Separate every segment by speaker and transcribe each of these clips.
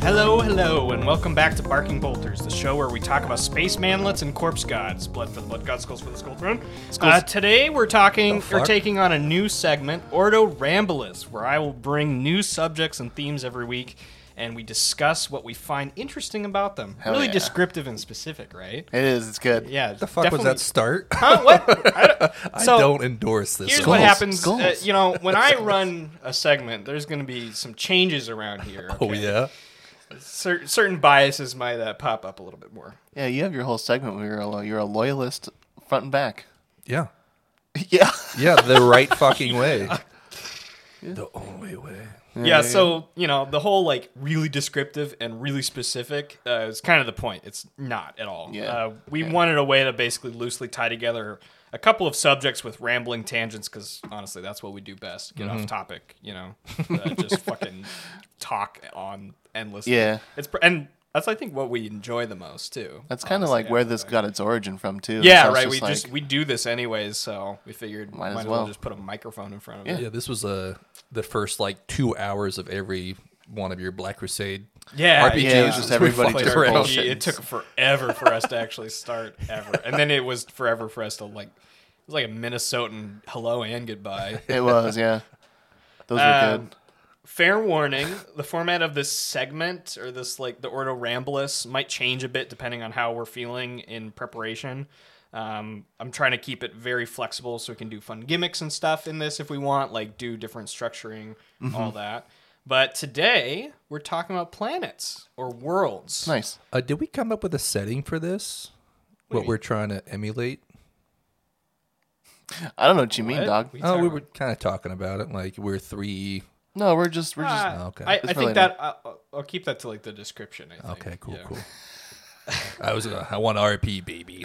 Speaker 1: Hello, hello, and welcome back to Barking Bolters, the show where we talk about space manlets and corpse gods. Blood for the blood god, skulls for the skull throne. Uh, today we're talking, we're
Speaker 2: fuck?
Speaker 1: taking on a new segment, Ordo Ramblus, where I will bring new subjects and themes every week, and we discuss what we find interesting about them.
Speaker 3: Hell
Speaker 1: really
Speaker 3: yeah.
Speaker 1: descriptic and specific, right?
Speaker 3: It is. It's good.
Speaker 1: Yeah.
Speaker 2: The fuck was that start?
Speaker 1: Huh? What? I don't,
Speaker 2: I
Speaker 1: so-
Speaker 2: don't endorse this.
Speaker 1: Here's
Speaker 2: at
Speaker 1: what
Speaker 2: all.
Speaker 1: happens.
Speaker 3: Skulls.
Speaker 1: Uh, you know, when I run a segment, there's going to be some changes around here.
Speaker 2: Oh
Speaker 1: okay?
Speaker 2: yeah.
Speaker 1: Cer- certain biases might uh, pop up a little bit more.
Speaker 3: Yeah, you have your whole segment where you're a, lo- you're a loyalist front and back.
Speaker 2: Yeah.
Speaker 3: Yeah.
Speaker 2: Yeah, the right fucking way. The only way.
Speaker 1: yeah, so you know the whole like really descriptive and really specific uh, is kind of the point. It's not at all.
Speaker 3: Yeah.
Speaker 1: Uh, we wanted a way to basically loosely tie together a couple of subjects with rambling tangents because honestly, that's what we do best. Get off topic, you know, uh, just fucking talk on endlessly.
Speaker 3: Yeah.
Speaker 1: it's pr- and that's I think what we enjoy the most too.
Speaker 3: That's kind of
Speaker 1: honestly,
Speaker 3: like where
Speaker 1: after
Speaker 3: this
Speaker 1: that.
Speaker 3: got its origin from, too.
Speaker 1: Yeah,
Speaker 3: So it's
Speaker 1: right. We
Speaker 3: like-
Speaker 1: just we do this anyways, so we figured might, as well. just put a microphone in front of it.
Speaker 2: Yeah, this was uh, the first like two hours of every one of your Black Crusade.
Speaker 1: Yeah,
Speaker 2: RPGs,
Speaker 1: yeah.
Speaker 2: just
Speaker 1: We
Speaker 2: everybody
Speaker 1: played
Speaker 2: just
Speaker 1: RPG.
Speaker 2: bullshit.
Speaker 1: It took forever for us to actually start ever, and then it was forever for us to like. It was like a Minnesotan hello and goodbye.
Speaker 3: It was, yeah. Those were
Speaker 1: Um,
Speaker 3: good.
Speaker 1: fair warning: the format of this segment or this like the Ordo Ramblus might change a bit depending on how we're feeling in preparation. Um, I'm trying to keep it very flexible so we can do fun gimmicks and stuff in this if we want, like do different structuring, all that. But today we're talking about planets or worlds.
Speaker 3: Nice.
Speaker 2: Uh, did we come up with a setting for this? What, we're trying to emulate?
Speaker 3: I don't know what you mean,
Speaker 1: What?
Speaker 3: dog.
Speaker 1: We
Speaker 2: Oh,
Speaker 1: talk
Speaker 2: we
Speaker 1: about-
Speaker 2: were kind of talking about it. Like we're three.
Speaker 3: No, we're just we're just
Speaker 1: Ah,
Speaker 2: okay.
Speaker 1: I, I
Speaker 3: It's for
Speaker 1: think
Speaker 3: later.
Speaker 1: that I'll, I'll keep that to like the description. I think.
Speaker 2: Okay, cool,
Speaker 1: Yeah.
Speaker 2: cool. I was. Uh, I want RP, baby.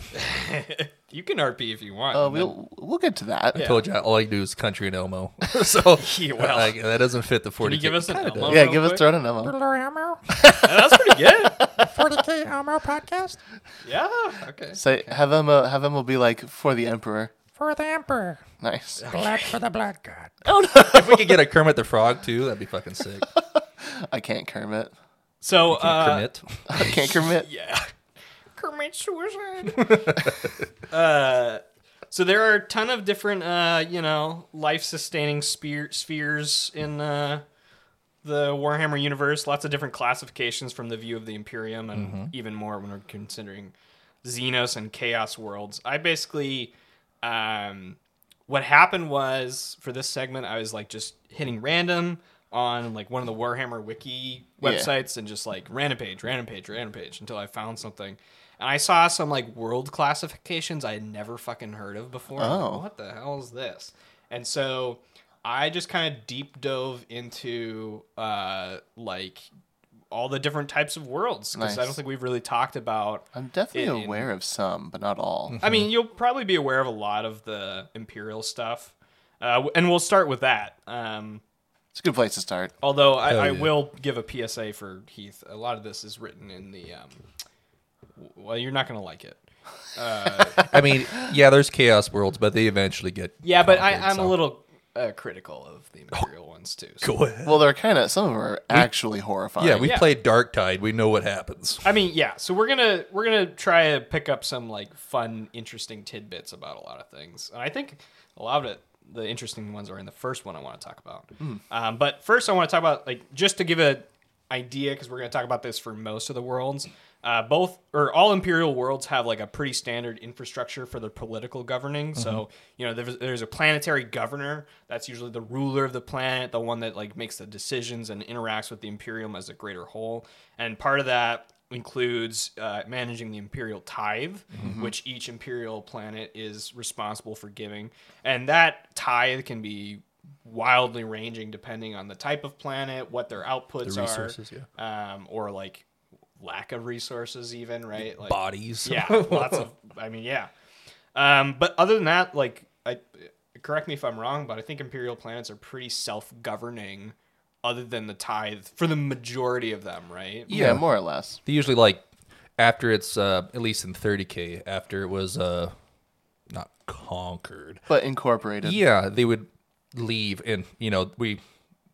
Speaker 1: You can RP if you want.
Speaker 3: uh,
Speaker 1: and then-
Speaker 3: we'll we'll get to that.
Speaker 2: I told you all I do is country and Elmo. so uh,
Speaker 1: Yeah, well.
Speaker 2: like, that doesn't fit the
Speaker 1: you
Speaker 2: forty.
Speaker 1: give us an Elmo?
Speaker 3: Yeah,
Speaker 1: Real
Speaker 3: give
Speaker 1: quick.
Speaker 3: us throw it an Elmo.
Speaker 2: Elmo?
Speaker 1: that's pretty good.
Speaker 2: 40k Elmo podcast
Speaker 1: Yeah. Okay.
Speaker 3: Say have Elmo have Elmo be like for the emperor.
Speaker 2: for the emperor.
Speaker 3: Nice.
Speaker 2: Black for the black god. Oh no! if we could get a Kermit the Frog too, that'd be fucking sick.
Speaker 3: I can't Kermit.
Speaker 1: So, uh,
Speaker 2: Kermit.
Speaker 3: I can't Kermit.
Speaker 1: yeah, Kermit suicide. uh, so there are a ton of different, uh, you know, life-sustaining spear- spheres in uh, the Warhammer universe. Lots of different classifications from the view of the Imperium, and even more when we're considering Xenos and Chaos worlds. I basically, um, what happened was for this segment, I was like just hitting random on like one of the Warhammer Wiki
Speaker 3: Yeah.
Speaker 1: websites and just like random page, random page, random page until I found something. And I saw some like world classifications I had never fucking heard of before. I'm like,
Speaker 3: Oh.
Speaker 1: what the hell is this? And so I just kind of deep dove into uh like all the different types of worlds because I
Speaker 3: Nice.
Speaker 1: don't think we've really talked about
Speaker 3: I'm definitely
Speaker 1: In-
Speaker 3: aware of some, but not all.
Speaker 1: I mean, you'll probably be aware of a lot of the Imperial stuff, uh, w- and we'll start with that. Um,
Speaker 3: It's a good place to start.
Speaker 1: although I,
Speaker 2: Hell
Speaker 1: I
Speaker 2: yeah.
Speaker 1: will give a PSA for Heath. A lot of this is written in the. Um, w- well, you're not gonna like it.
Speaker 2: I mean, yeah, there's chaos worlds, but they eventually get.
Speaker 1: Yeah, but I,
Speaker 2: conquered,
Speaker 1: I'm a
Speaker 2: so-
Speaker 1: little uh, critical of the Imperial ones too. So.
Speaker 2: Go ahead.
Speaker 3: Well, they're kind of some of them are actually horrifying.
Speaker 2: Yeah, we
Speaker 1: Yeah.
Speaker 2: played Dark Tide. We know what happens.
Speaker 1: I mean, yeah. So we're gonna we're gonna try to pick up some like fun, interesting tidbits about a lot of things, and I think a lot of it, the interesting ones are in the first one I want to talk about. Um, but first, I want to talk about like just to give a idea because we're gonna talk about this for most of the worlds. Uh, both or all imperial worlds have like a pretty standard infrastructure for their political governing. So you know there's, there's a planetary governor that's usually the ruler of the planet, the one that like makes the decisions and interacts with the imperium as a greater whole. And part of that includes uh, managing the imperial tithe, which each imperial planet is responsible for giving, and that tithe can be wildly ranging depending on the type of planet, what their outputs
Speaker 2: The
Speaker 1: are,
Speaker 2: resources,
Speaker 1: um, or like lack of resources, even right? Like,
Speaker 2: Bodies.
Speaker 1: yeah, lots of. I mean, yeah. Um, but other than that, like, I correct me if I'm wrong, but I think imperial planets are pretty self-governing, other than the tithe for the majority of them, right?
Speaker 3: yeah, more or less.
Speaker 2: They usually like after it's uh, at least in 30k after it was uh, not conquered.
Speaker 3: But incorporated.
Speaker 2: Yeah, they would leave, and you know we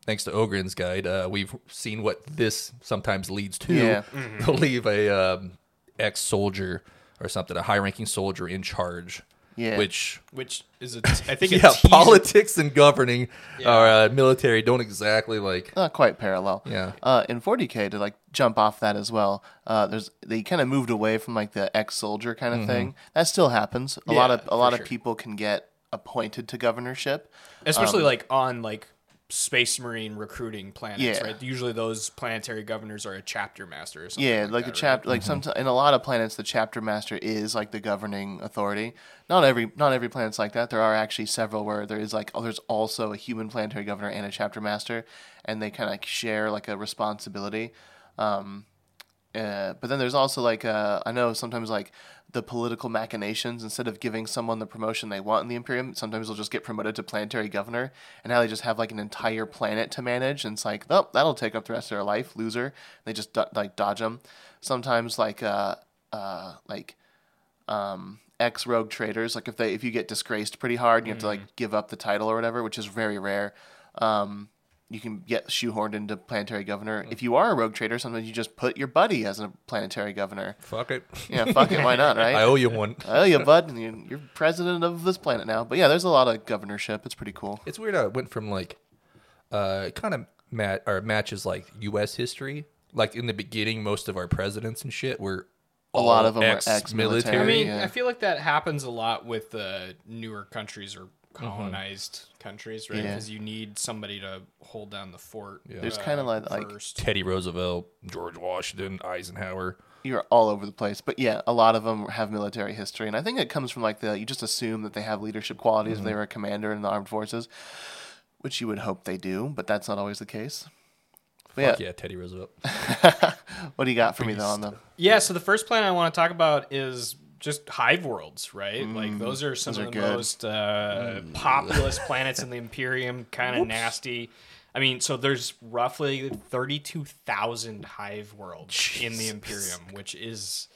Speaker 2: thanks to Ogrin's guide, uh, we've seen what this sometimes leads to.
Speaker 3: Yeah.
Speaker 2: They'll leave a um, ex soldier or something, a high ranking soldier in charge.
Speaker 3: Yeah.
Speaker 2: Which
Speaker 1: Which is a, I think
Speaker 2: yeah,
Speaker 1: a teaser-
Speaker 2: politics and governing or uh, military don't exactly like
Speaker 3: not quite parallel.
Speaker 2: Yeah.
Speaker 3: Uh, in 40k to like jump off that as well. Uh, there's they kind of moved away from like the ex-soldier kind of thing. That still happens. A lot
Speaker 1: Yeah,
Speaker 3: of a lot
Speaker 1: for
Speaker 3: of
Speaker 1: sure.
Speaker 3: people can get appointed to governorship.
Speaker 1: especially
Speaker 3: um,
Speaker 1: like on like space marine recruiting planets
Speaker 3: Yeah.
Speaker 1: right usually those planetary governors are a chapter master or something
Speaker 3: Yeah,
Speaker 1: like,
Speaker 3: like,
Speaker 1: that,
Speaker 3: the
Speaker 1: right? Mm-hmm.
Speaker 3: chapter, like sometimes in a lot of planets, the chapter master is like the governing authority. Not every not every planet's like that. There are actually several where there is like oh, there's also a human planetary governor and a chapter master, and they kind of share like a responsibility. Um, uh, but then there's also like uh, I know sometimes like the political machinations instead of giving someone the promotion they want in the Imperium, sometimes they'll just get promoted to planetary governor, and now they just have like an entire planet to manage, and it's like, oh, that'll take up the rest of their life, loser. they just do- like dodge them. Sometimes like uh, uh, like um, ex rogue traders, like if they if you get disgraced pretty hard, you have to like give up the title or whatever, which is very rare. Um, you can get shoehorned into planetary governor. If you are a rogue trader, sometimes you just put your buddy as a planetary governor.
Speaker 2: fuck it.
Speaker 3: Yeah, fuck it, why not, right?
Speaker 2: I owe you one.
Speaker 3: Oh, you bud, and you- you're president of this planet now. But yeah, there's a lot of governorship. It's pretty cool.
Speaker 2: It's weird how it went from like uh kind of mat or matches like US history. Like in the beginning most of our presidents and shit were
Speaker 3: A lot of them were
Speaker 2: ex-military.
Speaker 1: i
Speaker 3: ex-military.
Speaker 1: mean
Speaker 3: yeah.
Speaker 1: i feel like that happens a lot with the newer countries or colonized countries right
Speaker 3: Mm-hmm. Yeah.
Speaker 1: because you need somebody to hold down the fort uh,
Speaker 3: There's kinda like- like-
Speaker 1: first.
Speaker 2: Teddy Roosevelt, George Washington, Eisenhower.
Speaker 3: You're all over the place. But yeah, a lot of them have military history, and I think it comes from like the you just assume that they have leadership qualities
Speaker 1: Mm-hmm.
Speaker 3: if they were a commander in the armed forces, which you would hope they do, but that's not always the case.
Speaker 2: Fuck
Speaker 3: But yeah,
Speaker 2: yeah, Teddy Roosevelt.
Speaker 3: what do you got for me though on them?
Speaker 1: yeah so the first planet i want to talk about is just hive worlds right like those are some
Speaker 3: are
Speaker 1: of the
Speaker 3: good.
Speaker 1: most uh, populous planets in the imperium kind of nasty i mean so there's roughly 32000 hive worlds in the imperium which is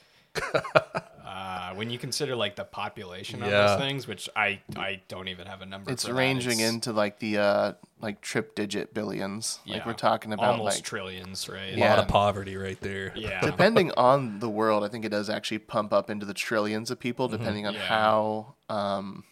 Speaker 1: uh, when you consider like the population of
Speaker 2: Yeah.
Speaker 1: those things which i i don't even have a number
Speaker 3: It's
Speaker 1: for that.
Speaker 3: ranging
Speaker 1: It's
Speaker 3: into like the uh like trip digit billions. Like
Speaker 1: Yeah.
Speaker 3: we're talking about
Speaker 1: almost
Speaker 3: like
Speaker 1: trillions right
Speaker 2: A lot
Speaker 3: Yeah.
Speaker 2: of poverty right there.
Speaker 1: yeah
Speaker 3: depending on the world, I think it does actually pump up into the trillions of people, depending on
Speaker 1: Mm-hmm. Yeah.
Speaker 3: how um,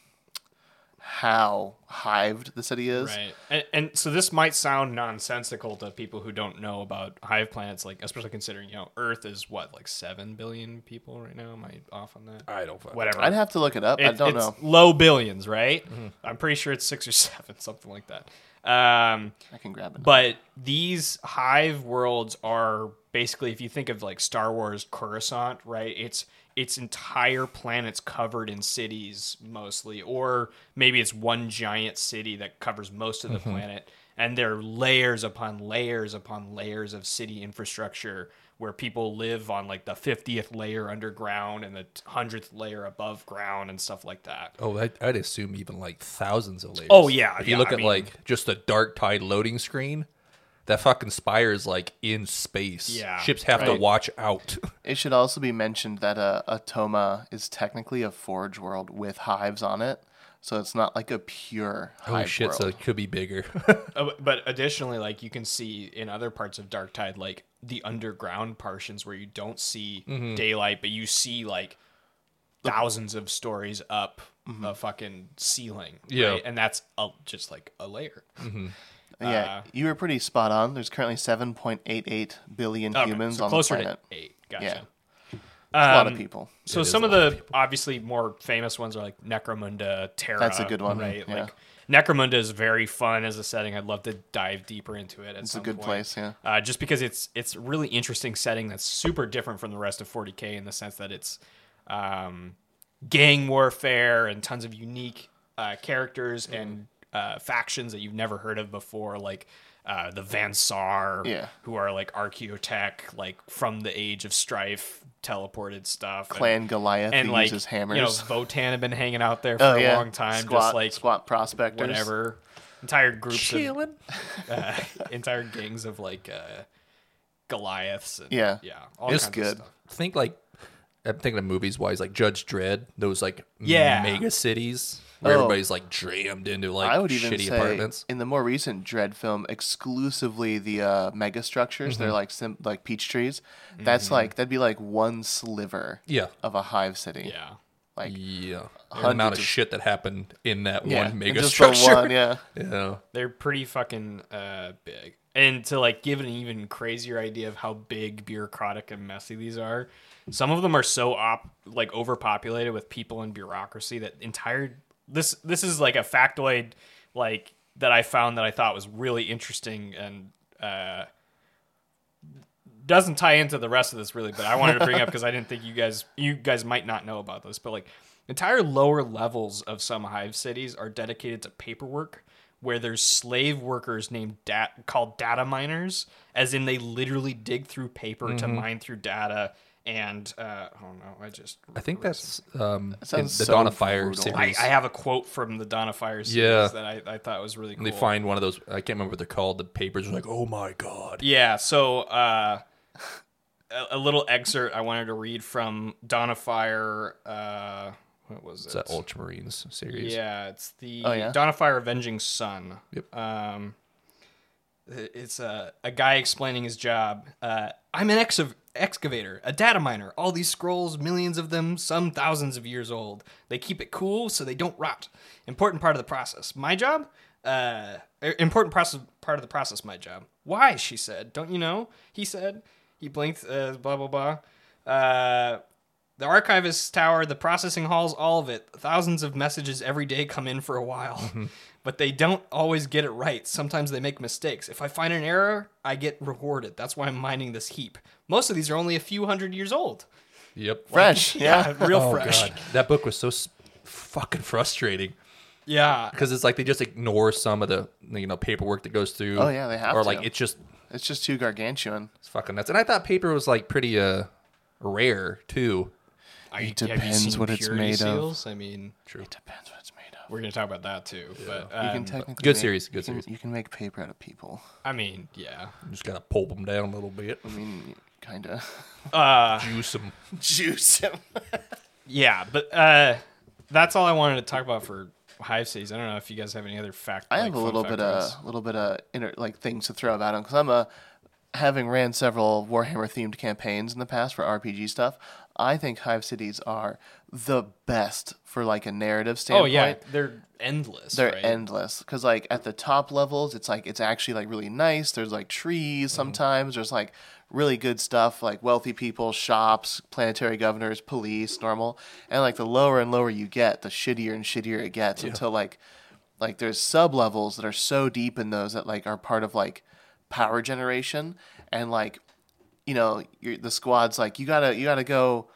Speaker 3: how hived the city is.
Speaker 1: Right. And, and so this might sound nonsensical to people who don't know about hive planets, like especially considering, you know, Earth is what, like seven billion people right now? Am I off on that?
Speaker 2: Uh, I don't fucking
Speaker 1: Whatever.
Speaker 3: I'd have to look it up. I
Speaker 1: It-
Speaker 3: don't
Speaker 1: it's
Speaker 3: know.
Speaker 1: Low billions, right? I'm pretty sure it's six or seven, something like that. Um,
Speaker 3: I can grab it.
Speaker 1: but these hive worlds are basically, if you think of like Star Wars Coruscant, right? It's its entire planet's covered in cities mostly, or maybe it's one giant city that covers most of the planet. And there are layers upon layers upon layers of city infrastructure where people live on like the 50th layer underground and the 100th layer above ground and stuff like that.
Speaker 2: Oh, I'd, I'd assume even like thousands of layers.
Speaker 1: Oh, yeah,
Speaker 2: If
Speaker 1: yeah,
Speaker 2: you look
Speaker 1: I
Speaker 2: at
Speaker 1: mean-
Speaker 2: like just the dark tide loading screen, that fucking spire is like in space.
Speaker 1: Yeah,
Speaker 2: ships have to
Speaker 1: right.
Speaker 2: watch out.
Speaker 3: It should also be mentioned that uh, Atoma is technically a forge world with hives on it, so it's not like a pure
Speaker 2: Oh
Speaker 3: hive
Speaker 2: shit,
Speaker 3: world.
Speaker 2: so it could be bigger.
Speaker 1: Uh, but additionally, like you can see in other parts of Dark Tide, like the underground portions where you don't see
Speaker 2: Mm-hmm.
Speaker 1: daylight, but you see like thousands of stories up a fucking ceiling.
Speaker 2: Mm-hmm. Yeah. Mm-hmm.
Speaker 1: right? and that's a, just like a layer.
Speaker 3: yeah,
Speaker 1: Ah.
Speaker 3: you were pretty spot on. There's currently 7.88 billion
Speaker 1: Okay,
Speaker 3: humans
Speaker 1: so
Speaker 3: on the
Speaker 1: closer
Speaker 3: planet.
Speaker 1: to eight. Gotcha. Um,
Speaker 3: Yeah. That's a lot of people.
Speaker 1: So
Speaker 2: It is
Speaker 1: some
Speaker 2: a
Speaker 1: of
Speaker 2: lot
Speaker 1: the obviously more famous ones are like Necromunda, Terra.
Speaker 3: That's a good one,
Speaker 1: right?
Speaker 3: yeah.
Speaker 1: Like Necromunda is very fun as a setting. I'd love to dive deeper into it. At
Speaker 3: It's a
Speaker 1: some
Speaker 3: good
Speaker 1: point.
Speaker 3: place, yeah.
Speaker 1: Uh, just because it's it's a really interesting setting that's super different from the rest of 40k in the sense that it's um, gang warfare and tons of unique uh, characters
Speaker 3: Mm-hmm.
Speaker 1: and uh, factions that you've never heard of before, like. Uh, the Vansar,
Speaker 3: Yeah.
Speaker 1: who are like archaeotech, like from the age of strife, teleported stuff. and-
Speaker 3: Clan Goliath
Speaker 1: and
Speaker 3: who
Speaker 1: like
Speaker 3: uses hammers.
Speaker 1: You know, Votan have been hanging out there for
Speaker 3: oh
Speaker 1: a
Speaker 3: yeah,
Speaker 1: long time,
Speaker 3: squat,
Speaker 1: just like
Speaker 3: squat prospectors.
Speaker 1: whatever. Entire groups
Speaker 2: Chilling.
Speaker 1: of uh, entire gangs of like uh, Goliaths. And,
Speaker 3: Yeah.
Speaker 1: yeah, all
Speaker 3: It's
Speaker 1: kinds
Speaker 3: good.
Speaker 1: Of stuff.
Speaker 2: Think like I'm thinking of movies wise, like Judge Dredd, those like
Speaker 1: Yeah.
Speaker 2: mega cities. where
Speaker 3: Oh.
Speaker 2: everybody's like jammed into like
Speaker 3: I would even
Speaker 2: shitty
Speaker 3: say
Speaker 2: apartments.
Speaker 3: in the more recent Dread film, exclusively the uh, mega structures.
Speaker 2: Mm-hmm.
Speaker 3: They're like sim- like peach trees. That's like that'd be like one sliver
Speaker 2: Yeah.
Speaker 3: of a hive city.
Speaker 1: Yeah.
Speaker 3: Like
Speaker 2: Yeah. The
Speaker 3: hundreds
Speaker 2: amount of
Speaker 3: of-
Speaker 2: shit that happened in that
Speaker 3: yeah,
Speaker 2: one mega
Speaker 3: just
Speaker 2: structure.
Speaker 3: The one, yeah.
Speaker 2: yeah.
Speaker 1: They're pretty fucking uh, big. And to like give an even crazier idea of how big, bureaucratic, and messy these are, some of them are so op like overpopulated with people and bureaucracy that entire this this is like a factoid like that I found that I thought was really interesting and uh, doesn't tie into the rest of this really, but I wanted to bring up because I didn't think you guys you guys might not know about this, but like entire lower levels of some hive cities are dedicated to paperwork where there's slave workers named dat called data miners, as in they literally dig through paper to
Speaker 2: Mm-hmm.
Speaker 1: mine through data. And uh, I don't know, I just
Speaker 2: I think that's um, in the
Speaker 3: sounds so
Speaker 2: Dawn of Fire
Speaker 3: brutal.
Speaker 1: I,
Speaker 2: series.
Speaker 1: I have a quote from the Donna Fire series
Speaker 2: Yeah.
Speaker 1: that I, I thought was really cool.
Speaker 2: they find one of those. I can't remember what they're called. The papers are like, oh my god.
Speaker 1: Yeah, so uh, a, a little excerpt I wanted to read from Dawn of Fire. Uh, what was it?
Speaker 2: It's that Ultramarines series.
Speaker 1: Yeah, it's the
Speaker 3: Oh, yeah?
Speaker 1: Dawn of Fire Avenging Sun.
Speaker 2: Yep.
Speaker 1: Um, it- it's a, a guy explaining his job. Uh, I'm an ex- excavator, a data miner. All these scrolls, millions of them, some thousands of years old. They keep it cool so they don't rot. Important part of the process. My job? Uh, er, important process, part of the process, my job. Why, she said. Don't you know? He said. He blinked, uh, blah, blah, blah. Uh, the archivist's tower, the processing halls, all of it. Thousands of messages every day come in for a while, but they don't always get it right. Sometimes they make mistakes. If I find an error, I get rewarded. That's why I'm mining this heap. Most of these are only a few hundred years old.
Speaker 2: Yep.
Speaker 3: Fresh. Yeah.
Speaker 1: Uh, real
Speaker 2: Oh
Speaker 1: fresh.
Speaker 2: god, that book was so s- fucking frustrating
Speaker 1: Yeah,
Speaker 2: because it's like they just ignore some of the you know paperwork that goes through.
Speaker 3: Oh, yeah, they have
Speaker 2: Or
Speaker 3: to.
Speaker 2: like it's just
Speaker 3: It's just too gargantuan.
Speaker 2: it's fucking nuts. And I thought paper was like pretty uh rare too.
Speaker 1: I,
Speaker 3: It depends what it's made of.
Speaker 1: of. I mean,
Speaker 3: It depends what it's made of.
Speaker 1: we're gonna talk about that too. But
Speaker 3: You
Speaker 1: um,
Speaker 3: can technically
Speaker 2: good
Speaker 3: make-
Speaker 2: series, good
Speaker 3: you can-
Speaker 2: series.
Speaker 3: You can make paper out of people.
Speaker 1: I mean, yeah.
Speaker 2: You just gotta pulp them down a little bit,
Speaker 3: I mean, kind of
Speaker 1: Uh,
Speaker 2: juice them.
Speaker 3: juice him.
Speaker 1: yeah, but uh, that's all I wanted to talk about for Hive Cities. I don't know if you guys have any other fact.
Speaker 3: I
Speaker 1: like,
Speaker 3: have a
Speaker 1: fun
Speaker 3: little bit
Speaker 1: factoids.
Speaker 3: of little bit of inter, like things to throw about him because I'm a having ran several Warhammer themed campaigns in the past for RPG stuff. I think Hive Cities are the best for like a narrative
Speaker 1: Oh
Speaker 3: standpoint.
Speaker 1: yeah, they're endless.
Speaker 3: They're
Speaker 1: right?
Speaker 3: endless because like at the top levels, it's like it's actually like really nice. There's like trees
Speaker 1: Mm-hmm.
Speaker 3: sometimes. There's like really good stuff like wealthy people, shops, planetary governors, police, normal. And like the lower and lower you get, the shittier and shittier it gets until like like there's sub levels that are so deep in those that like are part of like power generation and like you know you're, the squad's like you gotta you gotta go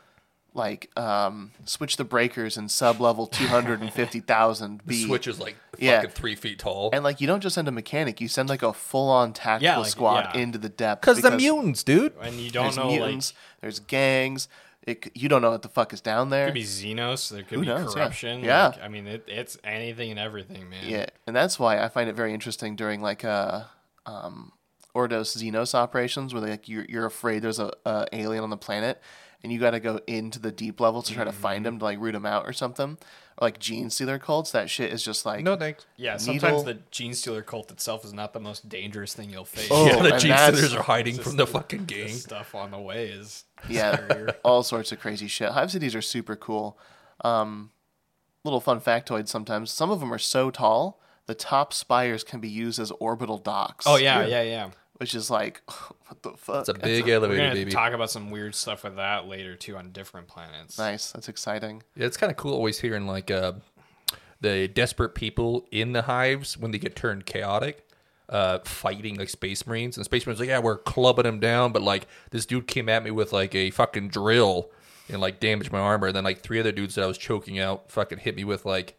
Speaker 3: like um switch the breakers in sub level 250000 b
Speaker 2: Switch is like
Speaker 3: Yeah.
Speaker 2: fucking three feet tall.
Speaker 3: and like you don't just send a mechanic, you send like a full on tactical
Speaker 1: Yeah, like,
Speaker 3: squad
Speaker 1: yeah.
Speaker 3: into the depth
Speaker 2: Because the mutants, dude.
Speaker 1: and you don't
Speaker 3: There's
Speaker 1: know
Speaker 3: mutants, there's gangs. It, c- you don't know what the fuck is down there.
Speaker 1: like could be Xenos, there could be
Speaker 3: knows, yeah.
Speaker 1: corruption.
Speaker 3: Yeah.
Speaker 1: like, I mean it, it's anything and everything, man.
Speaker 3: yeah, and that's why I find it very interesting during like uh, um, Ordos Xenos operations where like you're, you're afraid there's a, a alien on the planet, and you got to go into the deep level to try to
Speaker 1: Mm-hmm.
Speaker 3: find him to like root him out or something, or like gene stealer cults. That shit is just like
Speaker 2: No thanks.
Speaker 1: Yeah,
Speaker 3: Needle-
Speaker 1: sometimes the gene stealer cult itself is not the most dangerous thing you'll face.
Speaker 3: Oh,
Speaker 2: yeah, the
Speaker 3: and
Speaker 2: G
Speaker 3: that's-
Speaker 2: sitters are hiding from the fucking gang.
Speaker 1: Stuff on the way is
Speaker 3: Yeah, all sorts of crazy shit. Hive cities are super cool. Um, little fun factoids sometimes. Some of them are so tall, the top spires can be used as orbital docks.
Speaker 1: Oh yeah, yeah, yeah.
Speaker 3: Which is like, what the fuck?
Speaker 2: It's a big
Speaker 1: We're
Speaker 2: elevator,
Speaker 1: gonna
Speaker 2: baby.
Speaker 1: talk about some weird stuff with that later too on different planets.
Speaker 3: Nice. That's exciting.
Speaker 2: Yeah, it's kind of cool always hearing like uh, the desperate people in the hives when they get turned chaotic, uh, fighting like space marines. And space marines like, yeah, we're clubbing them down, but like this dude came at me with like a fucking drill and like damaged my armor. And then like three other dudes that I was choking out fucking hit me with like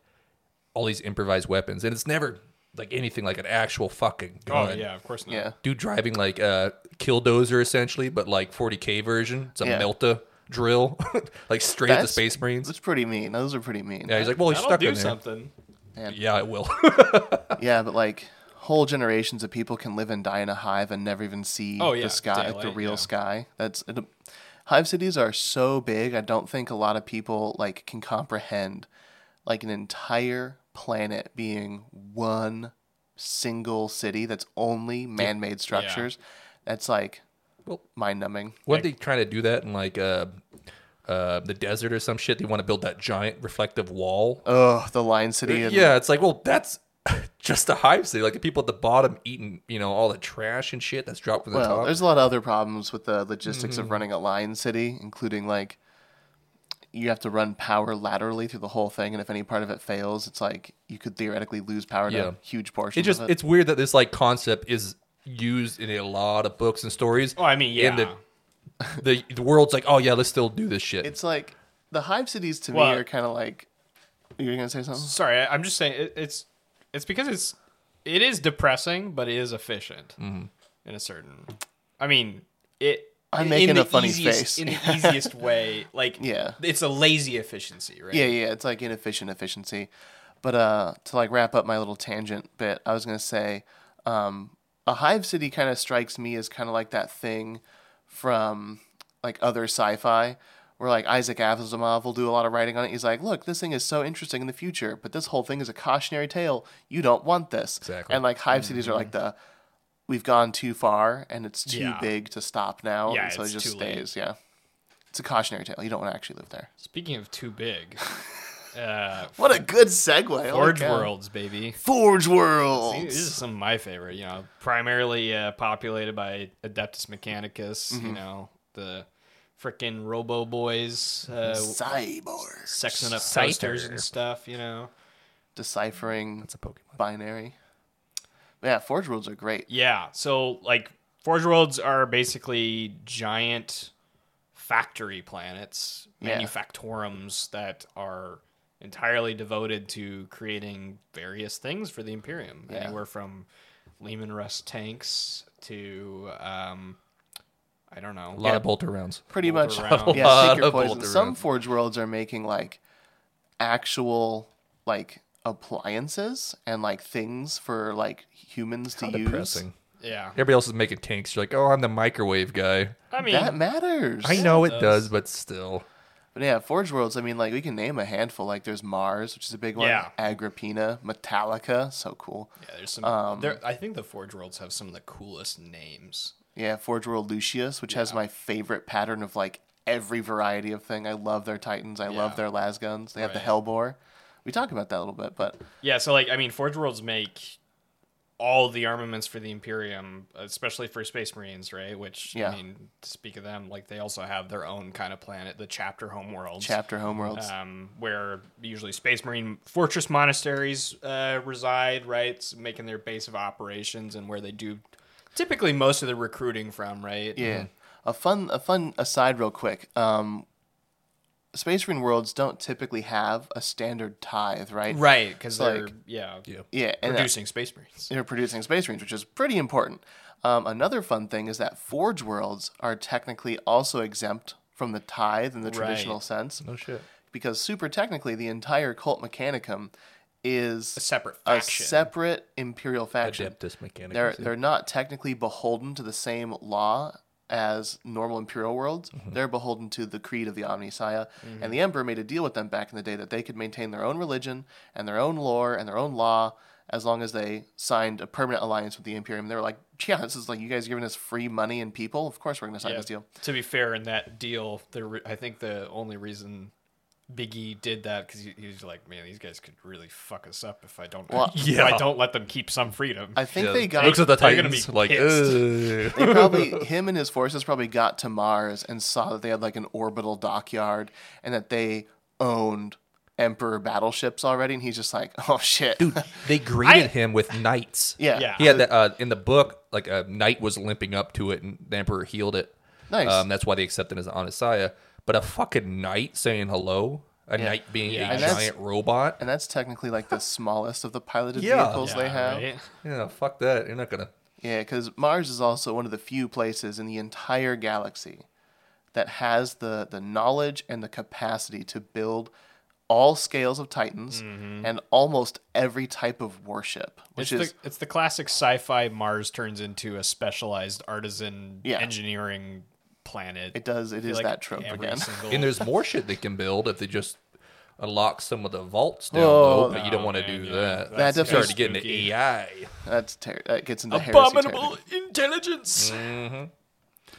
Speaker 2: all these improvised weapons. And it's never like anything like an actual fucking
Speaker 1: Oh
Speaker 2: gun.
Speaker 1: yeah, of course not.
Speaker 3: Yeah.
Speaker 2: Dude driving like a killdozer essentially, but like 40k version. It's a
Speaker 3: Yeah.
Speaker 2: melta drill, like straight at the
Speaker 3: That's-
Speaker 2: space marines.
Speaker 3: That's pretty mean. Those are pretty mean.
Speaker 2: Yeah, he's like, well, he's
Speaker 1: That'll
Speaker 2: stuck
Speaker 1: do
Speaker 2: in there.
Speaker 1: something.
Speaker 2: Yeah, it will.
Speaker 3: Yeah, but like whole generations of people can live and die in a hive and never even see
Speaker 1: Oh, yeah,
Speaker 3: the sky, like the
Speaker 1: daylight,
Speaker 3: real
Speaker 1: yeah.
Speaker 3: sky. That's it, hive cities are so big. I don't think a lot of people like can comprehend like an entire planet being one single city that's only man-made structures. That's like
Speaker 2: Well-
Speaker 3: mind-numbing.
Speaker 2: Weren't they trying to do that in like uh, uh, the desert or some shit? They want to build that giant reflective wall.
Speaker 3: Oh, the Lion
Speaker 1: Uh,
Speaker 3: City. And,
Speaker 2: yeah, it's like, well, that's just a hive city. Like the people at the bottom eating, you know, all the trash and shit that's dropped from the
Speaker 3: Well,
Speaker 2: top. Mm-hmm.
Speaker 3: there's a lot of other problems with the logistics of running a Lion City, including like you have to run power laterally through the whole thing, and if any part of it fails, it's like you could theoretically lose power to
Speaker 2: Yeah.
Speaker 3: huge portions.
Speaker 2: It just
Speaker 3: of it.
Speaker 2: it's weird that this like concept is used in a lot of books and stories.
Speaker 1: Oh, I mean, yeah.
Speaker 2: And the the, the world's like, oh yeah, let's still do this shit.
Speaker 3: It's like the hive cities to
Speaker 1: Well-
Speaker 3: me are kind of like. You're gonna say something?
Speaker 1: Sorry, I, I'm just saying it, it's it's because it's it is depressing, but it is efficient
Speaker 2: Mm-hmm.
Speaker 1: in a certain. I mean, it.
Speaker 3: I'm
Speaker 1: in
Speaker 3: making
Speaker 1: the
Speaker 3: a funny
Speaker 1: easiest-
Speaker 3: face.
Speaker 1: in the easiest way. Like,
Speaker 3: Yeah.
Speaker 1: it's a lazy efficiency, right?
Speaker 3: Yeah, yeah, it's like inefficient efficiency. But uh, to like wrap up my little tangent bit, I was gonna say, um, a hive city kind of strikes me as kind of like that thing from like other sci-fi, where like Isaac Asimov will do a lot of writing on it. He's like, look, this thing is so interesting in the future, but this whole thing is a cautionary tale. You don't want this.
Speaker 2: Exactly.
Speaker 3: And like hive cities are like the we've gone too far and it's too
Speaker 1: Mm-hmm. Yeah.
Speaker 3: big to stop now,
Speaker 1: Yeah,
Speaker 3: and so it
Speaker 1: it's
Speaker 3: just
Speaker 1: too late.
Speaker 3: stays. Yeah, it's a cautionary tale. You don't want to actually live there.
Speaker 1: Speaking of too big, uh,
Speaker 3: What a good segue. Holy
Speaker 1: Forge
Speaker 3: cow.
Speaker 1: Worlds, baby.
Speaker 3: Forge
Speaker 1: See, These are
Speaker 3: Worlds.
Speaker 1: some of my favorite. You know, primarily uh, populated by Adeptus Mechanicus.
Speaker 3: Mm-hmm.
Speaker 1: You know, the frickin' Robo Boys uh,
Speaker 3: Cyborg.
Speaker 1: sexing up
Speaker 2: Scyther.
Speaker 1: posters and stuff. You know.
Speaker 3: Deciphering
Speaker 2: it's a Pokemon.
Speaker 3: binary. Yeah, Forge Worlds are great.
Speaker 1: Yeah. So like Forge Worlds are basically giant factory planets,
Speaker 3: Yeah.
Speaker 1: manufactorums that are entirely devoted to creating various things for the Imperium.
Speaker 3: Yeah.
Speaker 1: Anywhere from Lehman Russ tanks to um, I don't know.
Speaker 2: A lot of bolter rounds.
Speaker 3: Pretty
Speaker 1: Boulder
Speaker 3: much.
Speaker 1: round.
Speaker 3: Yeah, take your
Speaker 2: Lot of
Speaker 3: poison.
Speaker 2: Boulder
Speaker 3: Some
Speaker 2: round.
Speaker 3: Forge Worlds are making like actual like appliances and like things for like humans to use.
Speaker 2: Depressing.
Speaker 1: Yeah.
Speaker 2: Everybody else is making tanks. You're like, oh, I'm the microwave guy.
Speaker 1: I mean,
Speaker 3: That matters.
Speaker 2: I know it
Speaker 1: does.
Speaker 2: does, but still.
Speaker 3: But yeah, Forge Worlds, I mean, like, we can name a handful. Like, there's Mars, which is a big one.
Speaker 1: Yeah.
Speaker 3: Agrippina, Metallica, so cool.
Speaker 1: yeah, there's some. there, I think the Forge Worlds have some of the coolest names.
Speaker 3: Yeah, Forge World Lucius, which has my favorite pattern of like every variety of thing. I love their Titans. I love
Speaker 1: Yeah.
Speaker 3: their las guns. They have the
Speaker 1: Right.
Speaker 3: Hellbore. We talk about that a little bit, but
Speaker 1: Yeah, so like I mean, Forge Worlds make all the armaments for the Imperium, especially for Space Marines, right? Which
Speaker 3: Yeah.
Speaker 1: I mean, to speak of them, like they also have their own kind of planet, the chapter homeworlds,
Speaker 3: chapter homeworlds.
Speaker 1: um, where usually Space Marine fortress monasteries uh, reside, right? It's making their base of operations and where they do typically most of the recruiting from, right?
Speaker 3: yeah.
Speaker 1: Mm-hmm.
Speaker 3: A fun a fun aside real quick. Um Space Marine worlds don't typically have a standard tithe, right?
Speaker 1: right, because they're
Speaker 3: Like-
Speaker 1: yeah,
Speaker 3: Yeah, and uh, that-
Speaker 1: producing Space Marines.
Speaker 3: they're producing space marines, which is pretty important. Um, another fun thing is that Forge worlds are technically also exempt from the tithe in the traditional sense.
Speaker 2: No shit.
Speaker 3: because super technically the entire cult mechanicum is
Speaker 1: A separate
Speaker 3: a
Speaker 1: faction.
Speaker 3: separate imperial faction
Speaker 2: Adeptus mechanic.
Speaker 3: they're they're not technically beholden to the same law as normal imperial worlds
Speaker 1: Mm-hmm.
Speaker 3: they're beholden to the creed of the omniscia and the emperor made a deal with them back in the day that they could maintain their own religion and their own lore and their own law as long as they signed a permanent alliance with the imperium they were like yeah this is like you guys giving us free money and people of course we're going to sign
Speaker 1: Yeah,
Speaker 3: this deal
Speaker 1: To be fair, in that deal, the re- I think the only reason Biggie did that because he, he was like, "Man, these guys could really fuck us up if I don't
Speaker 3: Well,
Speaker 1: if I
Speaker 2: yeah.
Speaker 1: don't let them keep some freedom."
Speaker 3: i think they got
Speaker 2: looks at the
Speaker 1: They're gonna be
Speaker 2: Titans like,
Speaker 1: pissed.
Speaker 2: "Ugh."
Speaker 3: They probably him and his forces probably got to Mars and saw that they had like an orbital dockyard and that they owned Emperor battleships already, and he's just like, oh shit,
Speaker 2: dude, they greeted him with knights.
Speaker 3: yeah,
Speaker 1: Yeah.
Speaker 2: He had that uh, in the book. Like a knight was limping up to it, and the emperor healed it.
Speaker 3: Nice.
Speaker 2: Um, that's why they accepted him as an Onasaya. But a fucking knight saying hello, a knight being
Speaker 1: Yeah.
Speaker 2: a
Speaker 1: And
Speaker 3: that's-
Speaker 2: giant robot.
Speaker 3: and that's technically like the smallest of the piloted
Speaker 2: Yeah.
Speaker 3: vehicles they have.
Speaker 1: right?
Speaker 2: Yeah, fuck that. You're not gonna.
Speaker 3: Yeah, because Mars is also one of the few places in the entire galaxy that has the, the knowledge and the capacity to build all scales of Titans and almost every type of worship,
Speaker 1: It's
Speaker 3: which is
Speaker 1: the, it's the classic sci-fi Mars turns into a specialized artisan
Speaker 3: Yeah.
Speaker 1: engineering planet.
Speaker 3: it does it
Speaker 1: I feel
Speaker 3: is
Speaker 1: like
Speaker 3: that trope
Speaker 1: every
Speaker 3: again.
Speaker 1: single-
Speaker 2: And there's more shit they can build if they just unlock some of the vaults down
Speaker 3: Oh,
Speaker 2: low, but you don't
Speaker 1: no,
Speaker 2: want to
Speaker 1: man,
Speaker 2: do
Speaker 1: yeah.
Speaker 2: that.
Speaker 1: That's
Speaker 2: you started to
Speaker 1: kinda
Speaker 2: get into
Speaker 1: spooky.
Speaker 2: AI.
Speaker 3: That's ter- that gets into heresy
Speaker 1: Abominable
Speaker 3: territory.
Speaker 1: intelligence.
Speaker 2: Mm,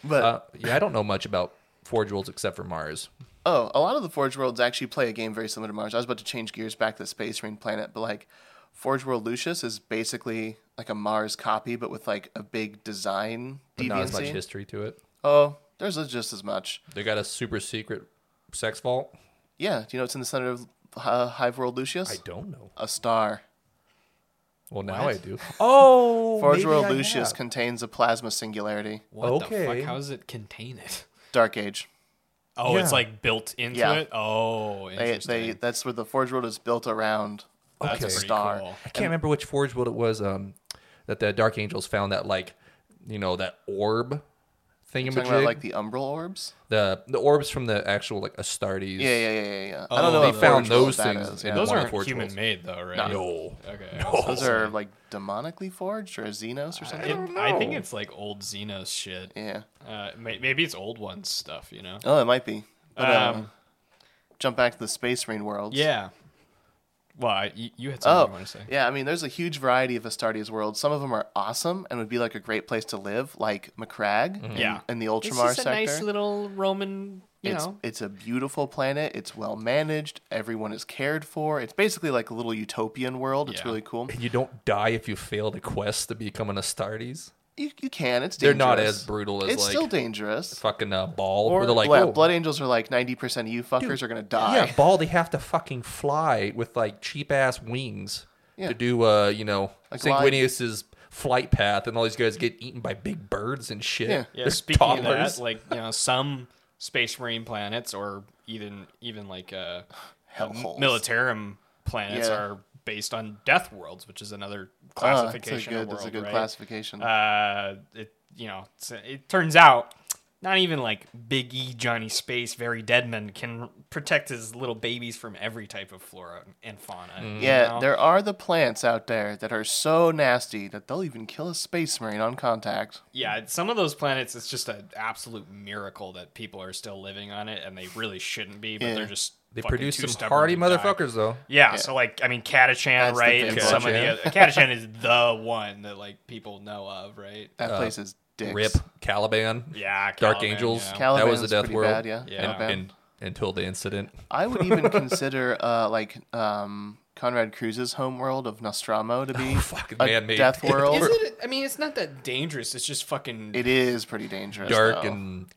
Speaker 3: But
Speaker 2: Uh, yeah, I don't know much about Forge Worlds except for Mars.
Speaker 3: Oh, a lot of the Forge Worlds actually play a game very similar to Mars. I was about to change gears back to Space Marine Planet, but like Forge World Lucius is basically like a Mars copy, but with like a big design
Speaker 2: But not as much
Speaker 3: deviancy.
Speaker 2: history to it.
Speaker 3: Oh, there's just as much.
Speaker 2: They got a super secret sex vault.
Speaker 3: Yeah, do you know what's in the center of uh, Hive World Lucius?
Speaker 2: I don't know.
Speaker 3: A star.
Speaker 2: Well, now I do.
Speaker 1: Oh,
Speaker 3: Forge World Lucius contains a plasma singularity.
Speaker 1: What the
Speaker 2: Okay.
Speaker 1: fuck? How does it contain it?
Speaker 3: Dark Age.
Speaker 1: Oh, it's
Speaker 2: Yeah.
Speaker 1: like built into
Speaker 3: Yeah.
Speaker 1: it. Oh,
Speaker 3: They,
Speaker 1: interesting.
Speaker 3: they, that's where the Forge World is built around.
Speaker 1: That's
Speaker 2: Okay.
Speaker 1: pretty
Speaker 3: Star.
Speaker 1: cool.
Speaker 2: I can't remember which Forge World it was. Um, that the Dark Angels found that like, you know, that orb thingamajig.
Speaker 3: Talking about like the Umbral orbs.
Speaker 2: the the orbs from the actual like Astartes.
Speaker 3: Yeah, yeah, yeah, yeah. yeah. I don't
Speaker 1: Oh,
Speaker 3: know.
Speaker 1: they
Speaker 3: what
Speaker 2: found
Speaker 3: Forge World
Speaker 2: those
Speaker 3: that
Speaker 2: things
Speaker 3: is,
Speaker 2: in
Speaker 3: yeah.
Speaker 1: Those
Speaker 2: those one of the
Speaker 1: aren't
Speaker 2: Forge
Speaker 1: human
Speaker 2: Worlds.
Speaker 1: made though, right?
Speaker 2: No.
Speaker 1: Okay.
Speaker 3: Those are like demonically forged or Xenos or
Speaker 1: I,
Speaker 3: something.
Speaker 1: think- I think it's like old Xenos shit.
Speaker 3: Yeah.
Speaker 1: Uh, may, maybe it's old ones stuff, you know?
Speaker 3: Oh, it might be. But, um,
Speaker 1: Um,
Speaker 3: jump back to the space marine worlds.
Speaker 1: Yeah. Well, I, you, you had something
Speaker 3: Oh,
Speaker 1: you want to say.
Speaker 3: yeah. I mean, there's a huge variety of Astartes worlds. Some of them are awesome and would be like a great place to live, like McCrag. in-
Speaker 1: Yeah.
Speaker 3: In the Ultramar
Speaker 1: it's just a
Speaker 3: sector.
Speaker 1: nice little Roman, you
Speaker 3: it's,
Speaker 1: know.
Speaker 3: it's a beautiful planet. It's well managed. Everyone is cared for. It's basically like a little utopian world. It's
Speaker 1: Yeah.
Speaker 3: really cool.
Speaker 2: And you don't die if you fail the quest to become an Astartes.
Speaker 3: You, you can. It's
Speaker 2: They're
Speaker 3: dangerous.
Speaker 2: not as brutal as
Speaker 3: It's
Speaker 2: like
Speaker 3: still dangerous.
Speaker 2: fucking uh, ball.
Speaker 1: Or
Speaker 2: where they're like,
Speaker 3: Blood,
Speaker 2: "Oh,
Speaker 3: Blood Angels are like 90% of you fuckers are going to die.
Speaker 2: yeah, ball. They have to fucking fly with like cheap ass wings
Speaker 3: Yeah.
Speaker 2: to do uh, you know,
Speaker 3: Like
Speaker 2: Sanguinius's flight path, and all these guys get eaten by big birds and shit.
Speaker 3: Yeah.
Speaker 1: Yeah,
Speaker 2: They're
Speaker 1: speaking of
Speaker 2: toddlers.
Speaker 1: that, like, you know, some space marine planets or even even like uh,
Speaker 3: Hellholes.
Speaker 1: militarum planets
Speaker 3: Yeah.
Speaker 1: are based on death worlds, which is another
Speaker 3: Oh, that's a
Speaker 1: classification
Speaker 3: good,
Speaker 1: of world,
Speaker 3: that's a good
Speaker 1: right?
Speaker 3: classification.
Speaker 1: uh, it you know it's, it turns out not even like Big E Johnny Space Very Deadman can protect his little babies from every type of flora and fauna. you
Speaker 3: Yeah,
Speaker 1: know?
Speaker 3: there are the plants out there that are so nasty that they'll even kill a space marine on contact.
Speaker 1: yeah. Some of those planets, it's just an absolute miracle that people are still living on it, and they really shouldn't be, but
Speaker 3: Yeah.
Speaker 1: they're just
Speaker 2: they
Speaker 1: fucking
Speaker 2: produce
Speaker 1: too
Speaker 2: some
Speaker 1: stubborn
Speaker 2: hardy
Speaker 1: to die.
Speaker 2: motherfuckers though.
Speaker 1: Yeah, so like I mean, Catachan,
Speaker 3: That's the
Speaker 1: right?
Speaker 3: big
Speaker 1: And some of
Speaker 2: Catachan.
Speaker 1: the other, Catachan is the one that like people know of, right?
Speaker 3: That place is dicks.
Speaker 2: Uh, Rip Caliban.
Speaker 1: Yeah,
Speaker 2: Dark
Speaker 1: Caliban,
Speaker 2: Angels.
Speaker 1: yeah.
Speaker 3: Caliban
Speaker 2: that was the
Speaker 3: was
Speaker 2: death
Speaker 3: pretty
Speaker 2: world.
Speaker 3: bad, yeah.
Speaker 1: Yeah.
Speaker 2: And- and- until the incident.
Speaker 3: I would even consider uh, like um, Conrad Cruz's homeworld of Nostromo to be
Speaker 2: fucking
Speaker 3: a
Speaker 2: Oh, man-made.
Speaker 3: death world.
Speaker 1: Is it? I mean, it's not that dangerous. It's just fucking
Speaker 3: It is pretty dangerous.
Speaker 2: Dark
Speaker 3: though.
Speaker 2: and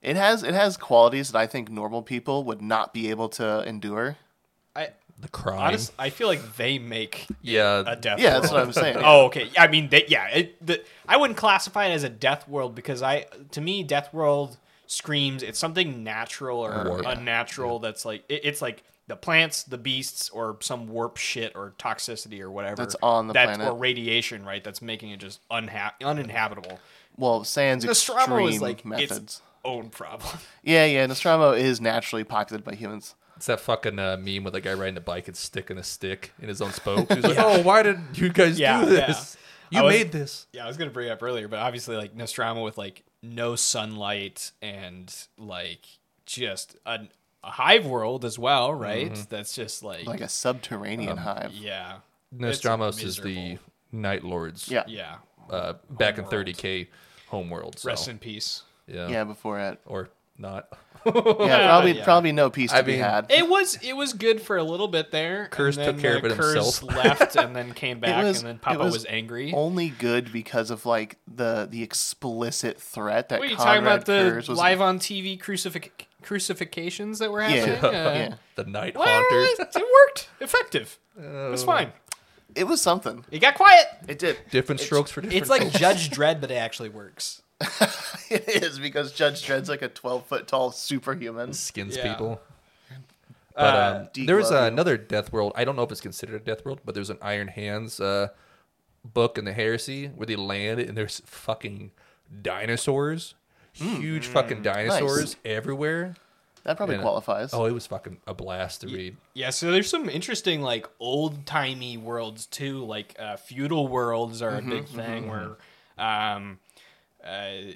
Speaker 3: it has it has qualities that I think normal people would not be able to endure.
Speaker 1: I
Speaker 2: the crime.
Speaker 1: honestly, I feel like they make
Speaker 2: yeah.
Speaker 1: a death.
Speaker 3: Yeah,
Speaker 1: world.
Speaker 3: that's what I'm saying.
Speaker 1: Oh, okay. I mean, they, yeah. It, the, I wouldn't classify it as a death world because I, to me, death world screams it's something natural or
Speaker 2: Warp.
Speaker 1: unnatural. That's like it, it's like the plants, the beasts, or some warp shit or toxicity or whatever
Speaker 3: That's on the
Speaker 1: that's,
Speaker 3: planet.
Speaker 1: or radiation, right? That's making it just unha- uninhabitable.
Speaker 3: Well, Sans
Speaker 1: Nostromo
Speaker 3: extreme
Speaker 1: is like
Speaker 3: methods.
Speaker 1: its own problem.
Speaker 3: Yeah, yeah. Nostromo is naturally populated by humans.
Speaker 2: It's that fucking uh, meme with a guy riding a bike and sticking a stick in his own spoke. He's like, "Oh, why did you guys
Speaker 1: Yeah,
Speaker 2: do this?
Speaker 1: yeah.
Speaker 2: You
Speaker 1: I was-
Speaker 2: made this."
Speaker 1: Yeah, I was gonna bring it up earlier, but obviously, like Nostromo with like no sunlight and like just a, a hive world as well, right? That's just like,
Speaker 3: Like a
Speaker 1: Um,
Speaker 3: subterranean hive.
Speaker 1: yeah,
Speaker 2: Nostramos
Speaker 1: It's
Speaker 2: is the
Speaker 1: miserable.
Speaker 2: Night Lord's
Speaker 3: Yeah.
Speaker 1: yeah.
Speaker 2: uh, back in
Speaker 1: Homeworld.
Speaker 2: 30k homeworld. So,
Speaker 1: Rest in peace.
Speaker 2: yeah.
Speaker 3: Yeah, before it.
Speaker 2: or not.
Speaker 3: Yeah, probably
Speaker 1: yeah.
Speaker 3: probably no peace to
Speaker 2: I
Speaker 3: be
Speaker 2: mean-
Speaker 3: had.
Speaker 1: It was it was good for a little bit there.
Speaker 2: Curse
Speaker 1: and then,
Speaker 2: took care
Speaker 1: uh,
Speaker 2: of it
Speaker 1: Curse
Speaker 2: himself.
Speaker 1: left and then came back,
Speaker 3: was-
Speaker 1: and then
Speaker 3: it
Speaker 1: Papa was,
Speaker 3: was
Speaker 1: angry.
Speaker 3: Only good because of like the the explicit threat that
Speaker 1: What are you
Speaker 3: Conrad
Speaker 1: talking about? The
Speaker 3: Kurz was
Speaker 1: live on TV crucif- crucifications that were
Speaker 3: Yeah.
Speaker 1: happening. Uh,
Speaker 3: Yeah.
Speaker 2: The Night
Speaker 1: well,
Speaker 2: Haunter.
Speaker 1: it, it worked. Effective. it was fine.
Speaker 3: It was something.
Speaker 1: It got quiet.
Speaker 3: It did.
Speaker 2: Different strokes for different.
Speaker 1: It's like
Speaker 2: folks.
Speaker 1: Judge Dredd, but it actually works.
Speaker 3: It is because Judge Dredd's like a twelve foot tall superhuman.
Speaker 2: skins
Speaker 1: Yeah.
Speaker 2: people. But um,
Speaker 3: Deep
Speaker 2: there was
Speaker 3: Love.
Speaker 2: another Death World. I don't know if it's considered a Death World, but there's an Iron Hands uh, book in the Heresy where they land and there's fucking dinosaurs,
Speaker 3: Hmm.
Speaker 2: huge fucking dinosaurs everywhere.
Speaker 3: That probably
Speaker 2: And, uh,
Speaker 3: Mm. qualifies.
Speaker 2: Oh, it was fucking a blast to read.
Speaker 1: Yeah, so there's some interesting like old timey worlds too, like uh, feudal worlds are
Speaker 3: Mm-hmm,
Speaker 1: a big thing where um, uh,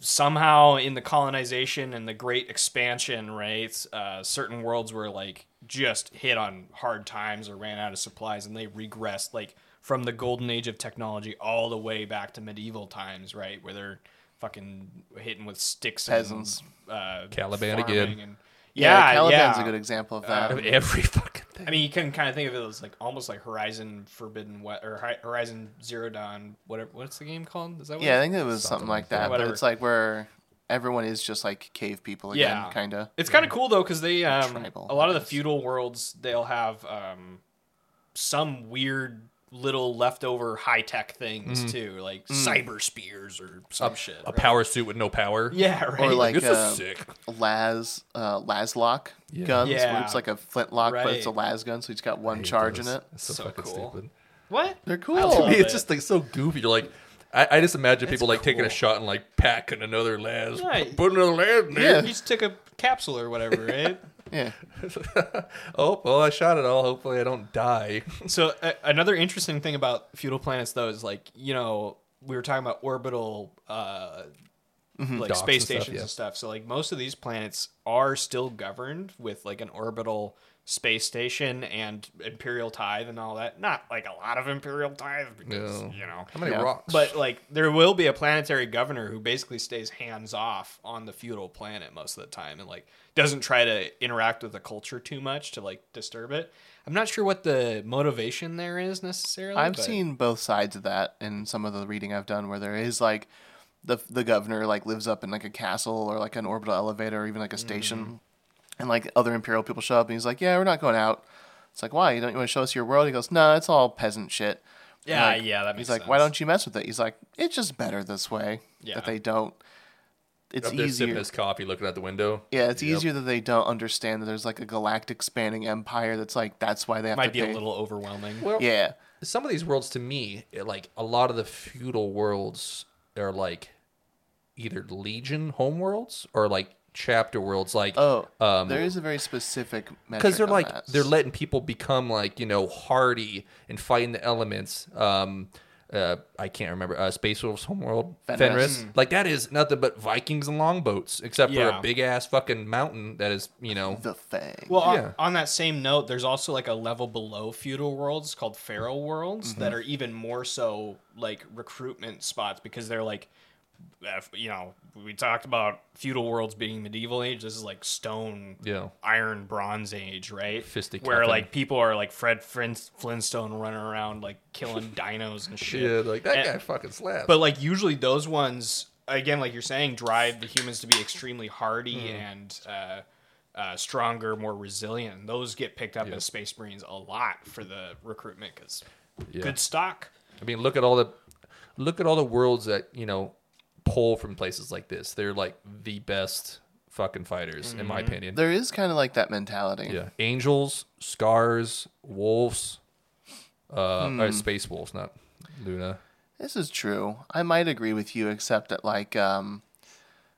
Speaker 1: somehow in the colonization and the Great Expansion, right? Uh, certain worlds were like just hit on hard times or ran out of supplies and they regressed like from the golden age of technology all the way back to medieval times, right? Where they're fucking hitting with sticks
Speaker 3: Peasants.
Speaker 1: and uh,
Speaker 2: Caliban
Speaker 1: farming
Speaker 2: again.
Speaker 1: And,
Speaker 3: Yeah,
Speaker 1: yeah,
Speaker 3: Caliban's
Speaker 1: yeah.
Speaker 3: a good example of that.
Speaker 2: Every fucking thing.
Speaker 1: I mean, you can kind of think of it as like almost like Horizon Forbidden West or Hi- Horizon Zero Dawn. Whatever, what's the game called? Is that what
Speaker 3: yeah, I
Speaker 1: it-
Speaker 3: think it was something, like that. But
Speaker 1: Whatever.
Speaker 3: it's like where everyone is just like cave people again,
Speaker 1: Yeah.
Speaker 3: kind of.
Speaker 1: It's kind of cool though because they um,
Speaker 3: Tribal,
Speaker 1: a lot of
Speaker 3: I
Speaker 1: the
Speaker 3: guess.
Speaker 1: feudal worlds they'll have um, some weird little leftover high tech things too, like
Speaker 3: Mm.
Speaker 1: cyber spears or some shit.
Speaker 2: A
Speaker 1: right?
Speaker 2: power suit with no power.
Speaker 1: yeah, right.
Speaker 3: Or like
Speaker 2: This
Speaker 3: uh,
Speaker 2: is sick.
Speaker 3: Las uh, Laslock guns, where
Speaker 1: Yeah.
Speaker 3: it's like a flintlock, but it's a
Speaker 1: Right.
Speaker 3: las gun, so he's got one charge in it.
Speaker 2: It's so,
Speaker 1: So
Speaker 2: fucking
Speaker 1: cool.
Speaker 2: stupid.
Speaker 1: what?
Speaker 3: They're cool.
Speaker 1: love
Speaker 2: I mean,
Speaker 1: it.
Speaker 2: it's just like so goofy. You're like, I, I just imagine people like taking a
Speaker 1: cool.
Speaker 2: shot and like packing another las,
Speaker 1: Right.
Speaker 2: put another las in
Speaker 1: You
Speaker 2: there.
Speaker 1: just took a capsule or whatever, right?
Speaker 3: Yeah.
Speaker 2: Oh well, I shot it all. Hopefully, I don't die.
Speaker 1: so uh, another interesting thing about feudal planets though is like you know we were talking about orbital uh like
Speaker 2: Mm-hmm. Docks
Speaker 1: space
Speaker 2: and stuff,
Speaker 1: stations
Speaker 2: yeah.
Speaker 1: and stuff so like most of these planets are still governed with like an orbital space station and imperial tithe and all that not like a lot of imperial tithe because
Speaker 2: No.
Speaker 1: you know
Speaker 2: How many
Speaker 3: Yeah.
Speaker 2: rocks?
Speaker 1: but like there will be a planetary governor who basically stays hands off on the feudal planet most of the time and like doesn't try to interact with the culture too much to like disturb it. I'm not sure what the motivation there is necessarily.
Speaker 3: I've
Speaker 1: but-
Speaker 3: seen both sides of that in some of the reading I've done, where there is like the the governor like lives up in like a castle or like an orbital elevator or even like a station,
Speaker 1: Mm-hmm.
Speaker 3: and like other imperial people show up and he's like, "Yeah, we're not going out." It's like, "Why? You don't you want to show us your world?" He goes, "No, it's all peasant shit." And,
Speaker 1: Yeah,
Speaker 3: like,
Speaker 1: yeah, that makes
Speaker 3: He's like, "Why
Speaker 1: sense.
Speaker 3: don't you mess with it?" He's like, "It's just better this way
Speaker 1: Yeah.
Speaker 3: that they don't." It's
Speaker 2: up there sipping
Speaker 3: easier.
Speaker 2: his coffee, looking out the window.
Speaker 3: Yeah, it's
Speaker 2: Yep.
Speaker 3: easier that they don't understand that there's like a galactic spanning empire that's like that's why they have
Speaker 1: might
Speaker 3: to
Speaker 1: be a
Speaker 3: pay-
Speaker 1: little overwhelming.
Speaker 2: Well,
Speaker 3: Yeah.
Speaker 2: some of these worlds to me, it- like a lot of the feudal worlds, are like either legion homeworlds or like chapter worlds. Like
Speaker 3: Oh,
Speaker 2: um,
Speaker 3: there is a very specific metric
Speaker 2: because they're
Speaker 3: on
Speaker 2: like
Speaker 3: that.
Speaker 2: they're letting people become like you know hardy and fighting the elements. Um, uh, I can't remember uh, Space Wolf's homeworld Fenris.
Speaker 3: Fenris. Hmm.
Speaker 2: Like that is nothing but Vikings and longboats, except for
Speaker 1: Yeah.
Speaker 2: a big ass fucking mountain that is you know
Speaker 3: the Fang.
Speaker 1: Well,
Speaker 2: Yeah.
Speaker 1: on, on that same note, there's also like a level below feudal worlds called feral worlds that
Speaker 2: Mm-hmm.
Speaker 1: are even more so like recruitment spots because they're like, uh, you know, we talked about feudal worlds being medieval age. This is like stone,
Speaker 2: Yeah.
Speaker 1: iron, bronze age, right?
Speaker 2: Fistic
Speaker 1: Where
Speaker 2: cuffing.
Speaker 1: like people are like Fred Flint- Flintstone running around like killing dinos and shit.
Speaker 2: yeah like that
Speaker 1: And-
Speaker 2: guy fucking slaps.
Speaker 1: Eh. but like usually those ones, again, like you're saying, drive the humans to be extremely hardy
Speaker 2: Hmm.
Speaker 1: and uh, uh, stronger, more resilient. And Those get picked up as space marines a lot for the recruitment because
Speaker 2: Yeah.
Speaker 1: good stock.
Speaker 2: I mean, look at all the look at all the worlds that you know pull from places like this. They're like the best fucking fighters, in my opinion.
Speaker 3: There is kind of like that mentality.
Speaker 2: yeah, angels, scars, wolves, uh,
Speaker 3: Hmm.
Speaker 2: or space wolves, not Luna.
Speaker 3: This is true. I might agree with you, except that like um,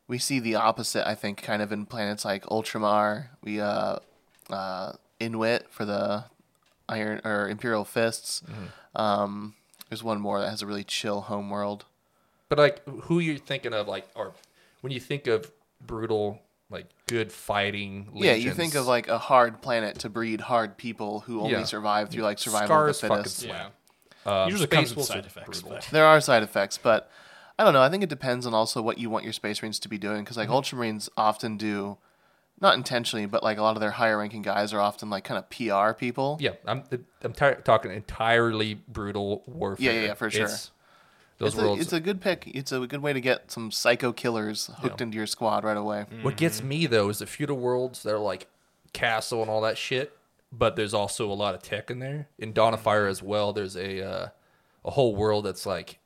Speaker 3: we see the opposite. I think kind of in planets like Ultramar, we uh, uh, Inuit for the Iron or Imperial Fists.
Speaker 2: Mm-hmm.
Speaker 3: Um, there's one more that has a really chill homeworld.
Speaker 2: But like, who you're thinking of, like, or when you think of brutal, like, good fighting.
Speaker 3: Yeah,
Speaker 2: Legions,
Speaker 3: you think of like a hard planet to breed hard people who only
Speaker 2: Yeah.
Speaker 3: survive through like survival
Speaker 2: scars,
Speaker 3: of the
Speaker 2: fucking
Speaker 3: fittest.
Speaker 1: Yeah.
Speaker 2: slap.
Speaker 1: usually
Speaker 2: Um, space
Speaker 1: comes with
Speaker 2: wolves are
Speaker 1: side effects.
Speaker 2: brutal.
Speaker 1: But.
Speaker 3: There are side effects, but I don't know. I think it depends on also what you want your space marines to be doing, because
Speaker 2: Mm-hmm.
Speaker 3: like ultramarines often do, not intentionally, but like a lot of their higher ranking guys are often like kind of PR people.
Speaker 2: Yeah, I'm I'm ti talking entirely brutal warfare.
Speaker 3: yeah, yeah, for sure.
Speaker 2: It's- those
Speaker 3: It's a,
Speaker 2: worlds
Speaker 3: it's a good pick. It's a good way to get some psycho killers hooked into your squad right away.
Speaker 2: What gets
Speaker 1: Mm-hmm.
Speaker 2: me though is the feudal worlds that are like castle and all that shit, but there's also a lot of tech in there. In Dawn
Speaker 1: Mm-hmm.
Speaker 2: of Fire as well, there's a uh, a whole world that's like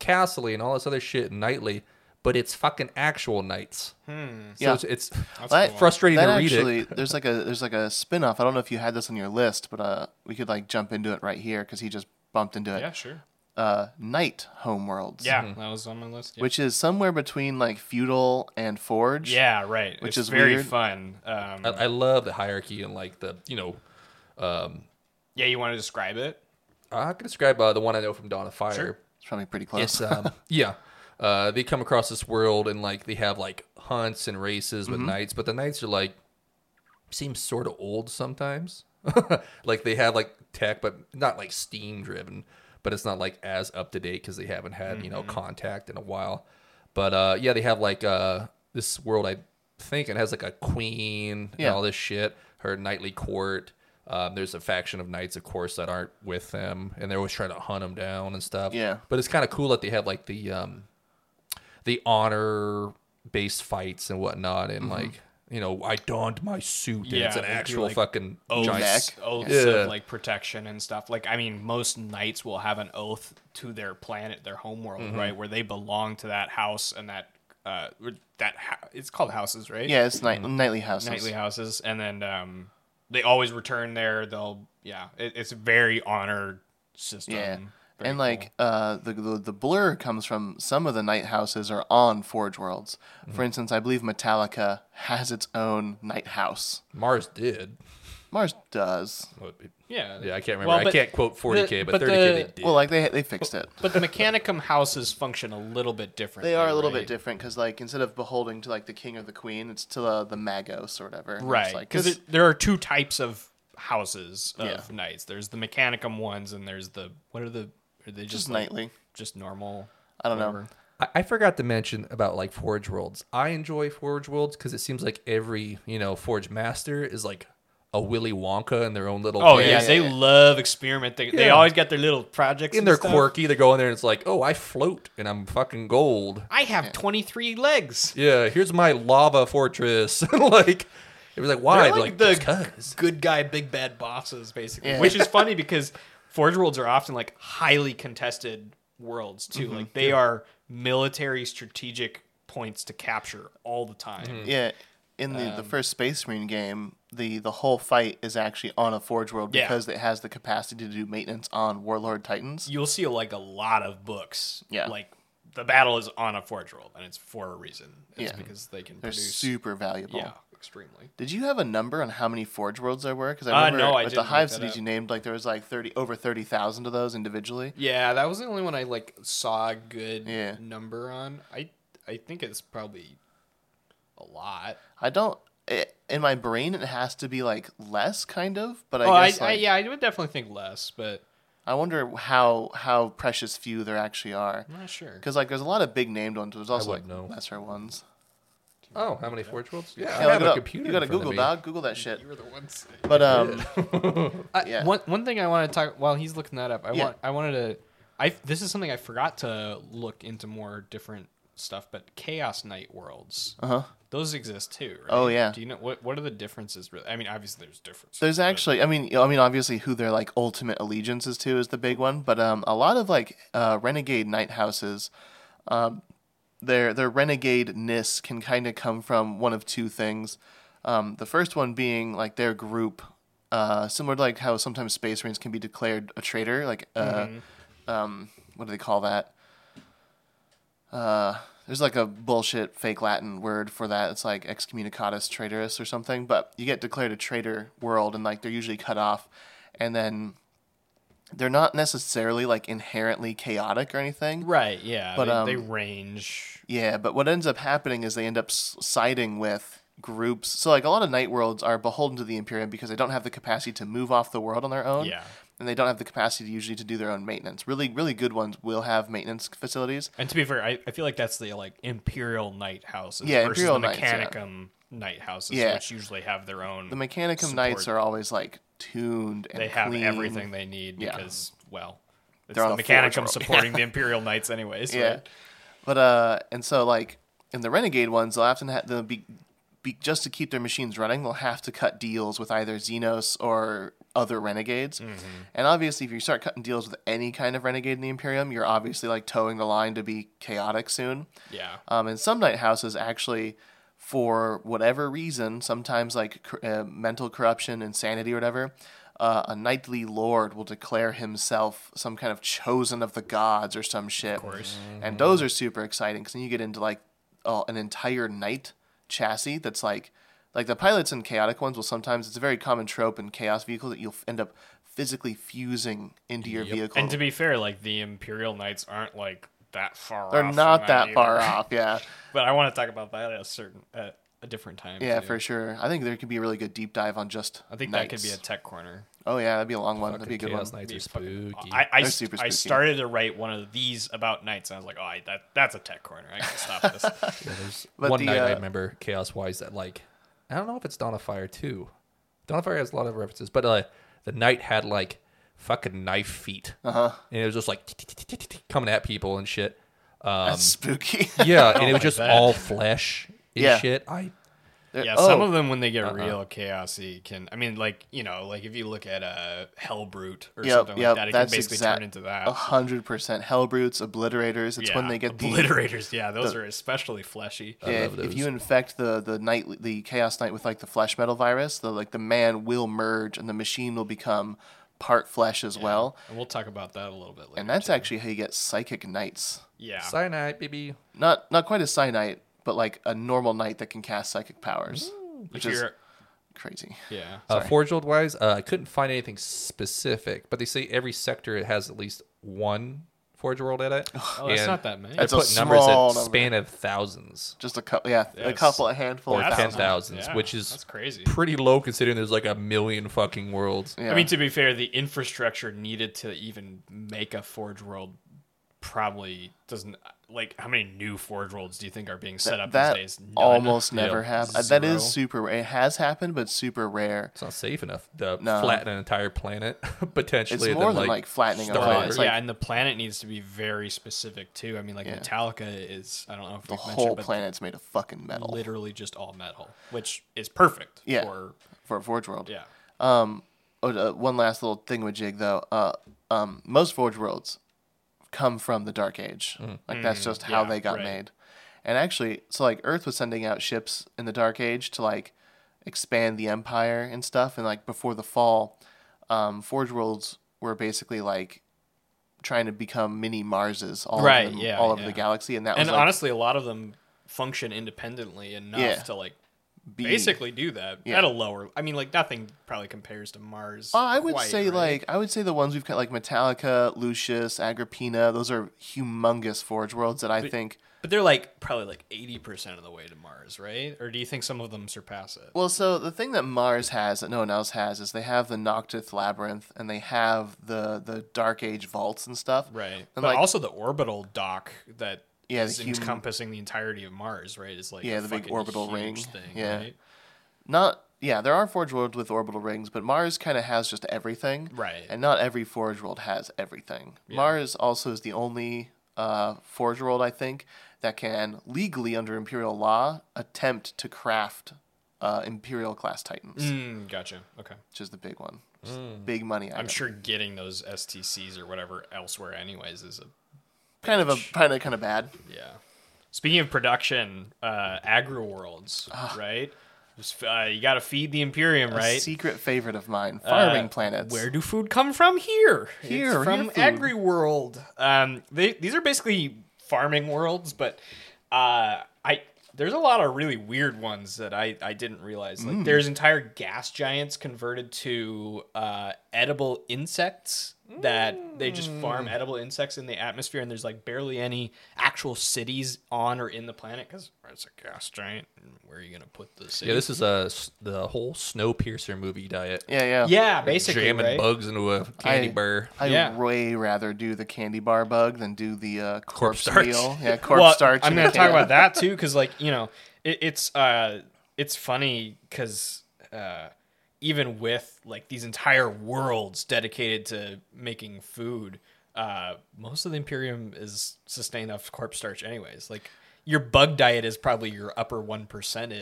Speaker 2: castle and all this other shit and knightly, but it's fucking actual knights. So
Speaker 3: Yeah.
Speaker 2: it's, it's
Speaker 3: That-
Speaker 1: Hmm. cool.
Speaker 2: frustrating
Speaker 3: that
Speaker 2: to read
Speaker 3: actually,
Speaker 2: it.
Speaker 3: there's like a there's like a spin-off. I don't know if you had this on your list, but uh, we could like jump into it right here because he just bumped into it.
Speaker 1: Yeah, sure.
Speaker 3: Uh, Night Homeworlds.
Speaker 1: Yeah,
Speaker 2: Mm-hmm.
Speaker 1: that was on my list. Yeah,
Speaker 3: Which is somewhere between like feudal and forge.
Speaker 1: yeah right.
Speaker 3: Which
Speaker 1: Which
Speaker 3: is
Speaker 1: is very
Speaker 3: weird.
Speaker 1: fun. Um,
Speaker 2: I, I love the hierarchy and like the you know
Speaker 1: yeah, you want to describe it?
Speaker 2: I can describe uh, the one I know from Dawn of Fire.
Speaker 1: Sure.
Speaker 3: It's probably pretty close.
Speaker 2: It's um, yeah. Uh, they come
Speaker 1: Mm-hmm.
Speaker 2: across this world and like they have like hunts and races with knights, but the knights are like seems sort of old sometimes. like they have like tech, but not like steam driven. But it's not like as up to date because they haven't had you know
Speaker 3: Mm-hmm.
Speaker 2: contact in a while. But uh, yeah, they have like uh, this world I think it has like a queen
Speaker 3: Yeah.
Speaker 2: and all this shit. Her knightly court. Um, there's a faction of knights, of course, that aren't with them, and they're always trying to hunt them down and stuff.
Speaker 3: Yeah.
Speaker 2: But it's kind of cool that they have like the um, the honor based fights and whatnot and like you know i donned my suit and
Speaker 1: Mm-hmm. Yeah,
Speaker 2: it's an
Speaker 1: they do,
Speaker 2: actual
Speaker 1: like,
Speaker 2: fucking
Speaker 1: oaths,
Speaker 2: giant
Speaker 3: neck.
Speaker 2: s-
Speaker 1: oaths
Speaker 2: Yeah.
Speaker 1: of like protection and stuff. Like I mean, most knights will have an oath to their planet, their homeworld,
Speaker 2: Mm-hmm.
Speaker 1: right, where they belong to that house and that uh that ho- it's called houses, right?
Speaker 3: Yeah, it's night, nightly houses.
Speaker 1: Mm. nightly houses, and then um they always return there. They'll yeah, it, it's a very honored system.
Speaker 3: Yeah.
Speaker 1: Very
Speaker 3: and like uh, the, the the blur comes from some of the night houses are on Forge Worlds.
Speaker 1: Mm.
Speaker 3: For instance, I believe Metallica has its own night house.
Speaker 2: mars did
Speaker 3: Mars does.
Speaker 2: Well, it-
Speaker 1: yeah,
Speaker 2: yeah i can't remember
Speaker 1: Well,
Speaker 2: i
Speaker 1: but
Speaker 2: can't quote 40k
Speaker 1: the-
Speaker 2: but,
Speaker 1: but
Speaker 2: 30k
Speaker 1: the-
Speaker 2: they did
Speaker 3: Well, like they they fixed it.
Speaker 1: But the Mechanicum houses function a little bit different.
Speaker 3: They are a little bit different because like instead of beholding to like the king or the queen, it's to uh, the magos or whatever. And it's
Speaker 1: right?
Speaker 3: like,
Speaker 1: Because
Speaker 3: this-
Speaker 1: there are two types of houses of
Speaker 3: Yeah.
Speaker 1: knights. There's the Mechanicum ones, and there's the what are the are they just,
Speaker 3: just
Speaker 1: like,
Speaker 3: nightly.
Speaker 1: just normal?
Speaker 3: I don't know.
Speaker 2: I, I forgot to mention about like forge worlds i enjoy forge worlds because it seems like every you know forge master is like a willy wonka in their own little
Speaker 1: Oh
Speaker 2: place.
Speaker 1: yeah,
Speaker 3: yeah,
Speaker 1: they
Speaker 3: yeah.
Speaker 1: love experimenting. They
Speaker 2: Yeah.
Speaker 1: always got their little projects
Speaker 2: and they're
Speaker 1: stuff.
Speaker 2: quirky they go in there and it's like oh i float and i'm fucking gold
Speaker 1: I have 23 legs.
Speaker 2: yeah here's my lava fortress like it was like
Speaker 1: They're
Speaker 2: why They're
Speaker 1: like
Speaker 2: "Just
Speaker 1: the
Speaker 2: 'cause."
Speaker 1: Good guy, big bad bosses, basically.
Speaker 3: Yeah.
Speaker 1: Which is funny because Forge Worlds are often like highly contested worlds too.
Speaker 3: Mm-hmm.
Speaker 1: Like they are military strategic points to capture all the time.
Speaker 3: Yeah, in the,
Speaker 1: Um,
Speaker 3: the first Space Marine game, the the whole fight is actually on a Forge World
Speaker 1: Yeah.
Speaker 3: because it has the capacity to do maintenance on Warlord Titans.
Speaker 1: You'll see like a lot of books.
Speaker 3: Yeah.
Speaker 1: Like the battle is on a Forge World, and it's for a reason. It's
Speaker 3: Yeah.
Speaker 1: because they can
Speaker 3: They're
Speaker 1: produce.
Speaker 3: super valuable.
Speaker 1: yeah, extremely.
Speaker 3: Did you have a number on how many Forge Worlds there were? Because
Speaker 1: Uh,
Speaker 3: I remember
Speaker 1: no, I didn't
Speaker 3: with the
Speaker 1: look
Speaker 3: Hive
Speaker 1: that
Speaker 3: cities
Speaker 1: up.
Speaker 3: you named, like there was like thirty over thirty thousand of those individually.
Speaker 1: Yeah, that was the only one I like saw a good
Speaker 3: Yeah.
Speaker 1: number on. I I think it's probably a lot.
Speaker 3: I don't. It, in my brain, it has to be like less, kind of. But I
Speaker 1: Oh, I,
Speaker 3: guess
Speaker 1: I,
Speaker 3: like, I,
Speaker 1: yeah, I would definitely think less, but
Speaker 3: wonder how how precious few there actually are.
Speaker 1: I'm not sure.
Speaker 3: Because like there's a lot of big named ones, but there's also like
Speaker 2: wouldn't know.
Speaker 3: lesser ones.
Speaker 2: Oh, how many Forge Worlds? Yeah,
Speaker 3: Yeah,
Speaker 2: I
Speaker 3: look
Speaker 2: have
Speaker 3: it
Speaker 2: a
Speaker 3: up.
Speaker 2: computer.
Speaker 3: You got
Speaker 2: to
Speaker 3: to Google dog. Google that shit.
Speaker 1: You were the one saying.
Speaker 3: But um,
Speaker 1: I-
Speaker 3: Yeah.
Speaker 1: One one thing I want to talk while he's looking that up, I
Speaker 3: Yeah.
Speaker 1: want I wanted to. I this is something I forgot to look into more different stuff, but Chaos Knight worlds,
Speaker 3: uh huh.
Speaker 1: those exist too. Right?
Speaker 3: Oh, yeah.
Speaker 1: Do you know what what are the differences? Really, I mean, obviously there's differences.
Speaker 3: There's
Speaker 1: but-
Speaker 3: actually, I mean, I mean, obviously, who their like ultimate allegiances to is the big one, but um, a lot of like uh, renegade night houses, um, their their renegade ness can kind of come from one of two things. Um, the first one being like their group, uh, similar to like how sometimes space marines can be declared a traitor, like uh, um, what do they call that? uh, there's like a bullshit fake Latin word for that. It's like excommunicatus traitorus or something. But you get declared a traitor world, and like they're usually cut off, and then they're not necessarily like inherently chaotic or anything.
Speaker 1: right, yeah,
Speaker 3: But,
Speaker 1: they,
Speaker 3: um,
Speaker 1: they range.
Speaker 3: Yeah, but what ends up happening is they end up s- siding with groups. So like a lot of night worlds are beholden to the Imperium because they don't have the capacity to move off the world on their own.
Speaker 1: Yeah.
Speaker 3: And they don't have the capacity usually to do their own maintenance. Really, really good ones will have maintenance facilities.
Speaker 1: And to be fair, I, I feel like that's the like Imperial Knight houses
Speaker 3: Yeah,
Speaker 1: versus
Speaker 3: Imperial
Speaker 1: the
Speaker 3: Knights, yeah.
Speaker 1: Mechanicum Knight houses,
Speaker 3: Yeah.
Speaker 1: which usually have their own.
Speaker 3: The Mechanicum Knights
Speaker 1: Support.
Speaker 3: are always like tuned and
Speaker 1: they have
Speaker 3: clean.
Speaker 1: everything they need
Speaker 3: Yeah.
Speaker 1: because well, it's
Speaker 3: They're
Speaker 1: the
Speaker 3: on the Forge
Speaker 1: Mechanicum
Speaker 3: World.
Speaker 1: supporting the Imperial Knights anyways.
Speaker 3: Yeah.
Speaker 1: right?
Speaker 3: But uh, and so like in the Renegade ones, they'll often have they'll be, be just to keep their machines running. They'll have to cut deals with either Xenos or other renegades. And obviously, if you start cutting deals with any kind of renegade in the Imperium, you're obviously like towing the line to be chaotic soon.
Speaker 1: yeah.
Speaker 3: Um, and some night houses actually, for whatever reason, sometimes like cor- uh, mental corruption, insanity, or whatever, uh, a knightly lord will declare himself some kind of chosen of the gods or some shit. Of
Speaker 1: course.
Speaker 3: And those are super exciting because then you get into like uh, an entire knight chassis that's like. Like the pilots in chaotic ones will sometimes it's a very common trope in chaos vehicles that you'll f- end up physically fusing into your vehicle.
Speaker 1: And to be fair, like the Imperial Knights aren't like that far.
Speaker 3: They're
Speaker 1: off from
Speaker 3: not that far
Speaker 1: either.
Speaker 3: off, yeah.
Speaker 1: But I want to talk about that at a certain at a different time.
Speaker 3: Yeah,
Speaker 1: too.
Speaker 3: for sure. I think there could be a really good deep dive on just.
Speaker 1: I think that could be a tech corner.
Speaker 3: a. oh yeah, that'd be a long one. That'd be a good
Speaker 2: Chaos
Speaker 3: one.
Speaker 2: Knights
Speaker 1: Be
Speaker 2: are
Speaker 1: fucking-
Speaker 2: spooky.
Speaker 1: I I,
Speaker 3: They're
Speaker 1: s-
Speaker 3: super
Speaker 1: I
Speaker 3: spooky.
Speaker 1: started to write one of these about knights, and I was like, oh, I, that that's a tech corner. I gotta stop this.
Speaker 2: Yeah, there's
Speaker 3: But
Speaker 2: one
Speaker 3: the,
Speaker 2: night I
Speaker 3: uh,
Speaker 2: remember Chaos Wise that like I don't know if it's Dawn of Fire too. Dawn of Fire has a lot of references, but uh, the knight had like fucking knife feet, uh-huh. and it was just like coming at people and shit. Um,
Speaker 3: That's spooky.
Speaker 2: yeah, and it was
Speaker 1: I
Speaker 2: just
Speaker 1: bet.
Speaker 2: all flesh and
Speaker 3: Yeah.
Speaker 2: shit. I
Speaker 3: There-
Speaker 1: Yeah,
Speaker 3: oh,
Speaker 1: some of them when they get real chaosy can. I mean, like you know, like if you look at a hell brute or
Speaker 3: Oh, Yep,
Speaker 1: something like
Speaker 3: yep,
Speaker 1: that, it can
Speaker 3: that's
Speaker 1: basically
Speaker 3: exact-
Speaker 1: turn into that.
Speaker 3: a hundred percent. Hellbrutes, obliterators. It's when
Speaker 1: Yeah,
Speaker 3: they get the
Speaker 1: obliterators. Yeah, those are especially fleshy.
Speaker 3: Yeah,
Speaker 2: love
Speaker 3: if, if
Speaker 2: those.
Speaker 3: you infect the the night the chaos knight with like the flesh metal virus, the like the man will merge and the machine will become part flesh as well.
Speaker 1: and we'll talk about that a little bit later.
Speaker 3: And that's
Speaker 1: too.
Speaker 3: actually how you get psychic knights.
Speaker 1: yeah,
Speaker 2: cyanide, baby.
Speaker 3: Not not quite a cyanite, but like a normal knight that can cast psychic powers, which
Speaker 1: If
Speaker 3: is
Speaker 1: you're-
Speaker 3: crazy.
Speaker 1: yeah.
Speaker 2: Uh, Forge World wise, uh, I couldn't find anything specific, but they say every sector has at least one Forge World in it.
Speaker 1: Oh, that's
Speaker 2: and
Speaker 1: not that many.
Speaker 2: They
Speaker 3: That's a
Speaker 2: put numbers
Speaker 3: small
Speaker 2: that
Speaker 3: number.
Speaker 2: span of thousands
Speaker 3: Just a couple, yeah, a
Speaker 1: Yes.
Speaker 3: couple, a handful.
Speaker 2: or
Speaker 3: of
Speaker 1: That's
Speaker 2: ten
Speaker 3: thousands.
Speaker 1: not-
Speaker 2: thousands,
Speaker 1: yeah,
Speaker 2: which is
Speaker 1: that's crazy.
Speaker 2: pretty low considering there's like a million fucking worlds.
Speaker 3: Yeah.
Speaker 1: I mean, to be fair, the infrastructure needed to even make a Forge World probably doesn't. Like, how many new Forge Worlds do you think are being set up
Speaker 3: that
Speaker 1: these days? None.
Speaker 3: almost never
Speaker 2: Yeah.
Speaker 3: happens. That is
Speaker 1: Zero.
Speaker 3: super. ra- It has happened, but super rare.
Speaker 2: It's not safe enough to
Speaker 3: No.
Speaker 2: flatten an entire planet potentially.
Speaker 3: It's more than like, flattening a
Speaker 2: star
Speaker 3: planet.
Speaker 2: or-
Speaker 3: It's
Speaker 1: yeah,
Speaker 3: like
Speaker 1: and the planet needs to be very specific too. I mean, like Metallica is. I don't know if
Speaker 3: the
Speaker 1: we've
Speaker 3: whole
Speaker 1: mentioned, but
Speaker 3: planet's made of fucking metal.
Speaker 1: literally just all metal, which is perfect.
Speaker 3: Yeah.
Speaker 1: For,
Speaker 3: for Forge World.
Speaker 1: yeah.
Speaker 3: Oh, uh, one last little thingamajig though. Uh, um, most Forge Worlds come from the Dark Age. Like that's just how
Speaker 1: Mm, yeah,
Speaker 3: they got
Speaker 1: right.
Speaker 3: made. And actually, so like Earth was sending out ships in the Dark Age to like expand the Empire and stuff. And like before the fall, um, Forge Worlds were basically like trying to become mini Marses all
Speaker 1: Right,
Speaker 3: over, the,
Speaker 1: yeah,
Speaker 3: all over
Speaker 1: yeah.
Speaker 3: the galaxy. And that
Speaker 1: And
Speaker 3: was like
Speaker 1: honestly, a lot of them function independently enough
Speaker 3: Yeah.
Speaker 1: to like
Speaker 3: being-
Speaker 1: basically do that
Speaker 3: Yeah.
Speaker 1: at a lower. I mean, like nothing probably compares to Mars.
Speaker 3: Uh, I would
Speaker 1: quite,
Speaker 3: say
Speaker 1: right?
Speaker 3: like I would say the ones we've got like Metallica, Lucius, Agrippina. Those are humongous Forge worlds that I think.
Speaker 1: But they're like probably like eighty percent of the way to Mars, right? Or do you think some of them surpass it?
Speaker 3: Well, so the thing that Mars has that no one else has is they have the Noctith Labyrinth and they have the the Dark Age vaults and stuff.
Speaker 1: Right.
Speaker 3: And
Speaker 1: But
Speaker 3: like
Speaker 1: also the orbital dock that
Speaker 3: Yeah, the
Speaker 1: is
Speaker 3: human-
Speaker 1: encompassing the entirety of Mars, right? Is like
Speaker 3: Yeah,
Speaker 1: a
Speaker 3: the big
Speaker 1: fucking
Speaker 3: orbital
Speaker 1: huge
Speaker 3: ring.
Speaker 1: Thing,
Speaker 3: Yeah.
Speaker 1: Right?
Speaker 3: not yeah, there are Forge worlds with orbital rings, but Mars kind of has just everything.
Speaker 1: Right.
Speaker 3: And not every Forge world has everything. Mars also is the only uh, Forge world I think that can legally under Imperial law attempt to craft uh, Imperial class Titans.
Speaker 1: Mm, gotcha. Okay.
Speaker 3: which is the big one. Just Big money. Item.
Speaker 1: I'm sure getting those STCs or whatever elsewhere, anyways, is a
Speaker 3: Kind of a kind of kind of bad.
Speaker 1: Yeah. Speaking of production, uh, Agro Worlds, right? Just, Uh, you got to feed the Imperium, right?
Speaker 3: Secret favorite of mine. Farming
Speaker 1: Uh,
Speaker 3: planets.
Speaker 1: Where do food come from? Here,
Speaker 3: Here,
Speaker 1: It's
Speaker 3: here
Speaker 1: from
Speaker 3: food.
Speaker 1: Agri World. Um, they, these are basically farming worlds, but uh, I there's a lot of really weird ones that I I didn't realize.
Speaker 3: Mm.
Speaker 1: Like there's entire gas giants converted to uh, edible insects that they just farm
Speaker 3: Mm.
Speaker 1: edible insects in the atmosphere, and there's like barely any actual cities on or in the planet because it's a gas giant. and Where are you gonna put the city?
Speaker 2: Yeah, this is a s- the whole Snowpiercer movie diet.
Speaker 3: Yeah, yeah.
Speaker 1: yeah, basically,
Speaker 2: Jamming
Speaker 1: right?
Speaker 2: bugs into a candy
Speaker 3: I-
Speaker 2: bar.
Speaker 3: I
Speaker 1: Yeah.
Speaker 3: way rather do the candy bar bug than do the uh, corpse,
Speaker 2: starch.
Speaker 3: meal. Yeah, corpse starch.
Speaker 1: I'm
Speaker 3: in a
Speaker 1: going to talk
Speaker 3: can.
Speaker 1: about that too, because like you know, it, it's uh, it's funny because uh, even with like these entire worlds dedicated to making food, uh, most of the Imperium is sustained off corpse starch, anyways. Like your bug diet is probably your upper one percent.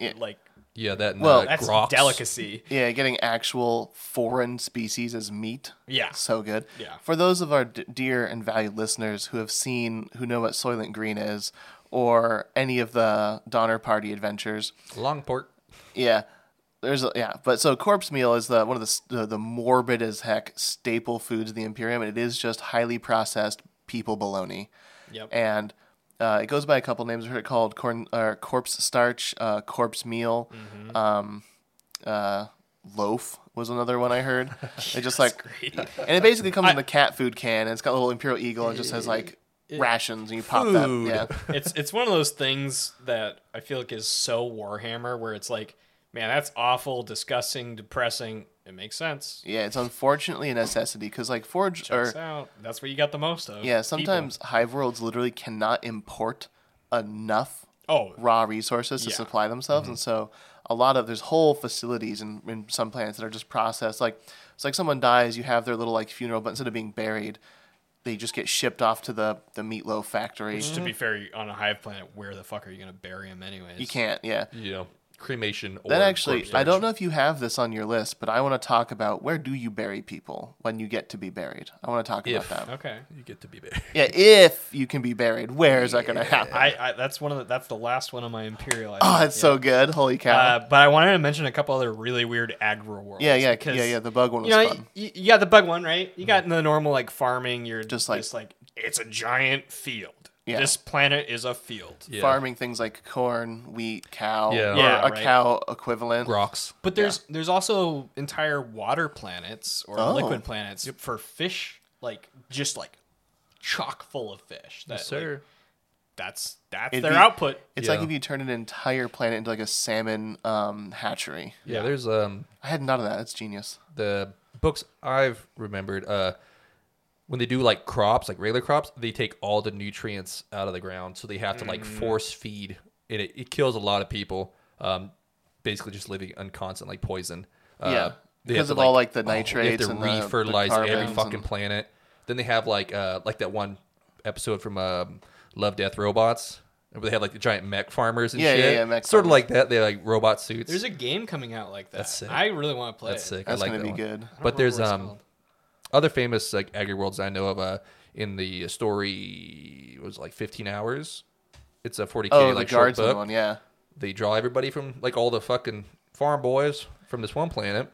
Speaker 3: Yeah.
Speaker 1: Like
Speaker 2: Yeah, that and,
Speaker 3: Well,
Speaker 2: uh,
Speaker 1: that's
Speaker 2: grox.
Speaker 1: delicacy.
Speaker 3: Yeah, getting actual foreign species as meat.
Speaker 1: Yeah.
Speaker 3: So good.
Speaker 1: Yeah.
Speaker 3: For those of our d- dear and valued listeners who have seen, who know what Soylent Green is, or any of the Donner Party adventures,
Speaker 2: Long pork.
Speaker 3: Yeah, there's a, yeah, but so corpse meal is the one of the, s- the the morbid as heck staple foods of the Imperium, and it is just highly processed people bologna,
Speaker 1: Yep.
Speaker 3: and uh, it goes by a couple names. I heard it called corn or corpse starch, uh, corpse meal,
Speaker 1: Mm-hmm.
Speaker 3: um, uh, loaf was another one I heard. It just like,
Speaker 1: great.
Speaker 3: and it basically comes in the cat food can, and it's got a little Imperial eagle, and it just says like rations and you pop that.
Speaker 2: Food.
Speaker 3: Yeah.
Speaker 1: it's it's one of those things that I feel like is so Warhammer where it's like, man, that's awful, disgusting, depressing. It makes sense.
Speaker 3: Yeah, it's unfortunately a necessity because like Forge
Speaker 1: Checks
Speaker 3: or
Speaker 1: out. That's what you got the most of.
Speaker 3: yeah,
Speaker 1: People.
Speaker 3: sometimes Hive Worlds literally cannot import enough
Speaker 1: Oh,
Speaker 3: raw resources to
Speaker 1: Yeah. Mm-hmm.
Speaker 3: supply themselves, and so a lot of there's whole facilities in, in some planets that are just processed. Like it's like someone dies, you have their little like funeral, but instead of being buried, they just get shipped off to the the meatloaf factory.
Speaker 1: to be fair, you- on a hive planet, where the fuck are you gonna bury him anyways?
Speaker 3: You can't, yeah.
Speaker 2: you know, cremation. Or
Speaker 3: That actually,
Speaker 2: corpse
Speaker 3: I don't
Speaker 2: search.
Speaker 3: know if you have this on your list, but I want to talk about where do you bury people when you get to be buried. I want to talk
Speaker 2: If.
Speaker 3: about that.
Speaker 1: Okay.
Speaker 2: You get to be buried.
Speaker 3: Yeah, if you can be buried, where is that going to happen?
Speaker 1: I, I that's one of the that's the last one on my imperial. I
Speaker 3: oh,
Speaker 1: think,
Speaker 3: it's so good! Holy
Speaker 1: yeah.
Speaker 3: cow!
Speaker 1: Uh, but I wanted to mention a couple other really weird agro worlds.
Speaker 3: yeah, yeah,
Speaker 1: because,
Speaker 3: yeah, yeah. The bug one was
Speaker 1: You know, y-
Speaker 3: fun. Mm-hmm.
Speaker 1: y- you got the bug one right. You got in the normal like farming. You're
Speaker 3: Just
Speaker 1: just
Speaker 3: like-
Speaker 1: like, it's a giant field.
Speaker 3: Yeah.
Speaker 1: This planet is a field.
Speaker 2: Yeah.
Speaker 3: Farming things like corn, wheat, cow,
Speaker 2: Yeah.
Speaker 3: or
Speaker 1: Yeah,
Speaker 3: a
Speaker 1: right.
Speaker 3: cow equivalent.
Speaker 2: Rocks.
Speaker 1: But there's there's also entire water planets or
Speaker 3: Oh.
Speaker 1: liquid planets for fish, like just like chock full of fish. That, like,
Speaker 2: sir.
Speaker 1: that's that's
Speaker 3: It'd
Speaker 1: their
Speaker 3: be-
Speaker 1: output.
Speaker 3: It's like
Speaker 2: Yeah.
Speaker 3: if you turned an entire planet into like a salmon um, hatchery.
Speaker 2: yeah, there's um
Speaker 3: I hadn't thought of that. That's genius.
Speaker 2: the books I've remembered, uh, when they do like crops, like regular crops, they take all the nutrients out of the ground, so they have to like
Speaker 3: Mm.
Speaker 2: force feed, and it, it kills a lot of people. Um, basically, just living on constant like poison. Uh,
Speaker 3: Yeah.
Speaker 2: they
Speaker 3: Because
Speaker 2: have to,
Speaker 3: of all, like, the
Speaker 2: oh, they have
Speaker 3: nitrates
Speaker 2: to
Speaker 3: and the- the
Speaker 2: re-fertilize
Speaker 3: carbons
Speaker 2: every
Speaker 3: and-
Speaker 2: fucking planet. Then they have like uh like that one episode from um, Love Death Robots. Where they have like the giant mech farmers and
Speaker 3: Yeah, yeah,
Speaker 2: shit.
Speaker 3: yeah, mech
Speaker 2: sort
Speaker 3: farmers.
Speaker 2: of like that. They like robot suits.
Speaker 1: There's a game coming out like that.
Speaker 2: That's sick.
Speaker 1: I really want to play
Speaker 2: That's
Speaker 1: it.
Speaker 2: sick.
Speaker 3: That's
Speaker 2: I like
Speaker 3: gonna
Speaker 2: that
Speaker 3: be
Speaker 2: one.
Speaker 3: good. I
Speaker 2: But
Speaker 1: don't remember
Speaker 2: there's
Speaker 1: what it's
Speaker 2: um
Speaker 1: called.
Speaker 2: other famous like agri worlds I know of uh in the story it was like 15 hours. It's a 40k
Speaker 3: Oh,
Speaker 2: like short
Speaker 3: the guardsman
Speaker 2: book.
Speaker 3: one. Yeah.
Speaker 2: They draw everybody from like all the fucking farm boys from this one planet.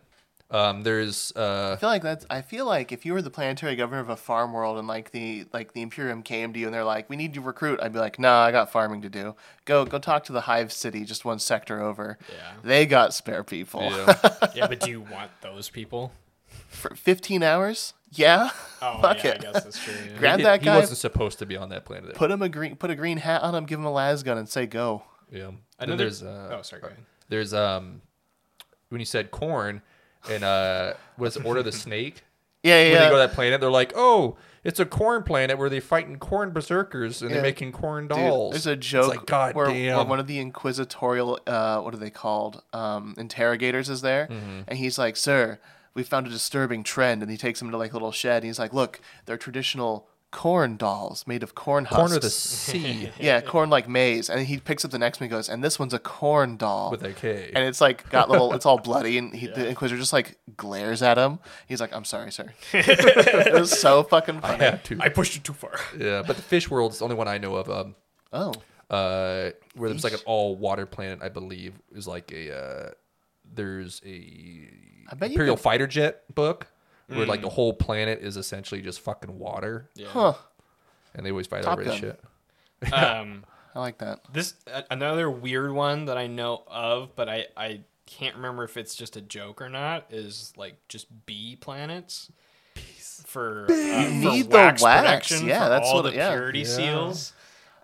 Speaker 2: Um, there's uh
Speaker 3: I feel like that's. I feel like if you were the planetary governor of a farm world and like the like the Imperium came to you and they're like, "We need to recruit," I'd be like, "Nah, I got farming to do. Go go talk to the Hive City, just one sector over.
Speaker 1: Yeah.
Speaker 3: They got spare people
Speaker 2: yeah,
Speaker 1: yeah, but do you want those people?
Speaker 3: for 15 hours. Yeah,
Speaker 1: Oh,
Speaker 3: fuck
Speaker 1: yeah,
Speaker 3: it.
Speaker 1: I guess that's true. yeah.
Speaker 3: Grab
Speaker 2: he,
Speaker 3: that
Speaker 2: he
Speaker 3: guy.
Speaker 2: wasn't supposed to be on that planet.
Speaker 3: Put him a green. Put a green hat on him. Give him a lasgun and say go.
Speaker 2: yeah. And then
Speaker 1: Another-
Speaker 2: there's uh,
Speaker 1: oh, sorry, go ahead.
Speaker 2: There's um when you said corn and uh was Order of the Snake
Speaker 3: Yeah, yeah.
Speaker 2: when
Speaker 3: yeah.
Speaker 2: they go to that planet, they're like, "Oh, it's a corn planet where they're fighting corn berserkers and
Speaker 3: Yeah.
Speaker 2: they're making corn
Speaker 3: Dude,
Speaker 2: dolls."
Speaker 3: there's a joke
Speaker 2: It's like, God
Speaker 3: where,
Speaker 2: damn.
Speaker 3: where one of the inquisitorial, uh, what are they called, um, interrogators is there,
Speaker 2: Mm-hmm.
Speaker 3: and he's like, "Sir, we found a disturbing trend," and he takes him to like a little shed, and he's like, "Look, they're traditional corn dolls made of corn husks."
Speaker 2: corn of the sea
Speaker 3: yeah, corn like maize, and he picks up the next one and goes, "And this one's a corn doll."
Speaker 2: with a K.
Speaker 3: and it's like got little, it's all bloody, and he, the inquisitor just like glares at him. He's like, "I'm sorry, sir." it was so fucking funny.
Speaker 2: yeah, two.
Speaker 1: I pushed it too far.
Speaker 2: yeah, but the fish world is the only one I know of. Um,
Speaker 3: Oh,
Speaker 2: uh, where there's like an all water planet, I believe, is like a uh, there's a
Speaker 3: I bet you Mm.
Speaker 2: Imperial fighter jet book where like the whole planet is essentially just fucking water,
Speaker 1: Yeah.
Speaker 3: Huh.
Speaker 2: and they always fight
Speaker 3: Top
Speaker 2: over this
Speaker 3: Gun.
Speaker 2: shit.
Speaker 1: Um,
Speaker 3: I like that.
Speaker 1: this a- another weird one that I know of, but I I can't remember if it's just a joke or not. Is like just bee planets for, uh, for
Speaker 3: need the
Speaker 1: wax,
Speaker 3: wax,
Speaker 1: production
Speaker 3: yeah,
Speaker 1: for
Speaker 3: that's
Speaker 1: all
Speaker 3: what-
Speaker 1: the
Speaker 3: yeah.
Speaker 1: purity seals.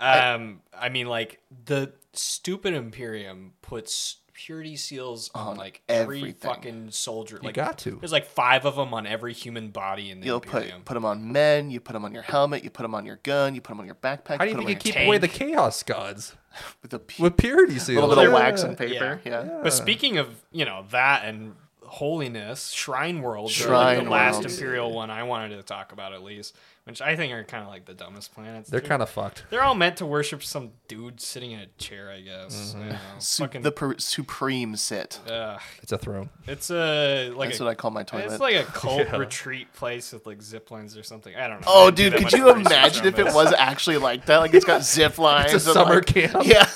Speaker 1: Um, I, mean, like the stupid Imperium puts purity seals on, like every
Speaker 3: everything.
Speaker 1: fucking soldier. like
Speaker 2: got to.
Speaker 1: There's like five of them on every human body in the
Speaker 3: You'll
Speaker 1: Imperium.
Speaker 3: put put them on men. You put them on your helmet. You put them on your gun. You put them on your backpack.
Speaker 2: How do you
Speaker 3: put
Speaker 2: think you
Speaker 3: 'em on
Speaker 2: keep
Speaker 1: tank.
Speaker 2: away the chaos gods
Speaker 3: your- with a p-
Speaker 2: with purity seals?
Speaker 3: little bit of
Speaker 2: Yeah.
Speaker 3: wax and paper? Yeah.
Speaker 1: But speaking of, you know, that and holiness, Shrine World,
Speaker 3: Shrine
Speaker 1: Shrine the last
Speaker 3: Worlds.
Speaker 1: Imperial one I wanted to talk about at least, which I think are kind of like the dumbest planets.
Speaker 2: They're
Speaker 1: too.
Speaker 2: kind of fucked.
Speaker 1: They're all meant to worship some dude sitting in a chair, I guess.
Speaker 2: Mm-hmm.
Speaker 1: I don't know.
Speaker 3: Su-
Speaker 1: Fucking,
Speaker 3: the per- supreme sit.
Speaker 1: ugh.
Speaker 2: It's a throne.
Speaker 1: it's a like
Speaker 3: That's
Speaker 1: a,
Speaker 3: what I call my toilet.
Speaker 1: it's like a cult retreat place with like zip lines or something. I don't know. I
Speaker 3: oh,
Speaker 1: didn't do
Speaker 3: dude,
Speaker 1: that
Speaker 3: could
Speaker 1: much
Speaker 3: you
Speaker 1: research
Speaker 3: imagine
Speaker 1: on
Speaker 3: if it
Speaker 1: this.
Speaker 3: was actually like that? Like it's got zip lines.
Speaker 2: It's a
Speaker 3: and,
Speaker 2: summer
Speaker 3: like-
Speaker 2: camp.
Speaker 3: Yeah.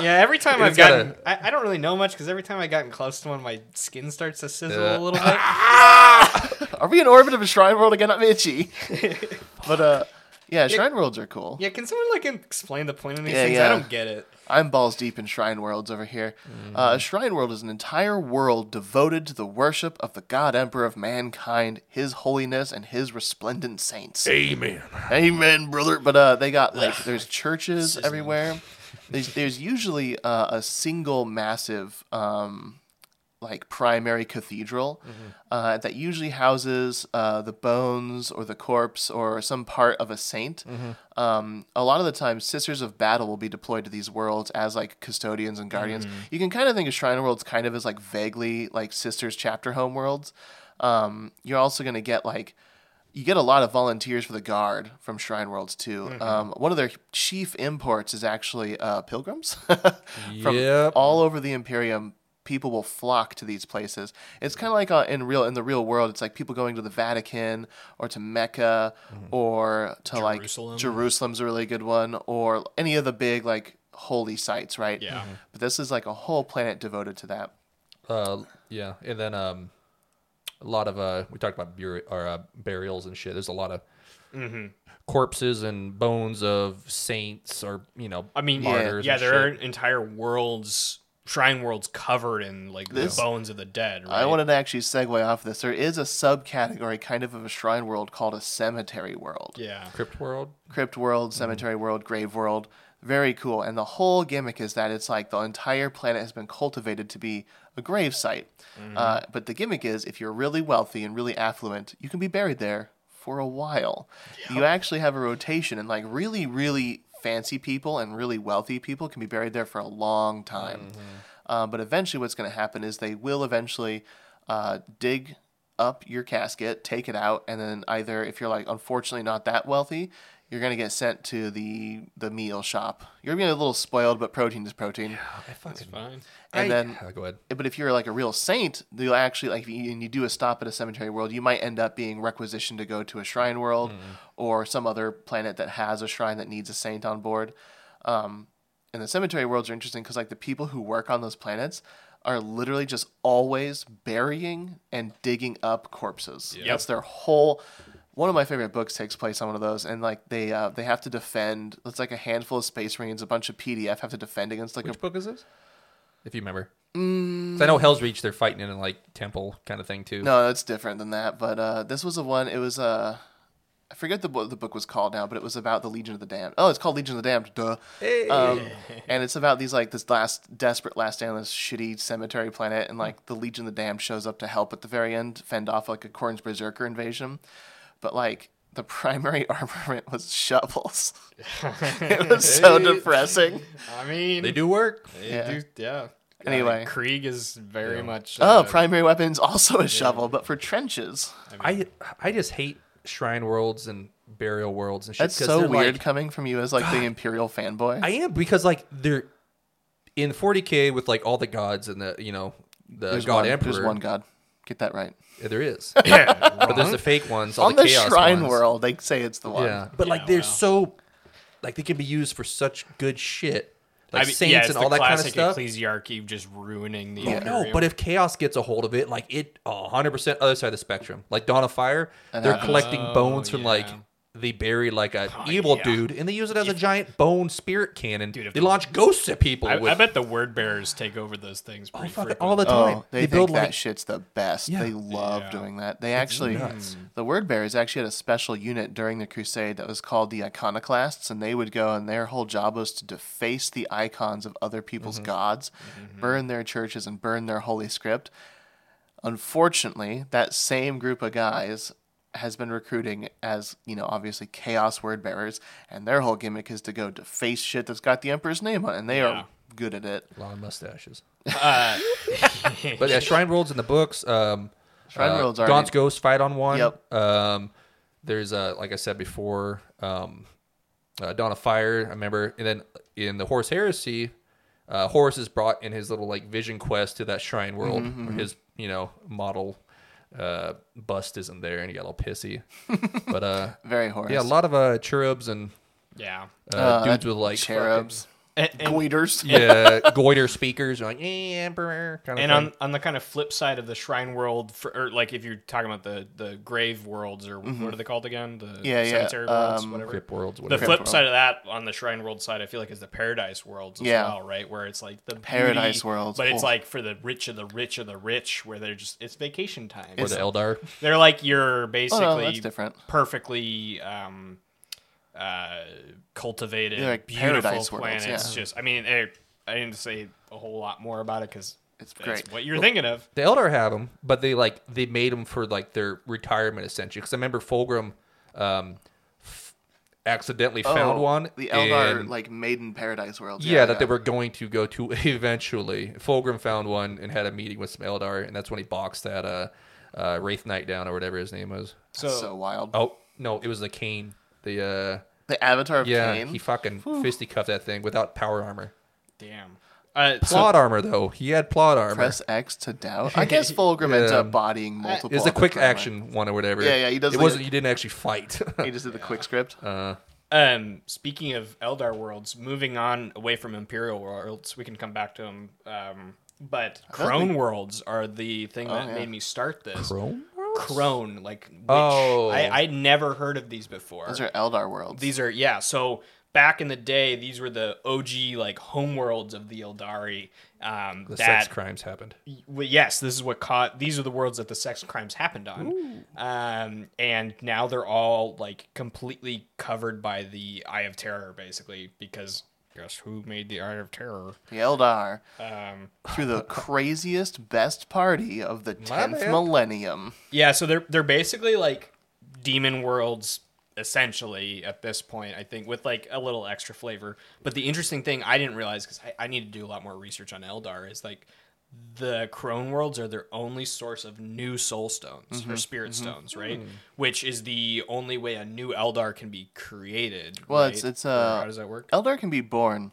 Speaker 1: Yeah, every time I've
Speaker 2: It's got
Speaker 1: gotten, I I, I don't really know much because every time I've gotten close to one, my skin starts to sizzle a
Speaker 2: Yeah.
Speaker 1: little bit.
Speaker 3: Are we in orbit of a shrine world again? I'm itchy. but uh, Yeah, shrine worlds are cool.
Speaker 1: Yeah, can someone like explain the point of these
Speaker 3: Yeah,
Speaker 1: things?
Speaker 3: yeah.
Speaker 1: I don't get it.
Speaker 3: I'm balls deep in shrine worlds over here. Uh, a shrine world is an entire world devoted to the worship of the God Emperor of mankind, His holiness, and His resplendent saints.
Speaker 2: Amen.
Speaker 3: Amen, brother. But uh, they got like there's churches everywhere. There's there's usually uh, a single massive um, like primary cathedral uh, that usually houses uh, the bones or the corpse or some part of a saint. Um, a lot of the time, sisters of battle will be deployed to these worlds as like custodians and guardians. You can kind of think of shrine worlds kind of as like vaguely like sisters chapter home worlds. Um, you're also gonna get like you get a lot of volunteers for the guard from Shrine Worlds too. Um, one of their chief imports is actually uh, pilgrims from
Speaker 2: Yep.
Speaker 3: all over the Imperium. People will flock to these places. It's kind of like uh, in real in the real world. It's like people going to the Vatican or to Mecca or to
Speaker 1: Jerusalem.
Speaker 3: like Jerusalem's a really good one or any of the big like holy sites, right?
Speaker 1: Yeah. Mhm.
Speaker 3: But this is like a whole planet devoted to that.
Speaker 2: Uh, yeah, and then um, a lot of uh, we talked about bur- or, uh, burials and shit. There's a lot of
Speaker 1: Mm-hmm.
Speaker 2: corpses and bones of saints, or you know,
Speaker 1: I mean, yeah,
Speaker 2: martyrs.
Speaker 1: yeah
Speaker 2: and
Speaker 1: there are
Speaker 2: shit.
Speaker 1: entire worlds, shrine worlds covered in like
Speaker 3: This-
Speaker 1: the bones of the dead. Right?
Speaker 3: I wanted to actually segue off this. There is a subcategory kind of of a shrine world called a cemetery world.
Speaker 1: Yeah.
Speaker 2: crypt world.
Speaker 3: Crypt world, cemetery world, grave world. Very cool. And the whole gimmick is that it's like the entire planet has been cultivated to be a grave site. Uh, but the gimmick is if you're really wealthy and really affluent, you can be buried there for a while. You actually have a rotation, and like really, really fancy people and really wealthy people can be buried there for a long time. Uh, but eventually, what's going to happen is they will eventually uh, dig up your casket, take it out, and then either if you're like unfortunately not that wealthy, you're gonna get sent to the the meal shop. You're gonna be a little spoiled, but protein is protein.
Speaker 2: I fucking.
Speaker 1: Fine.
Speaker 3: And then,
Speaker 2: go ahead.
Speaker 3: but if you're like a real saint, you'll actually like, if you, and you do a stop at a cemetery world, you might end up being requisitioned to go to a shrine world or some other planet that has a shrine that needs a saint on board. Um, and the cemetery worlds are interesting because like the people who work on those planets are literally just always burying and digging up corpses. That's their whole. One of my favorite books takes place on one of those, and like they uh, they have to defend. It's like a handful of space marines, a bunch of PDF have to defend against like a
Speaker 2: Which book is this? Mm. If you remember, 'Cause I know Hell's Reach. They're fighting in a like temple kind of thing too.
Speaker 3: No, it's different than that. But uh, this was the one. It was uh, I forget the what the book was called now, but it was about the Legion of the Damned. Oh, it's called Legion of the Damned. Duh. Um, and it's about these like this last desperate last stand on this shitty cemetery planet, and like the Legion of the Damned shows up to help at the very end, fend off like a Corn's Berserker invasion. But like the primary armament was shovels. it was so depressing.
Speaker 1: I mean,
Speaker 2: They do work.
Speaker 1: they
Speaker 3: Yeah.
Speaker 1: do- yeah.
Speaker 3: Anyway.
Speaker 1: Uh, Krieg is very much.
Speaker 3: Oh,
Speaker 1: uh,
Speaker 3: primary weapon's also a shovel, but for trenches.
Speaker 2: I I just hate shrine worlds and burial worlds and shit.
Speaker 3: That's
Speaker 2: 'cause
Speaker 3: so
Speaker 2: they're, like,
Speaker 3: weird coming from you as like the imperial fanboy.
Speaker 2: I am because like they're in 40k with like all the gods and the you know the
Speaker 3: There's
Speaker 2: god
Speaker 3: one,
Speaker 2: emperor.
Speaker 3: There's one god. Get that right.
Speaker 2: Yeah, there is,
Speaker 1: yeah,
Speaker 2: but there's the fake ones all
Speaker 3: On the,
Speaker 2: chaos
Speaker 3: shrine
Speaker 2: ones.
Speaker 3: world, they say it's the one.
Speaker 2: Yeah, but like
Speaker 1: Yeah,
Speaker 2: they're
Speaker 1: wow.
Speaker 2: so like they can be used for such good shit, like
Speaker 1: I mean,
Speaker 2: saints
Speaker 1: yeah, it's
Speaker 2: and
Speaker 1: the
Speaker 2: all that kind of
Speaker 1: classic
Speaker 2: stuff.
Speaker 1: Ecclesiarchy just ruining the.
Speaker 2: Yeah, no,
Speaker 1: Imperium.
Speaker 2: but if chaos gets a hold of it, like it, hundred percent other side of the spectrum. Like Dawn of Fire, they're
Speaker 3: happens.
Speaker 2: collecting
Speaker 1: Oh,
Speaker 2: bones from like
Speaker 1: yeah. Oh,
Speaker 2: they bury like an evil
Speaker 1: yeah.
Speaker 2: dude, and they use it as a giant bone spirit cannon.
Speaker 1: Dude, if-
Speaker 2: they launch ghosts at people.
Speaker 1: I,
Speaker 2: with,
Speaker 1: I bet the word bearers take over those things.
Speaker 2: Oh,
Speaker 1: Pretty
Speaker 2: fuck it,
Speaker 1: frequently.
Speaker 2: all the time.
Speaker 3: Oh, they, think that shit's the best.
Speaker 2: Yeah.
Speaker 3: They love
Speaker 1: Yeah.
Speaker 3: doing that. They actually, the word bearers actually had a special unit during the crusade that was called the iconoclasts, and they would go and their whole job was to deface the icons of other people's gods, burn their churches, and burn their holy script. Unfortunately, that same group of guys has been recruiting as you know obviously chaos word bearers and their whole gimmick is to go deface shit that's got the emperor's name on it and they
Speaker 1: Yeah.
Speaker 3: are good at it
Speaker 2: a lot of mustaches.
Speaker 1: uh,
Speaker 2: but yeah, shrine worlds in the books. Um,
Speaker 3: Shrine
Speaker 2: uh,
Speaker 3: worlds are
Speaker 2: Gaunt's Ghost fight on one.
Speaker 3: Yep.
Speaker 2: Um, there's uh, like I said before, um, uh, Dawn of Fire. I remember, and then in the Horus Heresy, uh, Horus is brought in his little like vision quest to that shrine world
Speaker 3: Mm-hmm,
Speaker 2: where his you know model uh, bust isn't there, and he got a little pissy. but uh,
Speaker 3: very horrible
Speaker 2: yeah, a lot of uh, cherubs and
Speaker 1: Yeah.
Speaker 2: uh,
Speaker 3: Uh,
Speaker 2: dudes with like
Speaker 3: cherubs.
Speaker 1: And, and,
Speaker 3: Goiters.
Speaker 2: yeah, goiter speakers are like, eh, emperor. Kind of
Speaker 1: and on
Speaker 2: thing.
Speaker 1: on the kind of flip side of the shrine world, for, or like if you're talking about the the grave worlds or what are they called again? The
Speaker 3: Mm-hmm. Yeah, yeah,
Speaker 1: cemetery worlds,
Speaker 3: um,
Speaker 1: whatever.
Speaker 2: Crip worlds,
Speaker 1: the
Speaker 2: whatever.
Speaker 1: flip
Speaker 3: world.
Speaker 1: side of that on the shrine world side, I feel like is the paradise worlds as
Speaker 3: Yeah.
Speaker 1: well, right? Where it's like the beauty,
Speaker 3: Paradise worlds,
Speaker 1: but it's
Speaker 3: oh.
Speaker 1: like for the rich of the rich of the rich, where they're just it's vacation time.
Speaker 2: or the Eldar.
Speaker 1: They're like you're basically
Speaker 3: Oh, that's different.
Speaker 1: perfectly um, uh, cultivated,
Speaker 3: They're like
Speaker 1: beautiful
Speaker 3: paradise worlds,
Speaker 1: planets.
Speaker 3: yeah.
Speaker 1: Just, I mean, I, I didn't say a whole lot more about it because
Speaker 3: It's
Speaker 1: that's
Speaker 3: great.
Speaker 1: what you're thinking of.
Speaker 2: The Eldar have them, but they like they made them for like their retirement essentially. Because I remember Fulgrim um, f- accidentally found
Speaker 3: Oh,
Speaker 2: one.
Speaker 3: The Eldar
Speaker 2: and-
Speaker 3: like maiden paradise worlds.
Speaker 2: yeah, that they were going to go to eventually. Fulgrim found one and had a meeting with some Eldar, and that's when he boxed that uh, uh, Wraith Knight down or whatever his name was.
Speaker 1: So,
Speaker 3: That's so, wild.
Speaker 2: Oh no, it was the Kane. The uh,
Speaker 3: The Avatar of
Speaker 2: yeah,
Speaker 3: Kane.
Speaker 2: he fucking fisticuffed that thing without power armor.
Speaker 1: damn. Uh, so-
Speaker 2: Plot armor though, he had plot armor.
Speaker 3: Press X to doubt. I guess Fulgrim ends
Speaker 2: Yeah.
Speaker 3: up bodying multiple.
Speaker 2: It was a
Speaker 3: at the
Speaker 2: quick
Speaker 3: front line.
Speaker 2: action one or whatever.
Speaker 3: Yeah, yeah, he does
Speaker 2: It
Speaker 3: like
Speaker 2: wasn't.
Speaker 3: a-
Speaker 2: You didn't actually fight.
Speaker 3: He just did the quick script.
Speaker 2: Uh,
Speaker 1: Um, speaking of Eldar worlds, moving on away from Imperial worlds, we can come back to them. Um, but
Speaker 3: thought
Speaker 1: Crone
Speaker 3: we- Oh,
Speaker 1: worlds are the thing that
Speaker 3: yeah.
Speaker 1: made me start this.
Speaker 2: Chrome
Speaker 1: Crone, like witch.
Speaker 2: Oh.
Speaker 1: I, I'd never heard of these before.
Speaker 3: Those are Eldar worlds.
Speaker 1: These are yeah. So back in the day, these were the OG like homeworlds of the Eldari. Um,
Speaker 2: the
Speaker 1: that
Speaker 2: sex crimes happened.
Speaker 1: well, yes, this is what caught. These are the worlds that the sex crimes happened on, um, and now they're all like completely covered by the Eye of Terror, basically. Because guess who made the Eye of Terror?
Speaker 3: the Eldar
Speaker 1: Um,
Speaker 3: through the craziest best party of the tenth
Speaker 2: bad.
Speaker 3: millennium.
Speaker 1: yeah, so they're they're basically like demon worlds essentially at this point. I think with like a little extra flavor. But the interesting thing I didn't realize because I, I need to do a lot more research on Eldar is like the crone worlds are their only source of new soul stones
Speaker 3: Mm-hmm,
Speaker 1: or spirit stones right
Speaker 3: Hmm.
Speaker 1: which is the only way a new eldar can be created
Speaker 3: Well,
Speaker 1: right?
Speaker 3: it's it's
Speaker 1: Or
Speaker 3: uh,
Speaker 1: how does that work
Speaker 3: Eldar can be born,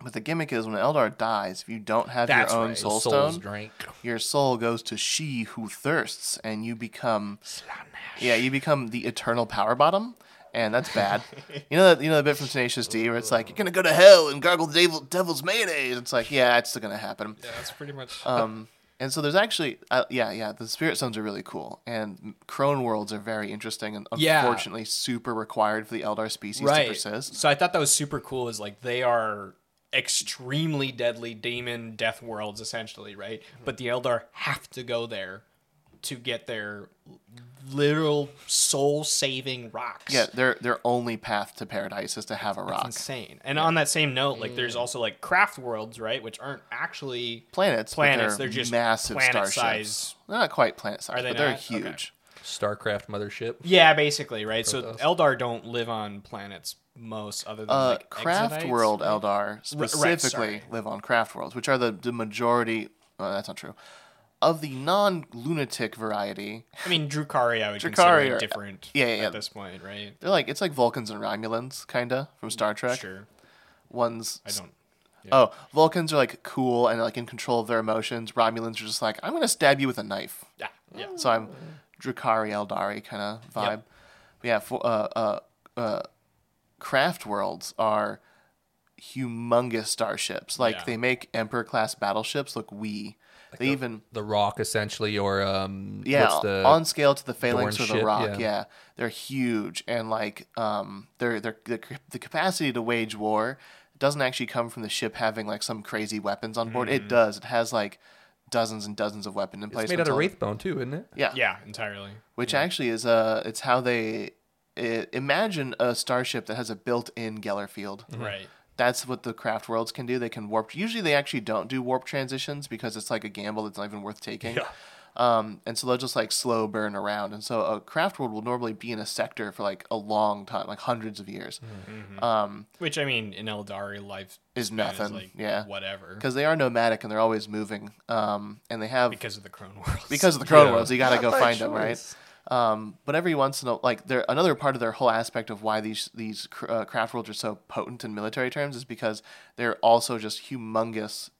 Speaker 3: but the gimmick is when Eldar dies, if you don't have
Speaker 1: That's
Speaker 3: your own
Speaker 1: right.
Speaker 3: soul
Speaker 2: Souls
Speaker 3: stone,
Speaker 2: drank.
Speaker 3: your soul goes to she who thirsts, and you become yeah, you become the eternal power bottom, and that's bad. you know that you know the bit from Tenacious D where it's like you're gonna go to hell and gargle the devil, devil's mayonnaise. It's like yeah, it's still gonna happen.
Speaker 1: yeah that's pretty much
Speaker 3: Um, and so there's actually uh, yeah yeah the spirit stones are really cool and crone worlds are very interesting and
Speaker 1: Yeah.
Speaker 3: unfortunately super required for the Eldar species to persist.
Speaker 1: So I thought that was super cool. Is like they are extremely deadly demon death worlds essentially, right?
Speaker 3: Mm-hmm.
Speaker 1: But the Eldar have to go there to get their literal soul saving rocks.
Speaker 3: Yeah, their their only path to paradise is to have a rock.
Speaker 1: Insane. And on that same note, like there's also like craft worlds, right? Which aren't actually
Speaker 3: Planets, but
Speaker 1: planets.
Speaker 3: they're,
Speaker 1: They're, just
Speaker 3: massive
Speaker 1: planet
Speaker 3: starships.
Speaker 1: size.
Speaker 3: They're not quite planet size,
Speaker 1: Are they
Speaker 3: but they're
Speaker 1: not? Okay.
Speaker 3: huge.
Speaker 2: Starcraft mothership.
Speaker 1: Yeah, basically, right? So
Speaker 2: Protoss.
Speaker 1: Eldar don't live on planets most other than
Speaker 3: Uh,
Speaker 1: like
Speaker 3: Craft
Speaker 1: exodites.
Speaker 3: World Eldar specifically
Speaker 1: sorry.
Speaker 3: live on Craft Worlds, which are the, the majority. Uh, that's not true. Of the non lunatic variety,
Speaker 1: I mean, Drukari, I would
Speaker 3: Drukhari
Speaker 1: consider
Speaker 3: are-
Speaker 1: different
Speaker 3: yeah, yeah, yeah.
Speaker 1: at this point, right?
Speaker 3: they're like it's like Vulcans and Romulans, kinda from Star Trek.
Speaker 1: Mm, Sure.
Speaker 3: One's
Speaker 1: I don't.
Speaker 3: oh, Vulcans are like cool and like in control of their emotions. Romulans are just like I'm gonna stab you with a knife.
Speaker 1: Yeah. Yeah.
Speaker 3: So I'm Drakari Eldari kind of vibe. But yeah, for, uh, uh, uh, craft worlds are humongous starships. Like
Speaker 1: Yeah.
Speaker 3: they make Emperor class battleships look wee. they even
Speaker 2: The Rock essentially, or um,
Speaker 3: yeah
Speaker 2: what's the
Speaker 3: on scale to the phalanx or
Speaker 2: Dorn
Speaker 3: the
Speaker 2: ship?
Speaker 3: rock.
Speaker 2: Yeah.
Speaker 3: Yeah. they're huge and like um, they're, they're the c- the capacity to wage war doesn't actually come from the ship having like some crazy weapons on board. It does. It has like dozens and dozens of weapon
Speaker 2: Mm. it's
Speaker 3: emplacements.
Speaker 2: made out of
Speaker 3: on-
Speaker 2: wraith bone too, isn't it?
Speaker 3: Yeah,
Speaker 1: Yeah, entirely.
Speaker 3: which actually is uh it's how they i imagine a starship that has a built-in Geller field.
Speaker 1: Right.
Speaker 3: That's what the craft worlds can do. They can warp. Usually, they actually don't do warp transitions because it's like a gamble that's not even worth taking.
Speaker 2: Yeah.
Speaker 3: Um, and so they'll just like slow burn around. And so a craft world will normally be in a sector for like a long time, like hundreds of years,
Speaker 1: Mm-hmm.
Speaker 3: um,
Speaker 1: Which I mean, in Eldari, life
Speaker 3: Is
Speaker 1: span
Speaker 3: nothing,
Speaker 1: like,
Speaker 3: yeah.
Speaker 1: Whatever.
Speaker 3: because they are nomadic and they're always moving. Um, and they have
Speaker 1: Because of the Crone Worlds.
Speaker 3: because of the Chrono
Speaker 2: Yeah.
Speaker 3: Worlds, you gotta
Speaker 2: Not
Speaker 3: go
Speaker 2: by
Speaker 3: find them, right?
Speaker 2: choice.
Speaker 3: Um, but every once in a like, they're another part of their whole aspect of why these these cr- uh, craft worlds are so potent in military terms is because they're also just humongous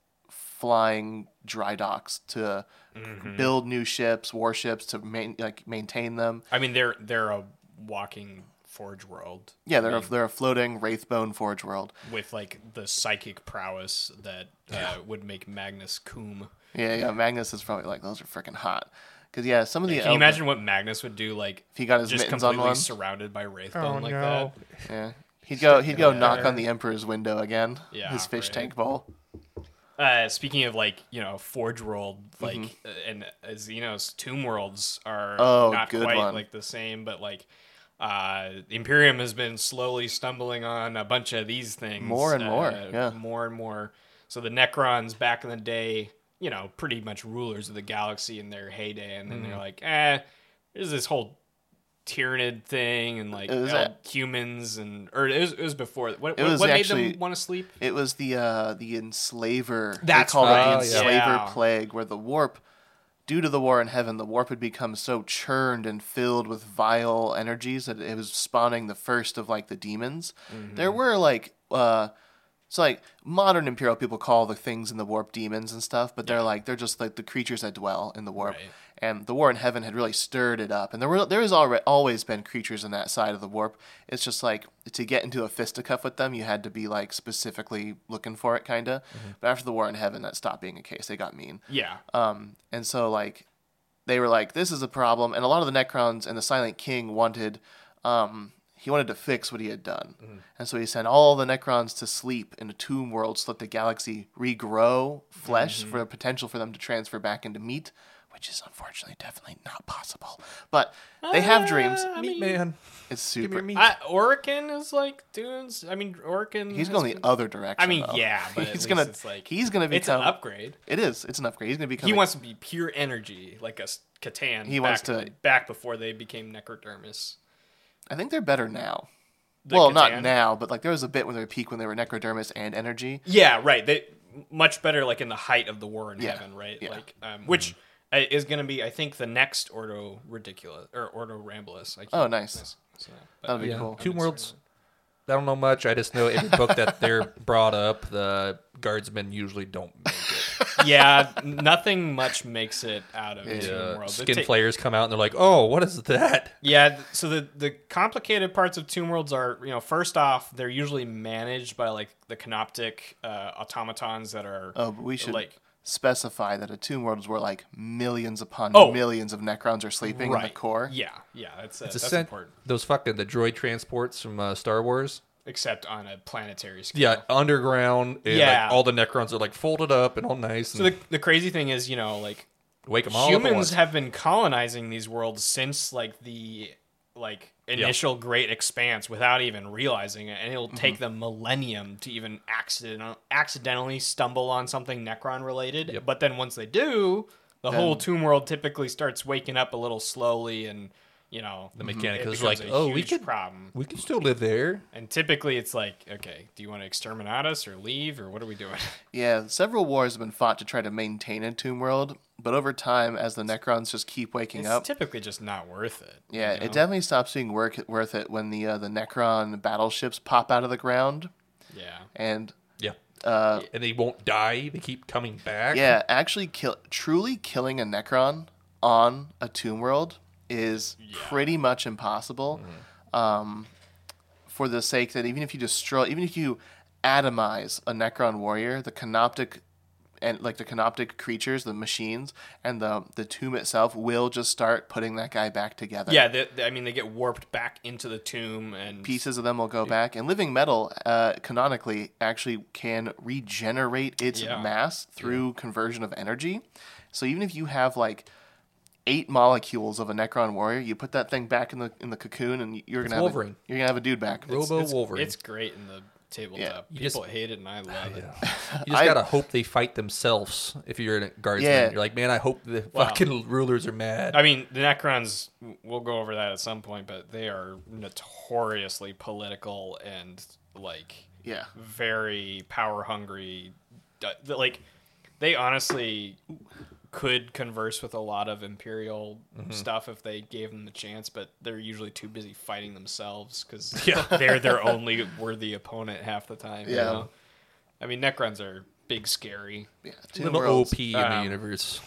Speaker 3: flying dry docks to
Speaker 1: Mm-hmm.
Speaker 3: build new ships, warships to main, like maintain them.
Speaker 1: I mean, they're they're a walking Forge World
Speaker 3: Yeah, they're a,
Speaker 1: Mm.
Speaker 3: they're a floating wraithbone forge world.
Speaker 1: with like the psychic prowess that uh, would make Magnus coom.
Speaker 3: Yeah, yeah. Magnus is probably like those are freaking hot. Because yeah, some of the
Speaker 1: Can you imagine what Magnus would do? Like
Speaker 3: If he got his
Speaker 1: just
Speaker 3: mittens on
Speaker 1: completely
Speaker 3: one?
Speaker 1: surrounded by wraithbone like that.
Speaker 3: Yeah. He'd go. He'd go knock on the emperor's window again.
Speaker 1: Yeah,
Speaker 3: His fish
Speaker 1: right.
Speaker 3: tank bowl.
Speaker 1: Uh, speaking of like you know Forge World,
Speaker 3: Mm-hmm.
Speaker 1: like uh, and uh, Xenos Tomb Worlds are
Speaker 3: Oh,
Speaker 1: not
Speaker 3: good
Speaker 1: quite
Speaker 3: one.
Speaker 1: like the same, but like uh, Imperium has been slowly stumbling on a bunch of these things
Speaker 3: More and
Speaker 1: uh,
Speaker 3: more, yeah.
Speaker 1: more and more. So the Necrons back in the day, you know, pretty much rulers of the galaxy in their heyday, and then
Speaker 3: Mm-hmm.
Speaker 1: they're like, eh, there's this whole Tyranid thing and like
Speaker 3: It was
Speaker 1: el-
Speaker 3: a-
Speaker 1: humans and or it was, it was before what,
Speaker 3: It was
Speaker 1: what made
Speaker 3: actually-
Speaker 1: them want to sleep
Speaker 3: It was the uh, the enslaver.
Speaker 1: That's
Speaker 3: they called
Speaker 2: right.
Speaker 3: it the
Speaker 2: Oh,
Speaker 3: enslaver
Speaker 1: yeah. Yeah.
Speaker 3: plague, where the warp, due to the war in heaven, the warp had become so churned and filled with vile energies that it was spawning the first of like the demons.
Speaker 1: Mm-hmm.
Speaker 3: There were like. Uh, so like modern imperial people call the things in the warp demons and stuff, but they're like they're just like the creatures that dwell in the warp.
Speaker 1: Right.
Speaker 3: And the war in heaven had really stirred it up, and there were there has already always been creatures in that side of the warp. It's just like to get into a fisticuff with them, you had to be like specifically looking for it, kinda. But after the war in heaven, that stopped being a case. They got mean.
Speaker 1: yeah
Speaker 3: Um, and so like they were like, this is a problem. And a lot of the Necrons and the Silent King wanted, um, he wanted to fix what he had done.
Speaker 1: Mm-hmm.
Speaker 3: And so he sent all the Necrons to sleep in a tomb world so that the galaxy regrow flesh
Speaker 1: Mm-hmm.
Speaker 3: for a potential for them to transfer back into meat, which is unfortunately definitely not possible. But they
Speaker 1: Ah,
Speaker 3: have dreams.
Speaker 1: I
Speaker 2: Meat
Speaker 1: mean,
Speaker 2: man,
Speaker 3: It's
Speaker 2: give me
Speaker 3: super.
Speaker 2: your meat.
Speaker 1: I, Orican is like doing. s- I mean, Orican. has
Speaker 3: He's going the
Speaker 1: been-
Speaker 3: other direction.
Speaker 1: I mean,
Speaker 3: though.
Speaker 1: yeah, but
Speaker 3: he's
Speaker 1: he's
Speaker 3: gonna.
Speaker 1: gonna. It's like
Speaker 3: he's gonna
Speaker 1: It's an
Speaker 3: become.
Speaker 1: upgrade.
Speaker 3: It is. It's an upgrade. He's gonna become.
Speaker 1: He
Speaker 3: a-
Speaker 1: wants to be pure energy, like a s- Catan.
Speaker 3: He
Speaker 1: back,
Speaker 3: wants to-
Speaker 1: back before they became Necrodermis.
Speaker 3: I think they're better now.
Speaker 1: The
Speaker 3: well,
Speaker 1: Catan-
Speaker 3: not now, but like there was a bit when they were peak when they were necrodermis and energy.
Speaker 1: Yeah, right. They much better like in the height of the war in
Speaker 3: Yeah,
Speaker 1: heaven, right?
Speaker 3: yeah. Mm-hmm.
Speaker 1: Like, um, which uh is going to be, I think, the next Ordo Ridiculous or Ordo Rambulus. I can't-
Speaker 3: Oh, nice.
Speaker 1: so, but-
Speaker 3: That'll be
Speaker 2: yeah.
Speaker 3: cool.
Speaker 2: Two worlds. I don't know much. I just know every book that they're brought up, the guardsmen usually don't make it.
Speaker 1: yeah, nothing much makes it out of Tomb
Speaker 2: The
Speaker 1: World. It
Speaker 2: skin
Speaker 1: ta-
Speaker 2: players come out and they're like, "Oh, what is that?"
Speaker 1: Yeah, th- so the the complicated parts of Tomb Worlds are, you know, first off, they're usually managed by like the canoptic uh, automatons that are
Speaker 3: Oh, but we should
Speaker 1: like
Speaker 3: specify that a tomb world is where like millions upon
Speaker 1: Oh.
Speaker 3: millions of necrons are sleeping in the
Speaker 1: right
Speaker 3: core.
Speaker 1: Yeah, yeah, that's uh,
Speaker 2: It's a
Speaker 1: that's
Speaker 2: sen-
Speaker 1: important.
Speaker 2: Those fucking the droid transports from uh, Star Wars.
Speaker 1: Except on a planetary scale.
Speaker 2: Yeah, underground. And
Speaker 1: Yeah.
Speaker 2: yeah, all the Necrons are like folded up and all nice.
Speaker 1: So
Speaker 2: And
Speaker 1: the the crazy thing is, you know, like
Speaker 2: wake them all up. at
Speaker 1: humans
Speaker 2: once.
Speaker 1: have been colonizing these worlds since like the like initial great expanse without even realizing it and it'll
Speaker 2: Mm-hmm.
Speaker 1: take them millennium to even accident- accidentally stumble on something necron related but then once they do the whole tomb world typically starts waking up a little slowly and you know the
Speaker 2: mechanic is like,
Speaker 1: a
Speaker 2: "Oh, we
Speaker 1: huge
Speaker 2: could-
Speaker 1: problem
Speaker 2: we can still live there.
Speaker 1: and typically it's like okay do you want to exterminate us or leave or what are we doing
Speaker 3: Yeah, several wars have been fought to try to maintain a tomb world, but over time, as the necrons just keep waking
Speaker 1: it's
Speaker 3: up,
Speaker 1: typically just not worth it
Speaker 3: yeah,
Speaker 1: you know?
Speaker 3: it definitely stops being work- worth it when the uh, the necron battleships pop out of the ground
Speaker 1: yeah
Speaker 3: and
Speaker 2: Yeah,
Speaker 3: uh,
Speaker 2: and they won't die. They keep coming back.
Speaker 3: Yeah, actually, kill truly killing a Necron on a Tomb World is pretty much impossible. Um, for the sake that even if you destroy, even if you atomize a Necron warrior, the Canoptic and like the Canoptic creatures, the machines, and the the tomb itself will just start putting that guy back together.
Speaker 1: Yeah, they, they- I mean, they get warped back into the tomb, and
Speaker 3: Pieces of them will go back, and living metal, uh, canonically, actually can regenerate its
Speaker 1: Yeah.
Speaker 3: mass through conversion of energy. So even if you have like eight molecules of a Necron warrior, you put that thing back in the in the cocoon, and you're gonna have a,
Speaker 2: Wolverine.
Speaker 3: you're gonna have a dude back.
Speaker 2: Robo
Speaker 1: it's,
Speaker 2: Wolverine.
Speaker 1: it's great in the tabletop.
Speaker 2: You just-
Speaker 1: People hate it, and I love it.
Speaker 2: You just
Speaker 3: I-
Speaker 2: gotta hope they fight themselves if you're a guardsman.
Speaker 3: Yeah.
Speaker 2: You're like, man, I hope the fucking rulers are mad.
Speaker 1: I mean, the Necrons. We'll go over that at some point, but they are notoriously political and like
Speaker 3: Yeah,
Speaker 1: very power hungry. Like they honestly could converse with a lot of imperial
Speaker 2: Mm-hmm.
Speaker 1: stuff if they gave them the chance, but they're usually too busy fighting themselves because they're their only worthy opponent half the time. you
Speaker 3: Yeah.
Speaker 1: know? I mean, Necrons are big, scary.
Speaker 3: yeah.
Speaker 2: A
Speaker 3: Tomb
Speaker 2: little
Speaker 3: worlds.
Speaker 2: OP in the
Speaker 1: Um,
Speaker 2: universe.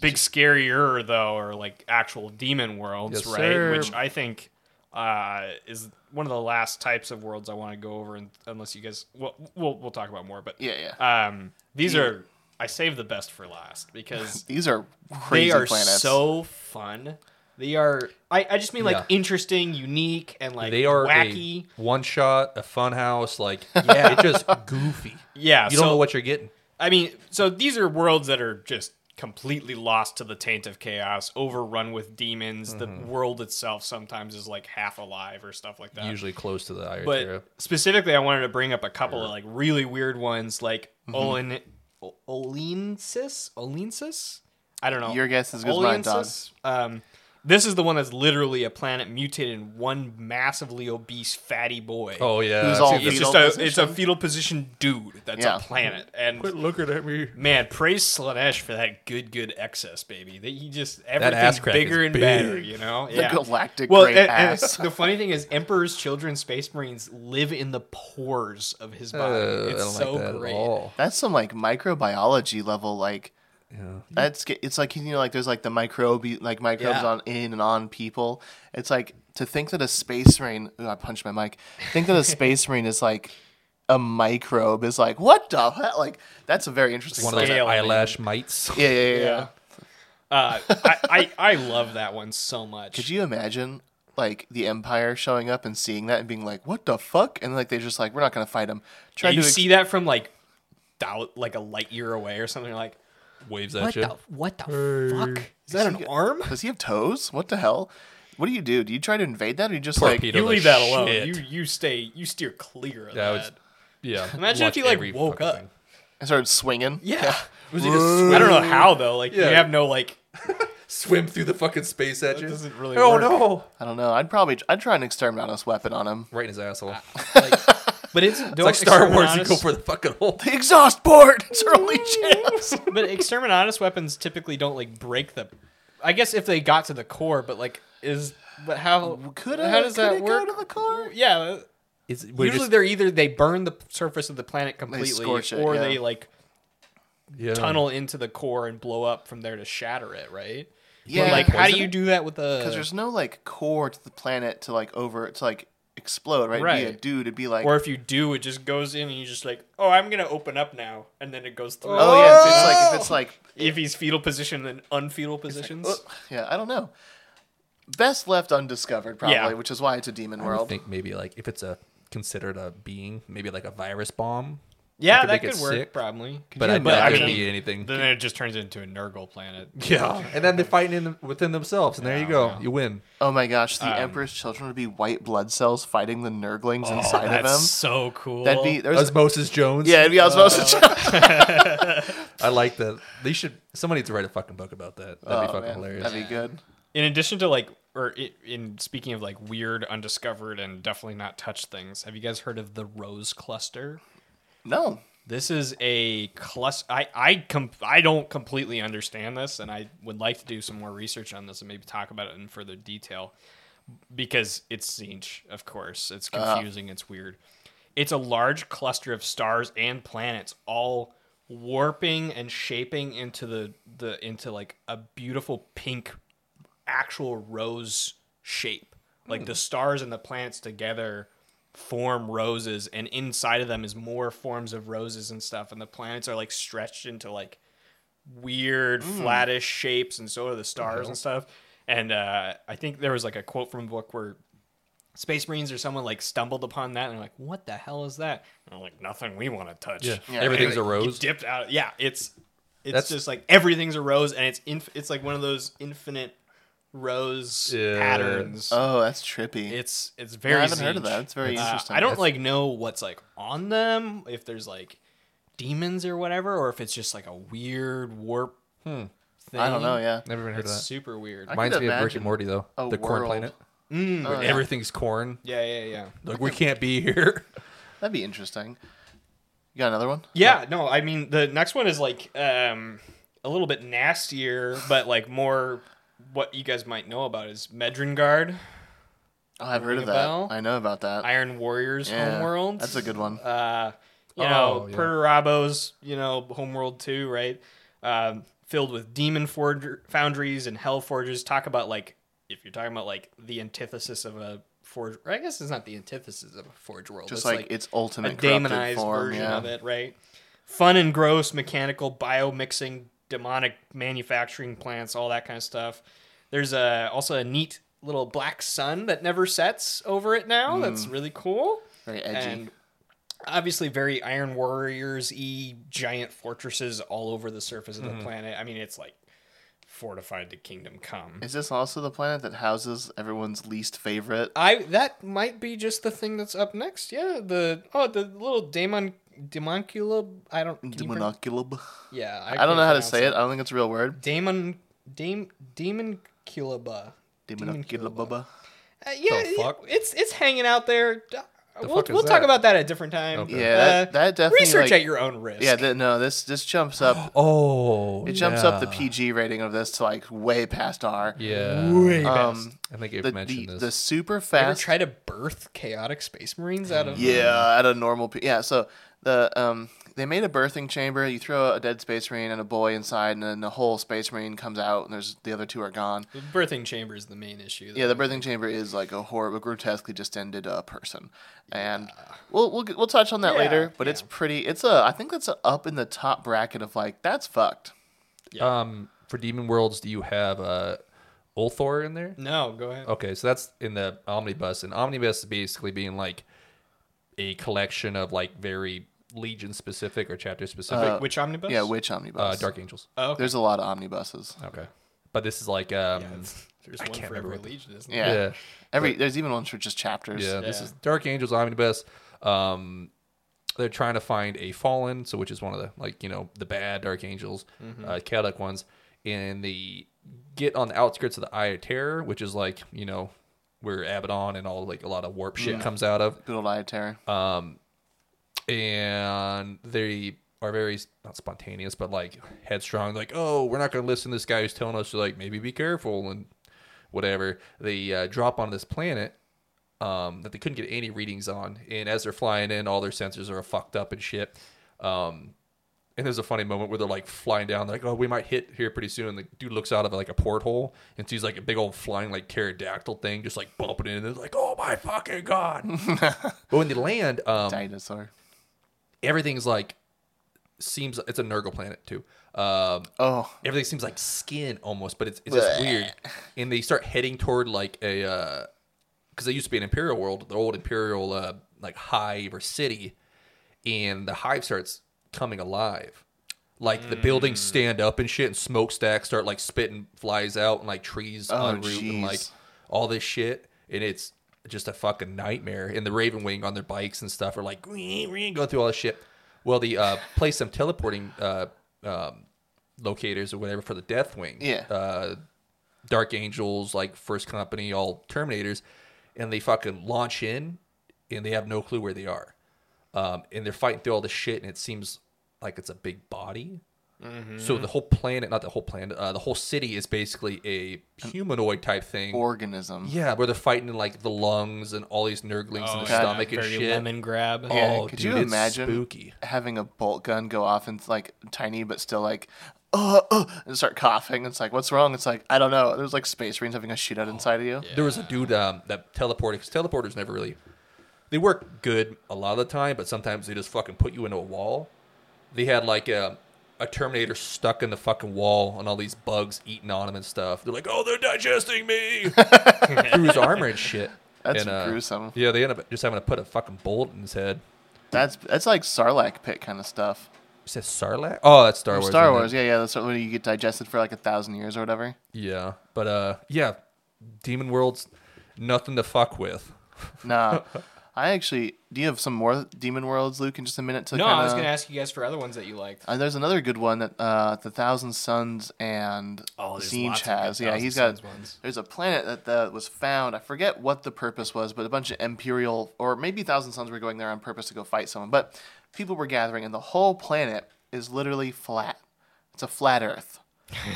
Speaker 1: Big scarier though, are like actual demon worlds,
Speaker 2: Yes,
Speaker 1: right?
Speaker 2: sir.
Speaker 1: Which I think uh, is one of the last types of worlds I want to go over, and, unless you guys, well, we'll we'll talk about more. But
Speaker 3: Yeah,
Speaker 1: um, these are I saved the best for last because
Speaker 3: These are crazy
Speaker 1: they are
Speaker 3: planets.
Speaker 1: so fun. They are. I, I just mean like
Speaker 2: Yeah.
Speaker 1: interesting, unique, and like
Speaker 2: They are
Speaker 1: wacky.
Speaker 2: a one shot, a fun house, like
Speaker 1: Yeah.
Speaker 2: yeah, it's just goofy.
Speaker 1: yeah,
Speaker 2: You
Speaker 1: so,
Speaker 2: don't know what you're getting.
Speaker 1: I mean, so these are worlds that are just completely lost to the taint of chaos, overrun with demons.
Speaker 2: Mm-hmm.
Speaker 1: The world itself sometimes is like half alive or stuff like that.
Speaker 2: Usually close to the Iron
Speaker 1: but
Speaker 2: Terra.
Speaker 1: specifically, I wanted to bring up a couple of like really weird ones, like
Speaker 2: Mm-hmm.
Speaker 1: Olin, O- Olensis, Olensis. I don't know.
Speaker 3: Your guess is as good as mine, Todd.
Speaker 1: Olensis? Um, this is the one that's literally a planet mutated in one massively obese fatty boy.
Speaker 2: Oh yeah,
Speaker 3: Who's all
Speaker 2: Dude,
Speaker 1: it's
Speaker 3: fetal
Speaker 1: just a
Speaker 3: position?
Speaker 1: it's a fetal position dude. That's
Speaker 3: Yeah.
Speaker 1: a planet, and
Speaker 2: quit looking at me.
Speaker 1: Man, praise Slanesh for that good, good excess, baby. That he just
Speaker 2: ass
Speaker 1: everything's
Speaker 2: crack
Speaker 1: bigger
Speaker 2: is
Speaker 1: and
Speaker 2: big.
Speaker 1: better, you know. Yeah.
Speaker 3: galactic great
Speaker 1: and- and
Speaker 3: ass.
Speaker 1: the funny thing is, Emperor's children, Space Marines, live in the pores of his body.
Speaker 2: Uh, I
Speaker 1: it's
Speaker 2: don't
Speaker 1: so
Speaker 2: like that
Speaker 1: great.
Speaker 2: at all.
Speaker 3: That's some like microbiology level like. That's ge- it's like you know like there's like the microbe like microbes
Speaker 1: Yeah.
Speaker 3: on in and on people. It's like to think that a space marine. Ooh, I punched my mic. Think that a space marine is like a microbe is like what the hell? Like that's a very interesting.
Speaker 2: One of those
Speaker 1: Scale, man.
Speaker 2: eyelash mites.
Speaker 3: yeah, yeah, yeah, yeah.
Speaker 1: Yeah. Uh, I, I I love that one so much.
Speaker 3: Could you imagine like the Empire showing up and seeing that and being like, what the fuck? And like they're just like, we're not gonna fight him. Try
Speaker 1: you
Speaker 3: to ex-
Speaker 1: see that from like doubt, like a light year away or something? You're like,
Speaker 2: Waves at
Speaker 1: what
Speaker 2: you.
Speaker 1: the what the fuck? Is that an arm?
Speaker 3: Does he have toes? What the hell? What do you do? Do you try to invade that or you just
Speaker 2: Torpedo.
Speaker 3: like
Speaker 1: You
Speaker 2: the
Speaker 1: leave that alone.
Speaker 2: shit.
Speaker 1: You you stay you steer clear of that.
Speaker 2: That was- yeah.
Speaker 1: Imagine if
Speaker 2: watch
Speaker 1: you like
Speaker 2: every
Speaker 1: woke
Speaker 2: fucking
Speaker 1: up.
Speaker 2: thing.
Speaker 3: started swinging?
Speaker 1: Yeah.
Speaker 2: Was he just
Speaker 1: I
Speaker 2: swim,
Speaker 1: don't know how though. Like
Speaker 2: Yeah.
Speaker 1: you have no like.
Speaker 2: swim through the fucking space at you?
Speaker 1: doesn't really
Speaker 2: Oh
Speaker 1: work.
Speaker 2: no!
Speaker 3: I don't know. I'd probably I'd try an exterminatus weapon on him.
Speaker 2: Right in his asshole.
Speaker 1: Like, but it's don't
Speaker 2: It's like Star Wars. You
Speaker 1: Exterminatus-
Speaker 2: go for the fucking hole.
Speaker 3: The exhaust port! Mm. It's our only chance.
Speaker 1: but exterminatus weapons typically don't like break the. I guess if they got to the core, but like is but how
Speaker 3: Could I,
Speaker 1: how does
Speaker 3: could
Speaker 1: that
Speaker 3: I
Speaker 1: work?
Speaker 3: go to the car?
Speaker 1: Yeah,
Speaker 2: It's,
Speaker 1: usually they're either they burn the surface of the planet completely,
Speaker 3: scorch it,
Speaker 1: or
Speaker 3: yeah.
Speaker 1: they like
Speaker 2: yeah.
Speaker 1: tunnel into the core and blow up from there to shatter it. Right?
Speaker 3: Yeah.
Speaker 1: But, like how do
Speaker 3: Poison
Speaker 1: you
Speaker 3: it?
Speaker 1: do that with a?
Speaker 3: Because there's no like core to the planet to like over to like explode, right? Be a
Speaker 1: Right.
Speaker 3: dude, it'd be like
Speaker 1: Or if you do, it just goes in and you just like, oh, I'm gonna open up now, and then it goes through.
Speaker 3: Oh yeah, if it's like if it's like
Speaker 1: if he's fetal position then unfetal positions.
Speaker 3: Yeah, I don't know. Best left undiscovered, probably,
Speaker 1: Yeah.
Speaker 3: which is why it's a demon
Speaker 2: I
Speaker 3: world.
Speaker 2: think maybe like if it's a considered a being, maybe like a virus bomb.
Speaker 1: yeah,
Speaker 2: could
Speaker 1: that
Speaker 2: make it
Speaker 1: could work
Speaker 2: sick.
Speaker 1: probably.
Speaker 2: But I,
Speaker 3: you
Speaker 2: that
Speaker 1: imagine-
Speaker 2: could be anything.
Speaker 1: then it just turns into a Nurgle planet.
Speaker 2: Yeah, and then they're fighting in the, within themselves, and there you go, you win.
Speaker 3: Oh my gosh,
Speaker 1: um,
Speaker 3: the Emperor's children would be white blood cells fighting the Nurglings inside of them.
Speaker 1: Oh, That's so cool.
Speaker 3: That'd be there's
Speaker 2: Osmosis Jones.
Speaker 3: yeah, it'd be osmosis.
Speaker 2: I like that. They should. Somebody needs to write a fucking book about that. That'd be
Speaker 3: Oh,
Speaker 2: fucking
Speaker 3: man,
Speaker 2: hilarious.
Speaker 3: That'd be good.
Speaker 1: in addition to like, or i- in speaking of like weird, undiscovered, and definitely not touched things. Have you guys heard of the Rose Cluster?
Speaker 3: No,
Speaker 1: This is a cluster. I I com- I don't completely understand this, and I would like to do some more research on this and maybe talk about it in further detail because it's Zinch, of course. It's confusing. It's weird. It's a large cluster of stars and planets, all warping and shaping into the the into like a beautiful pink actual rose shape. Like
Speaker 2: Hmm.
Speaker 1: the stars and the planets together form roses, and inside of them is more forms of roses and stuff. And the planets are like stretched into like weird,
Speaker 2: Hmm.
Speaker 1: flattish shapes, and so are the stars and stuff. And uh, I think there was like a quote from a book where Space Marines or someone like stumbled upon that and they're like, "What the hell is that?" And I'm like, "Nothing we want to touch."
Speaker 2: Yeah.
Speaker 3: Yeah.
Speaker 2: Everything's a
Speaker 1: Like, you
Speaker 2: rose.
Speaker 1: dipped out. Yeah, it's it's
Speaker 2: That's-
Speaker 1: just like everything's a rose, and it's inf- it's like one of those infinite rose
Speaker 2: Yeah.
Speaker 1: patterns.
Speaker 3: oh, that's trippy.
Speaker 1: it's it's
Speaker 3: I
Speaker 1: very.
Speaker 3: haven't heard of
Speaker 1: Zinch.
Speaker 3: that. It's very
Speaker 1: Uh,
Speaker 3: interesting.
Speaker 1: I don't like know what's like on them if there's like demons or whatever, or if it's just like a weird warp. Thing.
Speaker 3: Hmm. I don't know. Yeah,
Speaker 2: Never even heard
Speaker 1: it's
Speaker 2: of that.
Speaker 1: super weird.
Speaker 3: I-
Speaker 2: Reminds
Speaker 3: could
Speaker 2: me of Rick
Speaker 3: imagine
Speaker 2: and Morty though.
Speaker 3: a
Speaker 2: The corn
Speaker 3: world.
Speaker 2: planet.
Speaker 3: Oh, yeah.
Speaker 2: Everything's corn.
Speaker 1: yeah, yeah, yeah.
Speaker 2: Like we can't be here.
Speaker 3: that'd be interesting. You got another one?
Speaker 1: Yeah, no, I mean the next one is like um a little bit nastier, but like more what you guys might know about is Medringard,
Speaker 3: Oh, I've heard
Speaker 1: Ring
Speaker 3: of
Speaker 1: a
Speaker 3: that.
Speaker 1: bell?
Speaker 3: I know about that.
Speaker 1: Iron Warriors
Speaker 3: yeah,
Speaker 1: homeworld.
Speaker 3: That's a good one.
Speaker 1: uh you
Speaker 2: Oh,
Speaker 1: know,
Speaker 2: yeah.
Speaker 1: Perturabo's, you know, homeworld too, right? Um filled with demon forge- foundries and hell forges. Talk about like if you're talking about like the antithesis of a Forge. I guess it's not the antithesis of a Forge world.
Speaker 3: Just
Speaker 1: it's
Speaker 3: like, its ultimate
Speaker 1: a
Speaker 3: corrupted
Speaker 1: demonized
Speaker 3: form,
Speaker 1: version
Speaker 3: yeah.
Speaker 1: of it, right? Fun and gross, mechanical, bio mixing, demonic manufacturing plants, all that kind of stuff. There's a, also a neat little black sun that never sets over it now.
Speaker 3: Mm.
Speaker 1: That's really cool.
Speaker 3: Very edgy.
Speaker 1: And obviously, very Iron Warriors e giant fortresses all over the surface of the planet. I mean, it's like fortified to Kingdom Come.
Speaker 3: Is this also the planet that houses everyone's least favorite?
Speaker 1: I that might be just the thing that's up next. Yeah, the oh the little demon demoncula. I don't. can you pronounce-
Speaker 3: Demonoculub.
Speaker 1: yeah,
Speaker 3: I don't know how to say it. I don't think it's a real word.
Speaker 1: Demon, dam, demonculaba.
Speaker 3: Demonoculubaba.
Speaker 1: Uh, yeah,
Speaker 2: The fuck?
Speaker 1: it's it's hanging out there. D- uh, we'll
Speaker 2: fuck is
Speaker 1: we'll talk
Speaker 2: that?
Speaker 1: about that at a different time.
Speaker 2: Okay.
Speaker 3: Yeah, that- that definitely,
Speaker 1: research
Speaker 3: like-
Speaker 1: at your own risk.
Speaker 3: Yeah, th- no, this this jumps up.
Speaker 2: Oh,
Speaker 3: It jumps up the PG rating of this to like way past R.
Speaker 2: Yeah,
Speaker 1: Way best.
Speaker 3: Um,
Speaker 2: I think
Speaker 3: the,
Speaker 2: I've
Speaker 3: the,
Speaker 2: mentioned
Speaker 3: the
Speaker 2: this.
Speaker 3: super
Speaker 1: Ever
Speaker 3: fast.
Speaker 1: try to birth chaotic space marines out of
Speaker 3: yeah, at a normal. P- yeah, so the um they made a birthing chamber. You throw a dead space marine and a boy inside, and then the whole space marine comes out, and there's the other two are gone.
Speaker 1: The birthing chamber is the main issue.
Speaker 3: Yeah, the birthing chamber is like a horrible, grotesquely just ended uh, person, and we'll we'll we'll touch on that
Speaker 1: Yeah,
Speaker 3: later. But it's
Speaker 1: yeah.
Speaker 3: pretty. It's a I think that's a up in the top bracket of like that's fucked.
Speaker 2: um, for Demon Worlds, do you have uh, Ulthor in there?
Speaker 1: No, go ahead.
Speaker 3: Oh,
Speaker 2: Okay, so that's in the omnibus, and omnibus is basically being like a collection of like very legion specific or chapter specific uh,
Speaker 1: Which omnibus?
Speaker 3: Yeah, which omnibus?
Speaker 2: Dark Angels.
Speaker 1: Oh, okay.
Speaker 3: There's a lot of omnibuses.
Speaker 2: Okay, but this is like um,
Speaker 1: Yeah, it's- there's one
Speaker 2: can't
Speaker 1: for
Speaker 2: remember
Speaker 1: every
Speaker 2: what the-
Speaker 1: legion, isn't
Speaker 3: Yeah.
Speaker 1: there?
Speaker 2: yeah.
Speaker 3: Every there's even ones for just chapters.
Speaker 2: Yeah, this
Speaker 1: Yeah.
Speaker 2: is Dark Angels Omnibus. Um, they're trying to find a fallen, so which is one of the like you know the bad Dark Angels, uh, chaotic ones, and they get on the outskirts of the Eye of Terror, which is like you know where Abaddon and all like a lot of warp shit comes out of,
Speaker 3: Good old Eye of Terror.
Speaker 2: and they are very not spontaneous but like headstrong. Like, oh, we're not going to listen to this guy who's telling us to like maybe be careful and whatever. They uh, drop on this planet um, that they couldn't get any readings on. And as they're flying in, all their sensors are fucked up and shit. Um, and there's a funny moment where they're like flying down, like, oh, we might hit here pretty soon. And the dude looks out of like a porthole and sees like a big old flying like pterodactyl thing just like bumping in. And they're like, oh my fucking god. but when they land, um,
Speaker 3: Dinosaur.
Speaker 2: everything's like seems it's a Nurgle planet too. Um,
Speaker 3: Oh,
Speaker 2: everything seems like skin almost, but it's, it's just weird. And they start heading toward like a because they used to be an imperial world, the old imperial uh, like hive or city, and the hive starts coming alive. Like the buildings stand up and shit, and smokestacks start like spitting flies out, and like trees
Speaker 3: Oh,
Speaker 2: on root, and like
Speaker 3: jeez.
Speaker 2: all this shit, and it's just a fucking nightmare. And the Raven Wing on their bikes and stuff are like going through all this shit. Well, the uh, place I'm teleporting uh, um, locators or whatever for the Death Wing,
Speaker 3: Yeah.
Speaker 2: uh, Dark Angels, like First Company, all Terminators, and they fucking launch in, and they have no clue where they are, um, and they're fighting through all this shit, and it seems like it's a big body.
Speaker 3: Mm-hmm.
Speaker 2: So the whole planet, not the whole planet, uh, the whole city is basically a humanoid type thing.
Speaker 3: organism.
Speaker 2: Yeah, where they're fighting in like the lungs and all these nurglings
Speaker 1: Oh,
Speaker 2: in the
Speaker 3: yeah,
Speaker 2: stomach and
Speaker 1: Very
Speaker 2: shit.
Speaker 1: lemon grab.
Speaker 3: Oh, Yeah,
Speaker 2: Oh,
Speaker 3: could
Speaker 2: dude,
Speaker 3: you
Speaker 2: it's
Speaker 3: imagine
Speaker 2: spooky.
Speaker 3: having a bolt gun go off and like tiny but still like uh, uh, and start coughing? It's like what's wrong? It's like I don't know. There's like space marines having a shootout inside of you.
Speaker 2: There was a dude um, that teleported because teleporters never really they work good a lot of the time, but sometimes they just fucking put you into a wall. They had like a, a Terminator stuck in the fucking wall and all these bugs eating on him and stuff. They're like, oh, they're digesting me through his armor and shit.
Speaker 3: That's
Speaker 2: and, uh,
Speaker 3: gruesome.
Speaker 2: Yeah, they end up just having to put a fucking bolt in his head.
Speaker 3: That's that's like Sarlacc pit kind of stuff.
Speaker 2: Is that Sarlacc? Oh, that's Star
Speaker 3: From
Speaker 2: Wars.
Speaker 3: Star
Speaker 2: isn't it?
Speaker 3: Wars, yeah, yeah. That's when you get digested for like a thousand years or whatever.
Speaker 2: Yeah, but uh, yeah, Demon World's nothing to fuck with.
Speaker 3: Nah. I actually, do you have some more Demon Worlds, Luke, in just a minute? To
Speaker 1: Oh, No,
Speaker 3: kinda...
Speaker 1: I was going to ask you guys for other ones that you liked.
Speaker 3: Uh, there's another good one that uh, the Thousand Suns and
Speaker 1: Oh, there's
Speaker 3: Siege
Speaker 1: lots of good
Speaker 3: has. Yeah,
Speaker 1: Thousand
Speaker 3: he's got.
Speaker 1: Suns ones.
Speaker 3: There's a planet that, that was found. I forget what the purpose was, but a bunch of Imperial or maybe Thousand Suns were going there on purpose to go fight someone. But people were gathering, and the whole planet is literally flat. It's a flat Earth.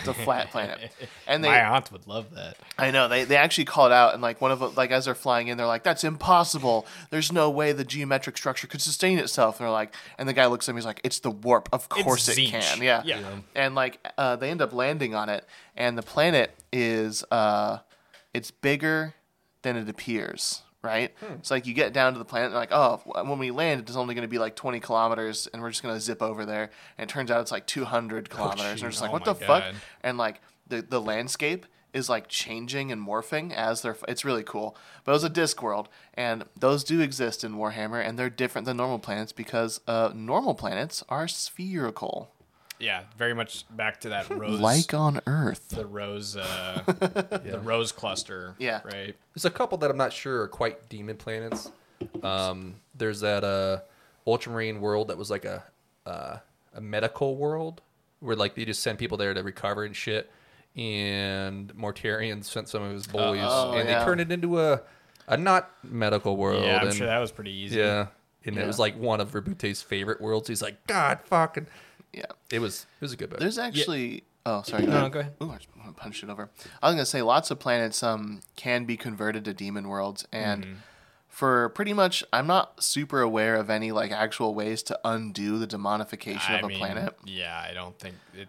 Speaker 3: It's a flat planet, and they
Speaker 1: My aunt would love that.
Speaker 3: I know they, they actually call it out and like one of the- like as they're flying in they're like that's impossible there's no way the geometric structure could sustain itself and they're like and the guy looks at me he's like it's the warp of course it
Speaker 1: Zeech.
Speaker 3: can yeah.
Speaker 1: Yeah.
Speaker 3: and like uh, they end up landing on it and the planet is uh it's bigger than it appears right?
Speaker 1: Hmm.
Speaker 3: It's like you get down to the planet, and like, oh, when we land, it's only going to be like 20 kilometers, and we're just going to zip over there. And it turns out it's like 200 kilometers. and we're just like,
Speaker 1: Oh
Speaker 3: what
Speaker 1: my
Speaker 3: the fuck?
Speaker 1: God.
Speaker 3: And like the, the landscape is like changing and morphing as they're. It's really cool. But it was a disc world, and those do exist in Warhammer, and they're different than normal planets because uh, normal planets are spherical,
Speaker 1: Yeah, very much back to that rose,
Speaker 3: like on Earth.
Speaker 1: the rose, uh, the rose cluster.
Speaker 3: Yeah.
Speaker 1: right.
Speaker 2: There's a couple that I'm not sure are quite demon planets. Um, there's that uh, ultramarine world that was like a uh, a medical world where like they just send people there to recover and shit. And Mortarian sent some of his boys,
Speaker 3: Oh,
Speaker 2: and
Speaker 3: yeah.
Speaker 2: they turned it into a a not medical world.
Speaker 1: Yeah, I'm
Speaker 2: and,
Speaker 1: sure that was pretty easy.
Speaker 2: yeah, and
Speaker 3: Oh, Yeah.
Speaker 2: it was like one of Verbute's favorite worlds. He's like, God, fucking.
Speaker 3: Yeah.
Speaker 2: It was it was a good book.
Speaker 3: There's actually. Oh, sorry.
Speaker 1: No, go ahead.
Speaker 3: Ooh, I just want to punch it over. I was gonna say lots of planets um can be converted to demon worlds, and
Speaker 1: Mm-hmm.
Speaker 3: for pretty much, I'm not super aware of any like actual ways to undo the demonification
Speaker 1: I
Speaker 3: of a
Speaker 1: mean,
Speaker 3: planet.
Speaker 1: Yeah, I don't think it.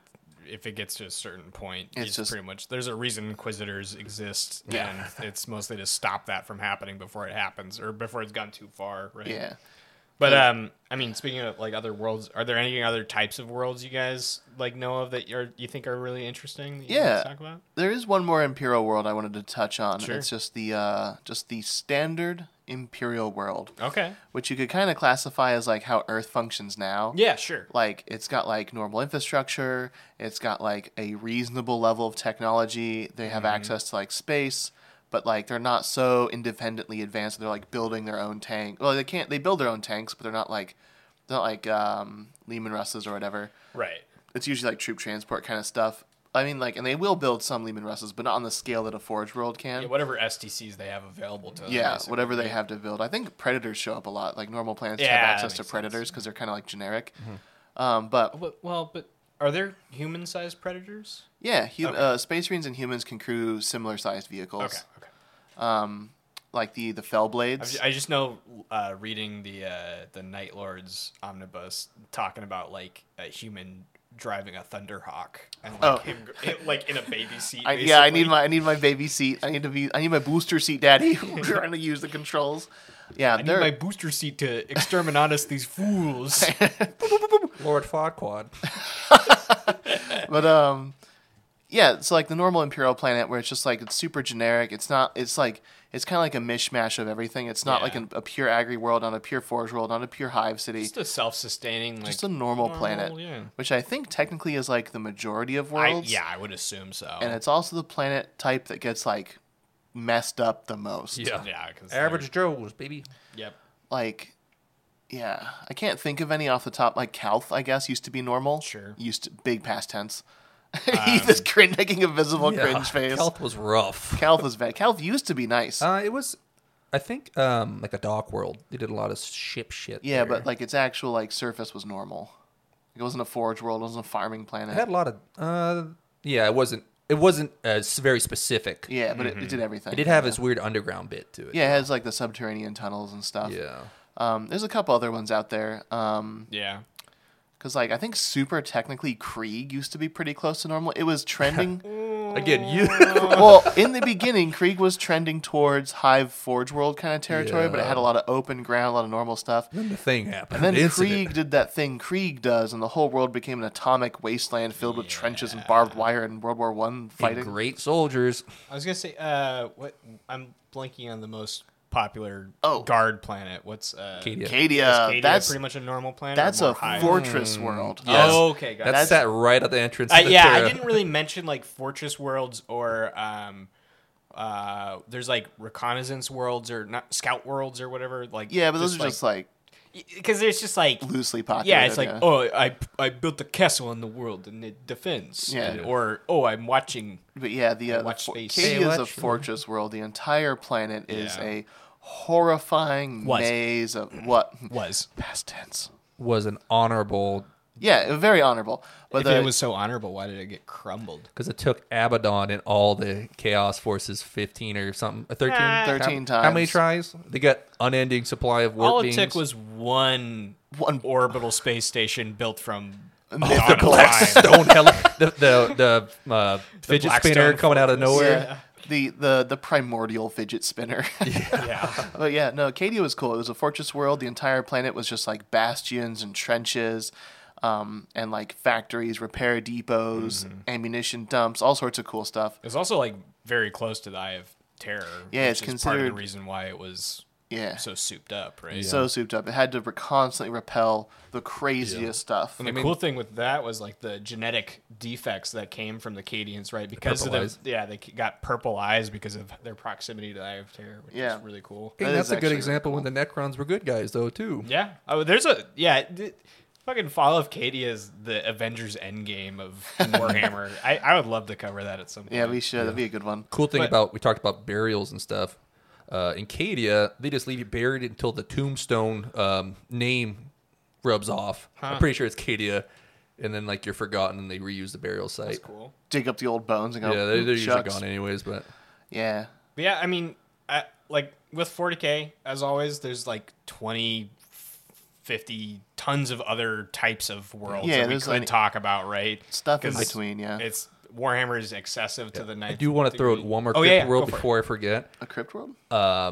Speaker 1: If it gets to a certain point,
Speaker 3: It's
Speaker 1: it's
Speaker 3: just-
Speaker 1: pretty much there's a reason Inquisitors exist, and it's mostly to stop that from happening before it happens or before it's gone too far, right?
Speaker 3: Yeah.
Speaker 1: But um, I mean, speaking of like other worlds, are there any other types of worlds you guys like know of that you're you think are really interesting? That you
Speaker 3: Yeah.
Speaker 1: want to talk about.
Speaker 3: There is one more Imperial world I wanted to touch on.
Speaker 1: Sure.
Speaker 3: It's just the uh, just the standard Imperial world,
Speaker 1: Okay.
Speaker 3: which you could kind of classify as like how Earth functions now.
Speaker 1: Yeah, sure.
Speaker 3: like it's got like normal infrastructure it's got like a reasonable level of technology they have access to like space but like they're not so independently advanced they're like building their own tank well they can't they build their own tanks but they're not like they're not like um, lehman russes or whatever
Speaker 1: Right.
Speaker 3: it's usually like troop transport kind of stuff i mean like and they will build some lehman russes but not on the scale that a forge world can
Speaker 1: Yeah, whatever STCs they have available to them.
Speaker 3: Um, yeah,
Speaker 1: basically.
Speaker 3: whatever they have to build. I think predators show up a lot. Like normal planets
Speaker 1: Yeah,
Speaker 3: have
Speaker 1: that
Speaker 3: access to
Speaker 1: makes sense.
Speaker 3: predators because they're kind of like generic. Um, but
Speaker 1: But, well, but are there human-sized predators?
Speaker 3: Yeah, hum- uh, space marines and humans can crew similar sized vehicles.
Speaker 1: Okay. Okay.
Speaker 3: Like the the fell
Speaker 1: I've
Speaker 3: blades.
Speaker 1: ju- I just know uh, reading the uh, the Night Lord's omnibus talking about like a human driving a Thunderhawk and like
Speaker 3: Oh.
Speaker 1: him it, like in a baby seat.
Speaker 3: I, yeah, I need
Speaker 1: basically.
Speaker 3: my I need my baby seat. I need to be I need my booster seat, daddy. We're trying to use the controls. Yeah,
Speaker 1: I need
Speaker 3: they're
Speaker 1: my booster seat to exterminatus these fools.
Speaker 2: Lord Farquaad.
Speaker 3: but um yeah, it's like the normal Imperial planet where it's just like it's super generic. It's not it's like it's kind of like a mishmash of everything. It's not
Speaker 1: Yeah.
Speaker 3: like an, a pure agri world, not a pure forge world, not a pure hive city.
Speaker 1: Just a self-sustaining, like
Speaker 3: Just a normal planet,
Speaker 1: yeah.
Speaker 3: which I think technically is like the majority of
Speaker 1: I-
Speaker 3: worlds.
Speaker 1: yeah, I would assume so.
Speaker 3: and it's also the planet type that gets like messed up the most.
Speaker 2: Yeah.
Speaker 1: yeah, because
Speaker 2: Average Joe's baby.
Speaker 1: Yep.
Speaker 3: Like, yeah, I can't think of any off the top. Like Kalth, I guess, used to be normal.
Speaker 1: Sure.
Speaker 3: Used to, big past tense.
Speaker 2: Um,
Speaker 3: He's just crin- making a visible cringe face. Kalth.
Speaker 2: Health was rough.
Speaker 3: was bad. Kalth used to be nice.
Speaker 2: Uh, it was, I think, um, like a dock world. They did a lot of ship shit.
Speaker 3: yeah, but
Speaker 2: there.
Speaker 3: like its actual like surface was normal. It wasn't a forge world. It wasn't a farming
Speaker 2: it
Speaker 3: planet.
Speaker 2: had a lot of. Uh, yeah, it wasn't. It wasn't as very specific.
Speaker 3: yeah, but it, it did everything.
Speaker 2: Mm-hmm. It did have its weird underground bit to it.
Speaker 3: Yeah, it has like the subterranean tunnels and stuff.
Speaker 2: Yeah.
Speaker 3: Um, there's a couple other ones out there. Um,
Speaker 1: Yeah.
Speaker 3: Because, like, I think super technically Krieg used to be pretty close to normal. It was trending.
Speaker 2: Again, you.
Speaker 3: well, in the beginning, Krieg was trending towards Hive Forge World kind of territory, but it had a
Speaker 2: Yeah.
Speaker 3: lot of open ground, a lot of normal stuff.
Speaker 2: then the thing happened.
Speaker 3: And then
Speaker 2: the incident.
Speaker 3: Krieg did that thing Krieg does, and the whole world became an atomic wasteland filled with trenches and barbed wire and World War One
Speaker 2: And
Speaker 3: fighting.
Speaker 2: Great soldiers.
Speaker 1: I was gonna say, uh, what? I'm blanking on the most popular
Speaker 3: Oh.
Speaker 1: guard planet. What's uh,
Speaker 2: Cadia.
Speaker 1: Is
Speaker 3: Cadia,
Speaker 1: Cadia
Speaker 3: that's
Speaker 1: pretty much a normal planet. or
Speaker 3: that's
Speaker 1: more
Speaker 3: a
Speaker 1: high?
Speaker 3: fortress world.
Speaker 2: Yeah. Hmm. Yes.
Speaker 1: Oh, okay, got
Speaker 2: That's
Speaker 1: it.
Speaker 2: that right at the entrance.
Speaker 1: Uh,
Speaker 2: of the
Speaker 1: yeah, I
Speaker 2: Terra.
Speaker 1: didn't really mention like fortress worlds or um, uh, there's like reconnaissance worlds or not scout worlds or whatever. Like
Speaker 3: Yeah, but those are just like
Speaker 1: because there's just like
Speaker 3: loosely populated.
Speaker 1: yeah, it's like oh I I built a castle in the world and it defends.
Speaker 3: Yeah.
Speaker 1: And- or oh I'm watching.
Speaker 3: But yeah, the uh, the
Speaker 1: watch
Speaker 3: fo-
Speaker 1: space.
Speaker 3: Cadia
Speaker 2: They
Speaker 3: is a
Speaker 2: watch-
Speaker 3: fortress world. The entire planet is
Speaker 1: Yeah.
Speaker 3: a horrifying
Speaker 1: Was.
Speaker 3: maze of what
Speaker 1: Was
Speaker 3: past tense.
Speaker 2: Was an honorable
Speaker 3: Yeah, very honorable. But
Speaker 1: if
Speaker 3: the,
Speaker 1: it was so honorable, why did it get crumbled?
Speaker 2: because it took Abaddon and all the Chaos Forces 15 or something, uh, 13,
Speaker 3: 13
Speaker 2: how, How many
Speaker 3: times.
Speaker 2: tries? They got unending supply of warp
Speaker 1: All it
Speaker 2: beams.
Speaker 1: took was one
Speaker 3: One-
Speaker 1: orbital space station built from
Speaker 3: Mythical
Speaker 1: dawn of time.
Speaker 2: stone heli- the the, the uh, fidget
Speaker 1: Blackstone
Speaker 2: spinner coming out of
Speaker 1: Fortress.
Speaker 2: nowhere.
Speaker 3: Yeah. the the the primordial fidget spinner.
Speaker 1: yeah.
Speaker 3: But yeah, no, Acadia was cool. It was a fortress world. The entire planet was just like bastions and trenches, um, and like factories, repair depots,
Speaker 1: Mm-hmm.
Speaker 3: ammunition dumps, all sorts of cool stuff.
Speaker 1: It's also like very close to the Eye of Terror.
Speaker 3: Yeah,
Speaker 1: which
Speaker 3: it's
Speaker 1: is part of the
Speaker 3: considered-
Speaker 1: reason why it was
Speaker 3: Yeah.
Speaker 1: so souped up, right?
Speaker 3: So souped up. It had to re- constantly repel the craziest stuff.
Speaker 1: And the
Speaker 2: I mean-
Speaker 1: cool thing with that was like the genetic defects that came from the Cadians, right? Because of
Speaker 2: purple
Speaker 1: them,
Speaker 2: eyes.
Speaker 1: yeah, they got purple eyes because of their proximity to the Eye of Terror, which
Speaker 3: Yeah.
Speaker 1: is really cool.
Speaker 2: Hey,
Speaker 3: That
Speaker 2: that's
Speaker 3: is
Speaker 2: a good
Speaker 3: actually
Speaker 2: example when the Necrons were good guys, though, too.
Speaker 1: Yeah. Oh, there's a yeah. D- fucking Fall of Cadia is the Avengers Endgame of Warhammer. I, I would love to cover that at some point.
Speaker 3: Yeah, we should. That'd be a good one.
Speaker 2: Cool thing
Speaker 1: But-
Speaker 2: about we talked about burials and stuff. Uh, in Cadia, they just leave you buried until the tombstone um, name rubs off. I'm pretty sure it's Cadia, and then like you're forgotten, and they reuse the burial site.
Speaker 1: That's cool.
Speaker 3: Dig up the old bones and go.
Speaker 2: Yeah, they,
Speaker 3: "Mm,
Speaker 2: they're usually
Speaker 3: shucks."
Speaker 2: gone anyways, but
Speaker 3: Yeah.
Speaker 1: But yeah, I mean, I, like with 40k, as always, there's like 20, 50 tons of other types of worlds
Speaker 3: Yeah,
Speaker 1: that we
Speaker 3: there's,
Speaker 1: could
Speaker 3: like,
Speaker 1: talk about, right?
Speaker 3: Stuff in
Speaker 1: 'Cause
Speaker 3: between, yeah.
Speaker 1: It's Warhammer is excessive to the ninth.
Speaker 2: I do want to throw
Speaker 1: degree.
Speaker 2: out one more
Speaker 1: Oh,
Speaker 2: crypt
Speaker 1: yeah, yeah,
Speaker 2: world
Speaker 1: go for it.
Speaker 2: before I forget.
Speaker 3: A crypt world?
Speaker 1: Oh.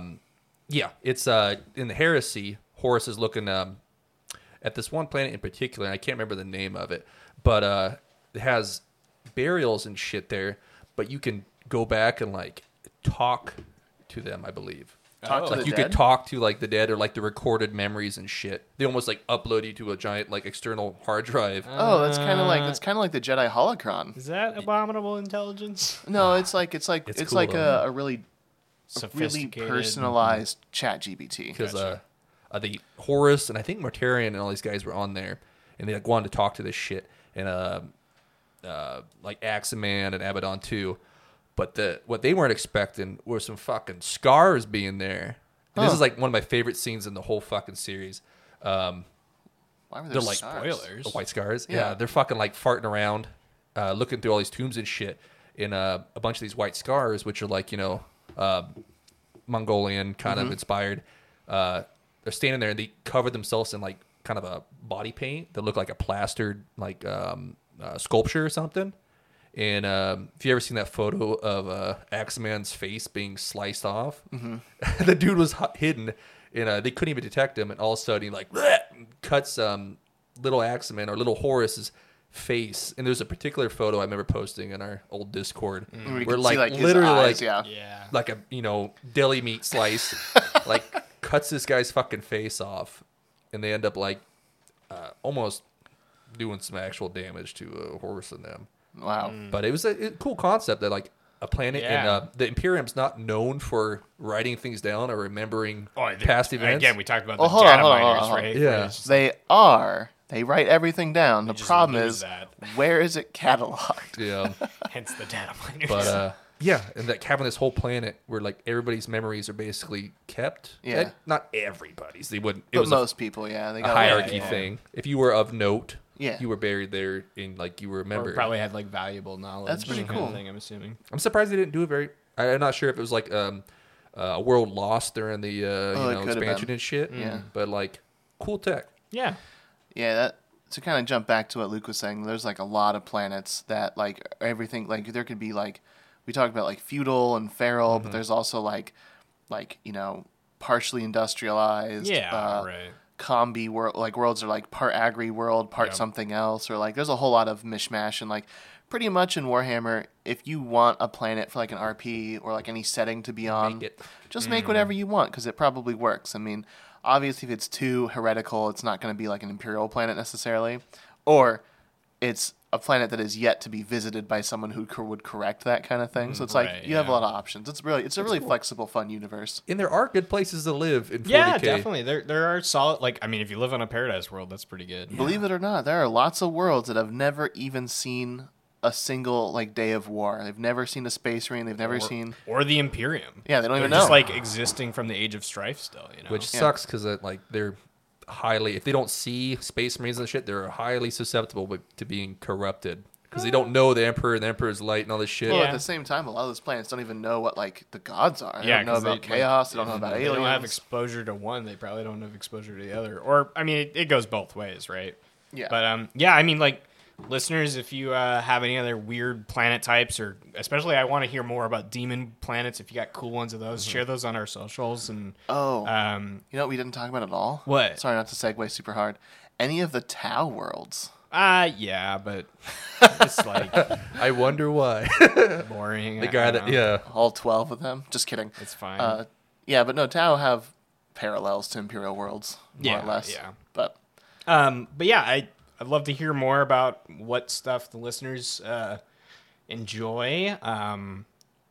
Speaker 2: Yeah, it's uh in the Heresy. Horus is looking um at this one planet in particular. And I can't remember the name of it, but uh, it has burials and shit there. But you can go back and like talk to them, I believe.
Speaker 3: Talk to
Speaker 2: like
Speaker 3: Oh. the
Speaker 2: you
Speaker 3: dead?
Speaker 2: could talk to like the dead or like the recorded memories and shit. They almost like upload you to a giant like external hard drive.
Speaker 3: oh, that's kind of like that's kind of like the Jedi holocron.
Speaker 1: Is that abominable intelligence?
Speaker 3: No, it's like it's like
Speaker 2: It's
Speaker 3: it's,
Speaker 2: cool,
Speaker 3: like
Speaker 2: though.
Speaker 3: a, a really a really
Speaker 1: Sophisticated.
Speaker 3: personalized chat GBT.
Speaker 2: because uh, uh, the Horus and I think Mortarian and all these guys were on there, and they like wanted to talk to this shit and uh, uh, like Axeman and Abaddon too, but the what they weren't expecting were some fucking scars being there. And This
Speaker 3: Huh.
Speaker 2: is like one of my favorite scenes in the whole fucking series.
Speaker 3: Why were there
Speaker 2: They're like
Speaker 3: stars?
Speaker 1: Spoilers.
Speaker 2: The white scars. Yeah.
Speaker 3: Yeah.
Speaker 2: they're fucking like farting around, uh, looking through all these tombs and shit, in uh, a bunch of these white scars, which are like you know, uh, Mongolian kind of inspired. Uh, they're standing there and they cover themselves in like kind of a body paint that look like a plastered like um, uh, sculpture or something. And um, if you ever seen that photo of uh, Axeman's face being sliced off, the dude was h- hidden, and uh, they couldn't even detect him. And all of a sudden, he like cuts um, little Axeman or little Horace's face. And there's a particular photo I remember posting in our old Discord where
Speaker 3: We could
Speaker 2: like,
Speaker 3: see, like his
Speaker 2: literally like
Speaker 3: eyes, yeah.
Speaker 1: Yeah.
Speaker 2: like a you know deli meat slice, like cuts this guy's fucking face off, and they end up like uh, almost doing some actual damage to a horse in them.
Speaker 3: Wow.
Speaker 1: Mm.
Speaker 2: But it was a it- cool concept that like a planet and
Speaker 1: Yeah.
Speaker 2: uh, the Imperium's not known for writing things down or remembering
Speaker 1: Oh, they-
Speaker 2: past events.
Speaker 1: Again, we talked about
Speaker 3: Well,
Speaker 1: the
Speaker 3: Oh, hold on,
Speaker 1: data
Speaker 3: hold on, hold
Speaker 1: miners,
Speaker 3: on, hold on.
Speaker 1: right?
Speaker 2: Yeah.
Speaker 1: Where it's just-
Speaker 3: They are. They write everything down. The
Speaker 1: just
Speaker 3: problem
Speaker 1: lose
Speaker 3: is,
Speaker 1: that.
Speaker 3: where is it cataloged?
Speaker 2: yeah,
Speaker 1: hence the data miners.
Speaker 2: but uh, yeah, and like having this whole planet where like everybody's memories are basically kept.
Speaker 3: Yeah.
Speaker 2: Eh, not everybody's. They wouldn't. It
Speaker 3: But
Speaker 2: was a
Speaker 3: most people, Oh, yeah, they
Speaker 2: a
Speaker 3: got
Speaker 2: hierarchy
Speaker 1: yeah.
Speaker 2: thing. If you were of note,
Speaker 3: Yeah.
Speaker 2: you were buried there and like you
Speaker 1: or
Speaker 2: were remembered.
Speaker 1: probably had like valuable knowledge.
Speaker 3: That's pretty
Speaker 1: kind of
Speaker 3: cool.
Speaker 1: Thing, I'm assuming.
Speaker 2: I'm surprised they didn't do it very. I, I'm not sure if it was like um, uh, a world lost during the uh,
Speaker 3: Oh,
Speaker 2: you
Speaker 3: it
Speaker 2: know
Speaker 3: could have
Speaker 2: expansion
Speaker 3: been.
Speaker 2: and shit. Mm.
Speaker 3: Yeah.
Speaker 2: but like cool tech.
Speaker 1: Yeah.
Speaker 3: Yeah, that to kind of jump back to what Luke was saying, there's like a lot of planets that like everything like there could be like we talked about like feudal and feral,
Speaker 1: Mm-hmm.
Speaker 3: but there's also like like, you know, partially industrialized
Speaker 1: Yeah.
Speaker 3: uh,
Speaker 1: right.
Speaker 3: combi world like worlds are like part agri world, part something else, or like there's a whole lot of mishmash and like pretty much in Warhammer, if you want a planet for like an RP or like any setting to be on,
Speaker 2: it.
Speaker 3: just make whatever you want because it probably works. I mean, obviously if it's too heretical, it's not going to be like an imperial planet necessarily, or it's a planet that is yet to be visited by someone who cor- would correct that kind of thing. So it's like
Speaker 1: right,
Speaker 3: you have a
Speaker 1: yeah.
Speaker 3: lot of options. It's really it's a really flexible, fun universe.
Speaker 2: And there are good places to live in 40k.
Speaker 1: Yeah, definitely. There there are solid like I mean if you live on a paradise world, that's pretty good.
Speaker 3: Believe it or not, there are lots of worlds that have never even seen a single like day of war. They've never seen a space marine. They've never
Speaker 1: or,
Speaker 3: seen.
Speaker 1: or the Imperium.
Speaker 3: Yeah, they don't
Speaker 1: They're
Speaker 3: even
Speaker 1: just
Speaker 3: know.
Speaker 1: like existing from the Age of Strife still, you know.
Speaker 2: which sucks because like they're highly if they don't see space marines and shit they're highly susceptible wi- to being corrupted because they don't know the emperor and the emperor's light and all this shit
Speaker 3: Well,
Speaker 1: Ah. Yeah.
Speaker 3: at the same time, a lot of those planets don't even know what like the gods are. They
Speaker 1: Yeah,
Speaker 3: don't know
Speaker 1: 'cause they-
Speaker 3: about chaos. They don't know
Speaker 1: If
Speaker 3: about
Speaker 1: they
Speaker 3: aliens.
Speaker 1: don't have exposure to one, they probably don't have exposure to the other. Or I mean it, it goes both ways, right?
Speaker 3: Yeah.
Speaker 1: But um yeah, I mean like listeners, if you uh, have any other weird planet types, or especially I want to hear more about demon planets. If you got cool ones of those, share those on our socials. And
Speaker 3: Oh,
Speaker 1: um,
Speaker 3: you know what we didn't talk about at all?
Speaker 1: What?
Speaker 3: Sorry not to segue super hard. Any of the Tau worlds.
Speaker 1: uh yeah, but it's like
Speaker 2: I wonder why.
Speaker 1: boring.
Speaker 2: the guy that yeah.
Speaker 3: All 12 of them. Just kidding.
Speaker 1: it's fine.
Speaker 3: Uh, yeah, but no, Tau have parallels to Imperial worlds, more
Speaker 1: Yeah,
Speaker 3: or less.
Speaker 1: yeah.
Speaker 3: But
Speaker 1: Um, but yeah, I I'd love to hear more about what stuff the listeners uh, enjoy. Um,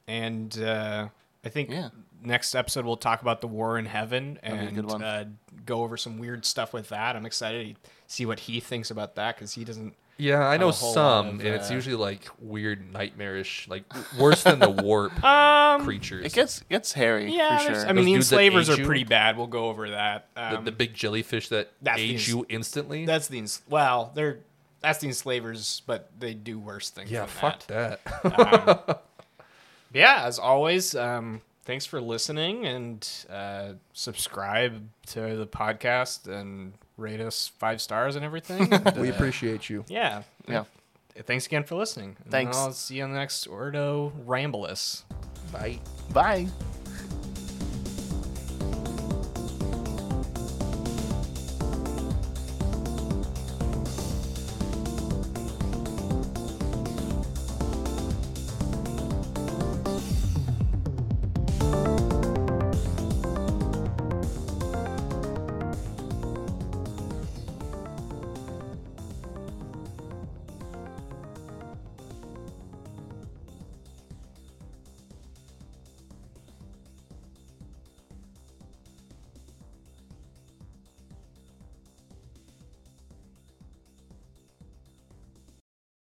Speaker 1: and uh, I think
Speaker 3: Yeah.
Speaker 1: next episode we'll talk about the war in heaven
Speaker 3: be a good
Speaker 1: and
Speaker 3: one.
Speaker 1: uh, go over some weird stuff with that. I'm excited to see what he thinks about that because he doesn't.
Speaker 2: Yeah, I know
Speaker 1: a whole lot
Speaker 2: some,
Speaker 1: of,
Speaker 2: and it's
Speaker 1: uh,
Speaker 2: usually like weird, nightmarish, like worse than the warp
Speaker 1: Um,
Speaker 2: creatures.
Speaker 3: it gets gets hairy
Speaker 1: yeah,
Speaker 3: for
Speaker 1: there's-
Speaker 3: sure.
Speaker 1: I mean
Speaker 2: Those
Speaker 1: the
Speaker 2: dudes that
Speaker 1: enslavers
Speaker 2: ate
Speaker 1: are
Speaker 2: you?
Speaker 1: pretty bad. Well go over that.
Speaker 2: the,
Speaker 1: Um,
Speaker 2: the big jellyfish that
Speaker 1: That's the
Speaker 2: age
Speaker 1: ins-
Speaker 2: you instantly.
Speaker 1: that's the ens- well, they're that's the enslavers, but they do worse things.
Speaker 2: yeah,
Speaker 1: than that.
Speaker 2: fuck that.
Speaker 1: yeah as always um thanks for listening and uh subscribe to the podcast and rate us five stars and everything And,
Speaker 2: we
Speaker 1: uh,
Speaker 2: appreciate you.
Speaker 1: yeah
Speaker 3: yeah.
Speaker 1: thanks again for listening And
Speaker 3: Thanks.
Speaker 1: i'll see you on the next ordo ramblus
Speaker 2: Bye.
Speaker 3: Bye.